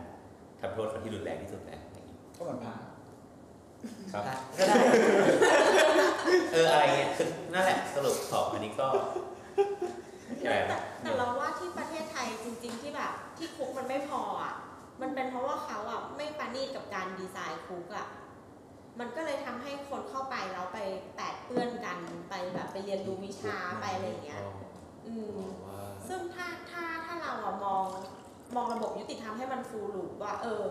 S3: ทำโทษคนที่รุนแรงที่สุดแล้วอย่างนี้
S13: ก็เหมือนผ่า
S3: ครับก็ได้ เอออะไรเงี้ยคือนั่นแหละสรุปของอัน นี้ก็อะไร
S9: แต่
S3: นะ
S9: แต่เราว่าที่ประเทศไทยจริง ๆ ที่แบบที่คุกมันไม่พออ่ะ มันเป็นเพราะว่าเขาอ่ะไม่ปานีตกับการดีไซน์คุกอ่ะ มันก็เลยทำให้คนเข้าไปแล้วไปแปดเปื้อนกันไปแบบไปเรียนรู้วิชาไปอะไรอย่างเงี้ย อืม ซึ่งถ้าถ้าถ้าเราอะมองมองระบบยุติธรรมให้มันฟูลลูปว่า เออ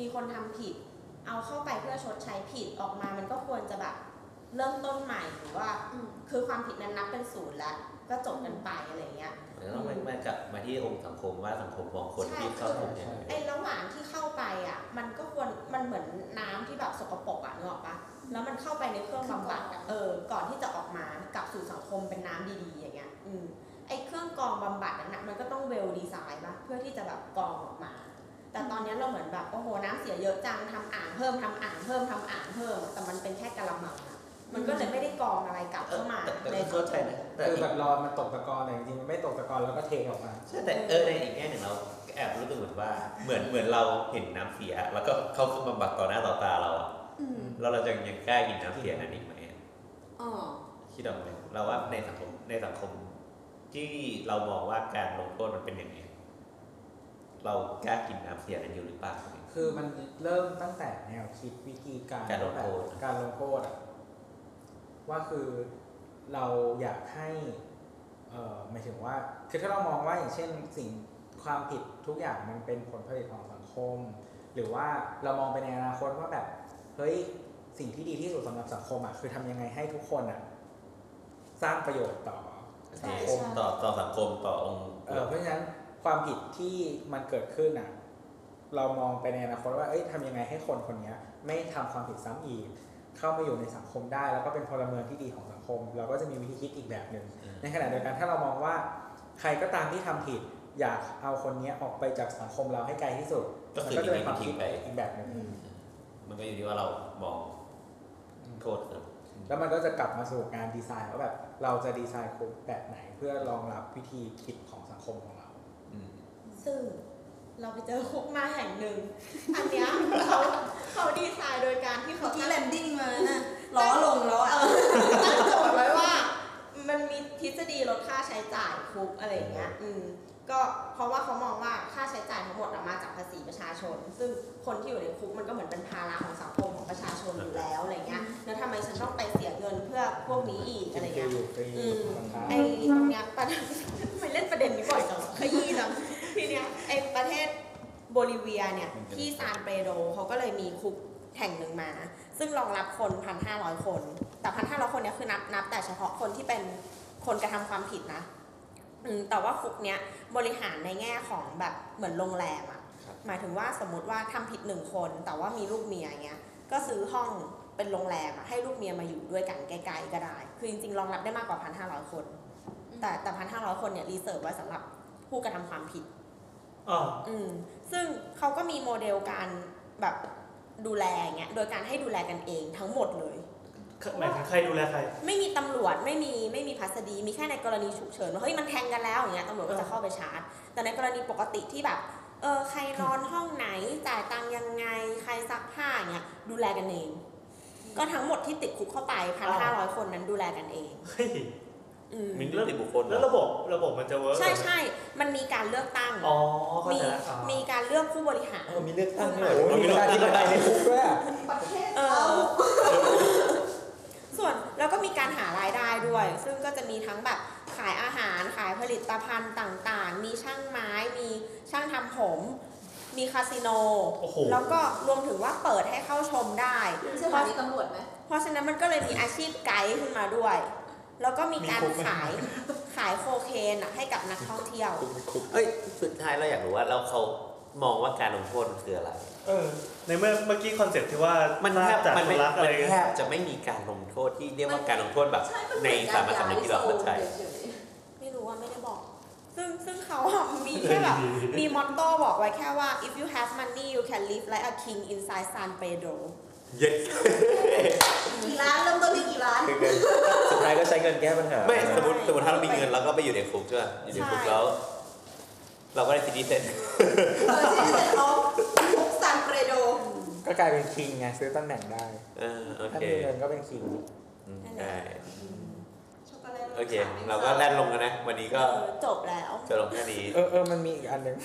S9: มีคนทำผิด เอาเข้าไปเพื่อชดใช้ผิดออกมามันก็ควรจะแบบเริ่มต้นใหม่หรือว่า
S4: อืม
S9: คือความผิดนั้นนับเป็นศูนย์แล้ว ก็จบกันไปอะไรอย่างเงี้ย
S3: มันก็ต้องมากลับมาที่องค์สังคมว่าสังคมมองคนที่เข้าถึงยังไง
S9: ไอ้ระหว่างที่เข้าไปอ่ะ มันก็ควรมันเหมือนน้ำที่แบบสกปรกอ่ะนึกออกปะแล้วมันเข้าไปในเครื่องบำบัดอะเออ ก่อนที่จะออกมากลับสู่สังคมเป็นน้ำดีๆอย่างเงี้ย อืมไอ้เครื่องกรองบำบัดนั้นน่ะมันก็ต้องเวลดีไซน์ปะเพื่อที่จะแบบกรองออกมา แต่ตอนเนี้ยเราเหมือนแบบโอ้โหน้ำเสียเยอะจังทำอ่างเพิ่มทำอ่างเพิ่มทำอ่างเพิ่ม แต่มันเป็นแค่กะละมังอะมันก็เลยไม่ได้กรองอะไรกลับ
S3: เออ
S9: เข้ามา
S3: แต่แต่
S9: ใน
S3: ก็
S9: สั
S3: เข้าง ใจ
S9: คม
S3: นะแต่
S13: คือแบบรอมันตกตะกอนแต่จริงๆมันไม่ตกตะกอนแล้วก็เทออกมา
S3: ใช่แต่เออในอีกแง่หนึ่งเราแอบรู้สึกเหมือนว่าเหมือนเหมือนเราเห็นน้ำเสีย แล้วก็เข้าเครื่องบำบัดต่อหน้าต่อตาเราอะ
S4: อืม
S3: แล้วเราจะยังกล้ากินน้ำเสียนั้นอีกไหมอะ
S4: อ๋อ
S3: คิดออกไหมเราว่าในสังคมในสังคมที่เรามองว่าการลงโทษมันเป็นอย่างนี้เรากล้ากินน้ำเสียนั้นอยู่หรือเปล่า
S13: คือมันเริ่มตั้งแต่แนวคิดวิธีการ
S3: การลงโทษ
S13: แบบการลงโทษอะว่าคือเราอยากให้เอ่อหมายถึงว่า คือถ้าเรามองว่าอย่างเช่นสิ่งความผิดทุกอย่างมันเป็นผลผลิตของสังคม หรือว่าเรามองไปในอนาคตว่าแบบเฮ้ยสิ่งที่ดีที่สุดสำหรับสังคมอะคือทำยังไงให้ทุกคนอะสร้างประโยชน์ต่อ
S4: ใช่
S13: สังค
S4: ใช่
S13: ม
S3: ต่อต่อสังคมต่อองค์
S13: เออเพราะฉะนั้นความผิดที่มันเกิดขึ้นอ่ะ เรามองไปในอนาคตว่าเอ้ยทำยังไงให้คนคนเนี้ย ไม่ทำความผิดซ้ำอีก เข้ามาอยู่ในสังคมได้ แล้วก็เป็นพลเมืองที่ดีของสังคม เราก็จะมีวิธีคิดอีกแบบหนึ่งในขณะเดียวกันถ้าเรามองว่า ใครก็ตามที่ทำผิด อยากเอาคนเนี้ยออกไปจากสังคมเราให้ไกลที่สุด
S3: ก็คือ
S13: มั
S3: มี
S13: จะเป็นค
S3: วิ
S13: วาม
S3: ธี
S13: คิด
S3: ไป
S13: อีกแบบหนึ่ง
S4: อืม
S3: มันก็อยู่ที่ว่าเรามองโทษนะ
S13: แล้วมันก็จะกลับมาสู่การดีไซน์ว่าแบบเราจะดีไซน์คุกแบบไหน เพื่อรองรับวิธีคิดของสังคมของเรา
S3: อืม
S9: ซึ่งเราไปเจอคุกมาแห่งหนึ่ง อันเนี้ยเขาเขาดีไซน์โดยการที่
S4: เมื่
S9: เขา
S4: อกี้
S9: ตั้ง
S4: แลนดิ้งมาน่ะล้อลงแล้วอ่ะ
S9: ตั้งโจทย์ไว้ว่า มันมีทฤษฎีลดค่าใช้จ่ายคุกอะไรอย่างเงี้ย อืม ก็เพราะว่าเขามองว่าค่าใช้จ่ายทั้งหมดอะมาจากภาษีประชาชน ซึ่งคนที่อยู่ในคุกมันก็เหมือนเป็นภาระของสังคมของประชาชนอยู่แล้วอะไรเงี้ย แล้วทำไมฉันต้องไปเสียเงินเพื่อพวกนี้อีกอะไรเงี้ย
S13: อยู่ฟรี
S9: อืม
S13: นะครับ
S9: ไอ้ตรงเนี้ยประเด็นไม่เล่นประเด็นนี้บ่อยจังขยี้จังทีเนี้ยไอ้ประเทศโบลิเวียเนี่ยที่ซานเปโดรเขาก็เลยมีคุกแห่งหนึ่งมา ซึ่งรองรับคนพันห้าร้อยคน แต่พันห้าร้อยคนเนี้ยคือนับนับแต่เฉพาะคนที่เป็นคนกระทำความผิดนะอืมแต่ว่าคุกเนี้ยบริหารในแง่ของแบบเหมือนโรงแรมอะ
S3: ครับ
S9: หมายถึงว่าสมมติว่าทำผิดหนึ่งคน แต่ว่ามีลูกเมียเงี้ยก็ซื้อห้องเป็นโรงแรมอะให้ลูกเมียมาอยู่ด้วยกันใกล้ๆก็ได้ คือจริงๆรองรับได้มากกว่าพันห้าร้อยคน แต่แต่พันห้าร้อยคนเนี่ยรีเสิร์ฟไว้สำหรับผู้กระทำความผิด
S2: อ๋อ
S9: อืมซึ่งเขาก็มีโมเดลการแบบดูแลอย่างเงี้ย โดยการให้ดูแลกันเองทั้งหมดเลย
S2: หมายถึงใครดูแลใคร
S9: ไม่มีตำรวจไม่มีไม่มีพัสดี มีแค่ในกรณีฉุกเฉินว่าเฮ้ยมันแทงกันแล้วอย่างเงี้ยตำรวจก็จะเข้าไปชาร์จ แต่ในกรณีปกติที่แบบเออใครนอนห้องไหนจ่ายตังค์ยังไงใครซักผ้าอย่างเงี้ยดูแลกันเอง ก็ทั้งหมดที่ติดคุกเข้าไปพันห้าร้อยคนนั้นดูแลกันเอง
S2: เฮ้ย
S9: อืม
S3: มีนิติบุคคล
S2: แล้วระบบระบบมันจะเวิร์ก
S9: ใช่ใช่มันมีการเลือกตั้ง
S2: อ๋อเข้า
S9: มี
S2: ใจละอ่า
S9: มีการเลือกผู้บริหาร
S3: มีเลือกตั้งด้ว
S13: โอ้
S3: ย
S13: โหมีการที่บันไดในคุกด้วยอะ
S4: ประเทศ
S9: เอ
S4: เรา
S9: อ ส่วนแล้วก็มีการหารายได้ด้วย ซึ่งก็จะมีทั้งแบบขายอาหารขายผลิต ตภัณฑ์ต่างๆ มีช่างไม้ มีช่างทำผม มีคาสิโน
S2: โอ้โห
S9: แล้วก็รวมถึงว่าเปิดให้เข้าชมได้
S4: ใช่ไหมมีตำรวจไหม
S9: เพราะฉะนั้นมันก็เลยมีอาชีพไกด์ขึ้นมาด้วย แล้วก็มีการ
S2: มีคุกไหม
S9: ขายขายโคเคนอะให้กับนักท่องเที่ยว
S3: เอ้ยสุดท้ายเราอยากรู้ว่าเราเขามองว่าการลงโทษมันคืออะไร
S2: เออในเมื่อเมื่อกี้คอนเซ็ปต์ที่ว่า
S3: มัน
S2: ลา
S3: แทบ
S2: จาก
S3: มัน
S2: ค
S3: ไม่
S2: นรักอะ
S3: มั
S2: ไร
S3: นแทบจะไม่มีการลงโทษที่เรียกว่าการลงโทษแบบ
S4: ใช่มั
S3: ในสามัญสำนึกที่เราเข้าใจ
S9: ไม่รู้ว่าไม่ได้บอก ซึ่งซึ่งเขาอะมีแค่แบบ มีมอตโต้บอกไว้แค่ว่า if you have money you can live like a king inside San Pedro
S3: เย็ด
S4: กี่ร้านเริ่มต้นที่กี่ร้าน
S6: สุดท้ายก็ใช้เงินแก้ปัญหา
S3: ไม่สมมติสมมติถ้าเรามีเงินเราก็ไปอยู่ในคุกใช่ไหมอยู่ในคุก
S9: ใช่
S3: แล้วเราก็ได้สิทธิเสร็จ
S4: เอ อชื่อเซ็นออฟคุกซานเฟรโด
S13: ก็กลายเป็นคิงไงซื้อตำแหน่งได้
S3: เออโอ
S13: ถ้า
S3: เค
S13: มีเงินก็เป็นคิง
S3: อืมได้โอเค เราก็แล่นลงกันนะ วันนี้ก็
S9: เออจบแล้ว
S3: จะลงแค่นี้
S13: เออเออมันมีอีกอันหนึ่ง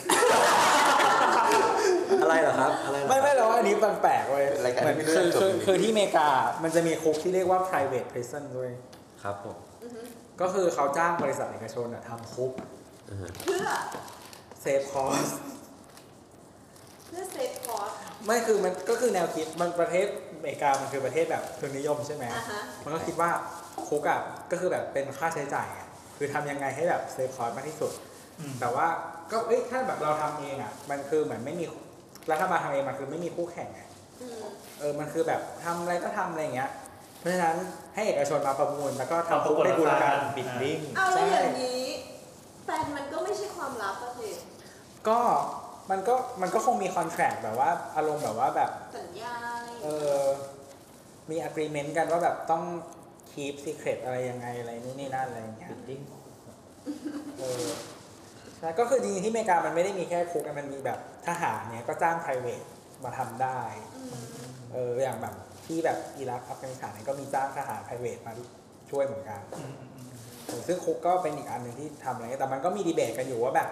S6: อะไรเหรอครับ อะไรเหรอครับ
S13: ไม่ไม่เราว่าอันนี้มันแปลกเว้ย
S3: รายการ
S13: เหมือน
S3: ไม่เลื
S13: คือ อก คือ
S3: จบอยู่ดี
S13: คือที่อเมริกา มันจะมีคุกที่เรียกว่า private prison ด้วย
S6: ครับผม
S13: ก็คือเขาจ้างบริษัทเอกชนอะทำคุก
S4: เพื่อ
S13: เซฟคอส
S4: เพื่อเซฟคอร์ส
S13: ไม่คือมันก็คือแนวคิดมันประเทศอเมริกามันคือประเทศแบบทุนนิยมใช่ไหม
S4: อ่าฮะ
S13: มันก็คิดว่าคุกอ่ะก็คือแบบเป็นค่าใช้จ่ายอะคือทำยังไงให้แบบเซฟคอร์มากที่สุด
S2: อืม
S13: แต่ว่าก็เอ้ยถ้าแบบเราทำเองอ่ะ มันคือเหมือนไม่มีรัฐบาลทำเองมันคือไม่มีคู่แข่งอะเออมันคือแบบทำอะไรก็ทำอะไรอย่างเงี้ย เพราะฉะนั้นให้เอกชนมาประมูลแล้วก็ทำคุกให้ดูแลกัน
S2: ทำประมูลราคา
S13: บิดดิ้ง
S4: เอาแล้ว
S13: ใช่
S4: อย่างนี้แฟนมันก็ไม่ใช่ความลับอะสิ
S13: ก็มันก็มันก็คงมีคอนแทรคแบบว่าอารมณ์แบบว่าแบบ
S4: สัญญาอะไรอย่าง
S13: เอ
S4: เงี้ย
S13: อมี agreement กันว่าแบบต้อง keep secret อะไรยังไงอะไรนี่นี่นั่นอะไรอย่างเงี้ยเออใช่ก็คือจริงๆที่อเมริกามันไม่ได้มีแค่คุกนะมันมีแบบทหารเนี่ยก็จ้าง private มาทำได้เอออย่างแบบที่แบบอิรักอัฟกานิสถานเนี่ยก็มีจ้างทหาร private มาช่วยเหมือนกันเออซึ่งคุกก็เป็นอีกอันหนึ่งที่ทำอะไรเงี้ยแต่มันก็มีดีเบตกันอยู่ว่าแบบ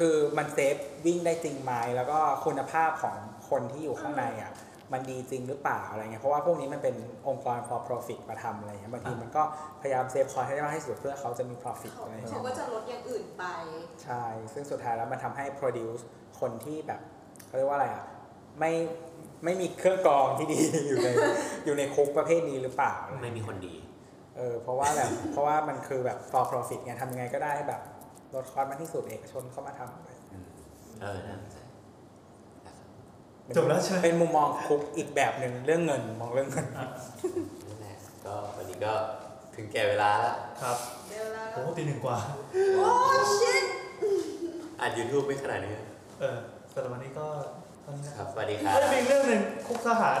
S13: คือมันเซฟวิ่งได้จริงไหมแล้วก็คุณภาพของคนที่อยู่ข้างในอ่ะ มันดีจริงหรือเปล่าอะไรเงี้ยเพราะว่าพวกนี้มันเป็นองค์กร for profit มาทำอะไรเงี้ยบางทีมันก็พยายามเซฟคอร์ให้ได้มากที่สุดเพื่อเขาจะมี profit
S4: เขา
S13: อะไร
S4: เขา
S13: เงี้
S4: ก็
S13: ย
S4: จะลดอย่างอื่นไป
S13: ใช่ ซึ่งสุดท้ายแล้วมันทำให้ produce คนที่แบบเขาเรียกว่าอะไรอ่ะไม่ไม่มีเครื่องกรองที่ดี อยู่ใน อยู่ในคุกประเภทนี้หรือเปล่าอะไรเงี้ย
S3: ไม่มีคนดี
S13: เออเพราะว่าแบบเพราะว่ามันคือแบบ for profit ไงทำยังไงก็ได้ให้แบบลดคอร์มากที่สุดเอกชนเข้ามาทำเลย
S3: เออน่าสนใจ
S2: จบแล้วใช่ไหม
S13: เป็นมุมมองคุกอีกแบบหนึ่งเรื่องเงินมองเรื่องเงิน
S3: นั่นแหละก็วันนี้ก็ถึงแก่เวลาแล้ว
S2: ครับ
S4: เดี๋ยวแล้ว
S2: โอ้ตีหนึ่งกว่า
S4: โอ้ชิต
S3: อัด YouTube ไม่ขนาดนี้
S2: เออสำหรับวันนี้ก็เท่านี้นะ
S3: ค
S2: ค
S3: รั
S2: รั
S3: บบ สวัสดีครับ
S2: เอ้ยมีอีกเรื่องหนึ่งคุกทหาร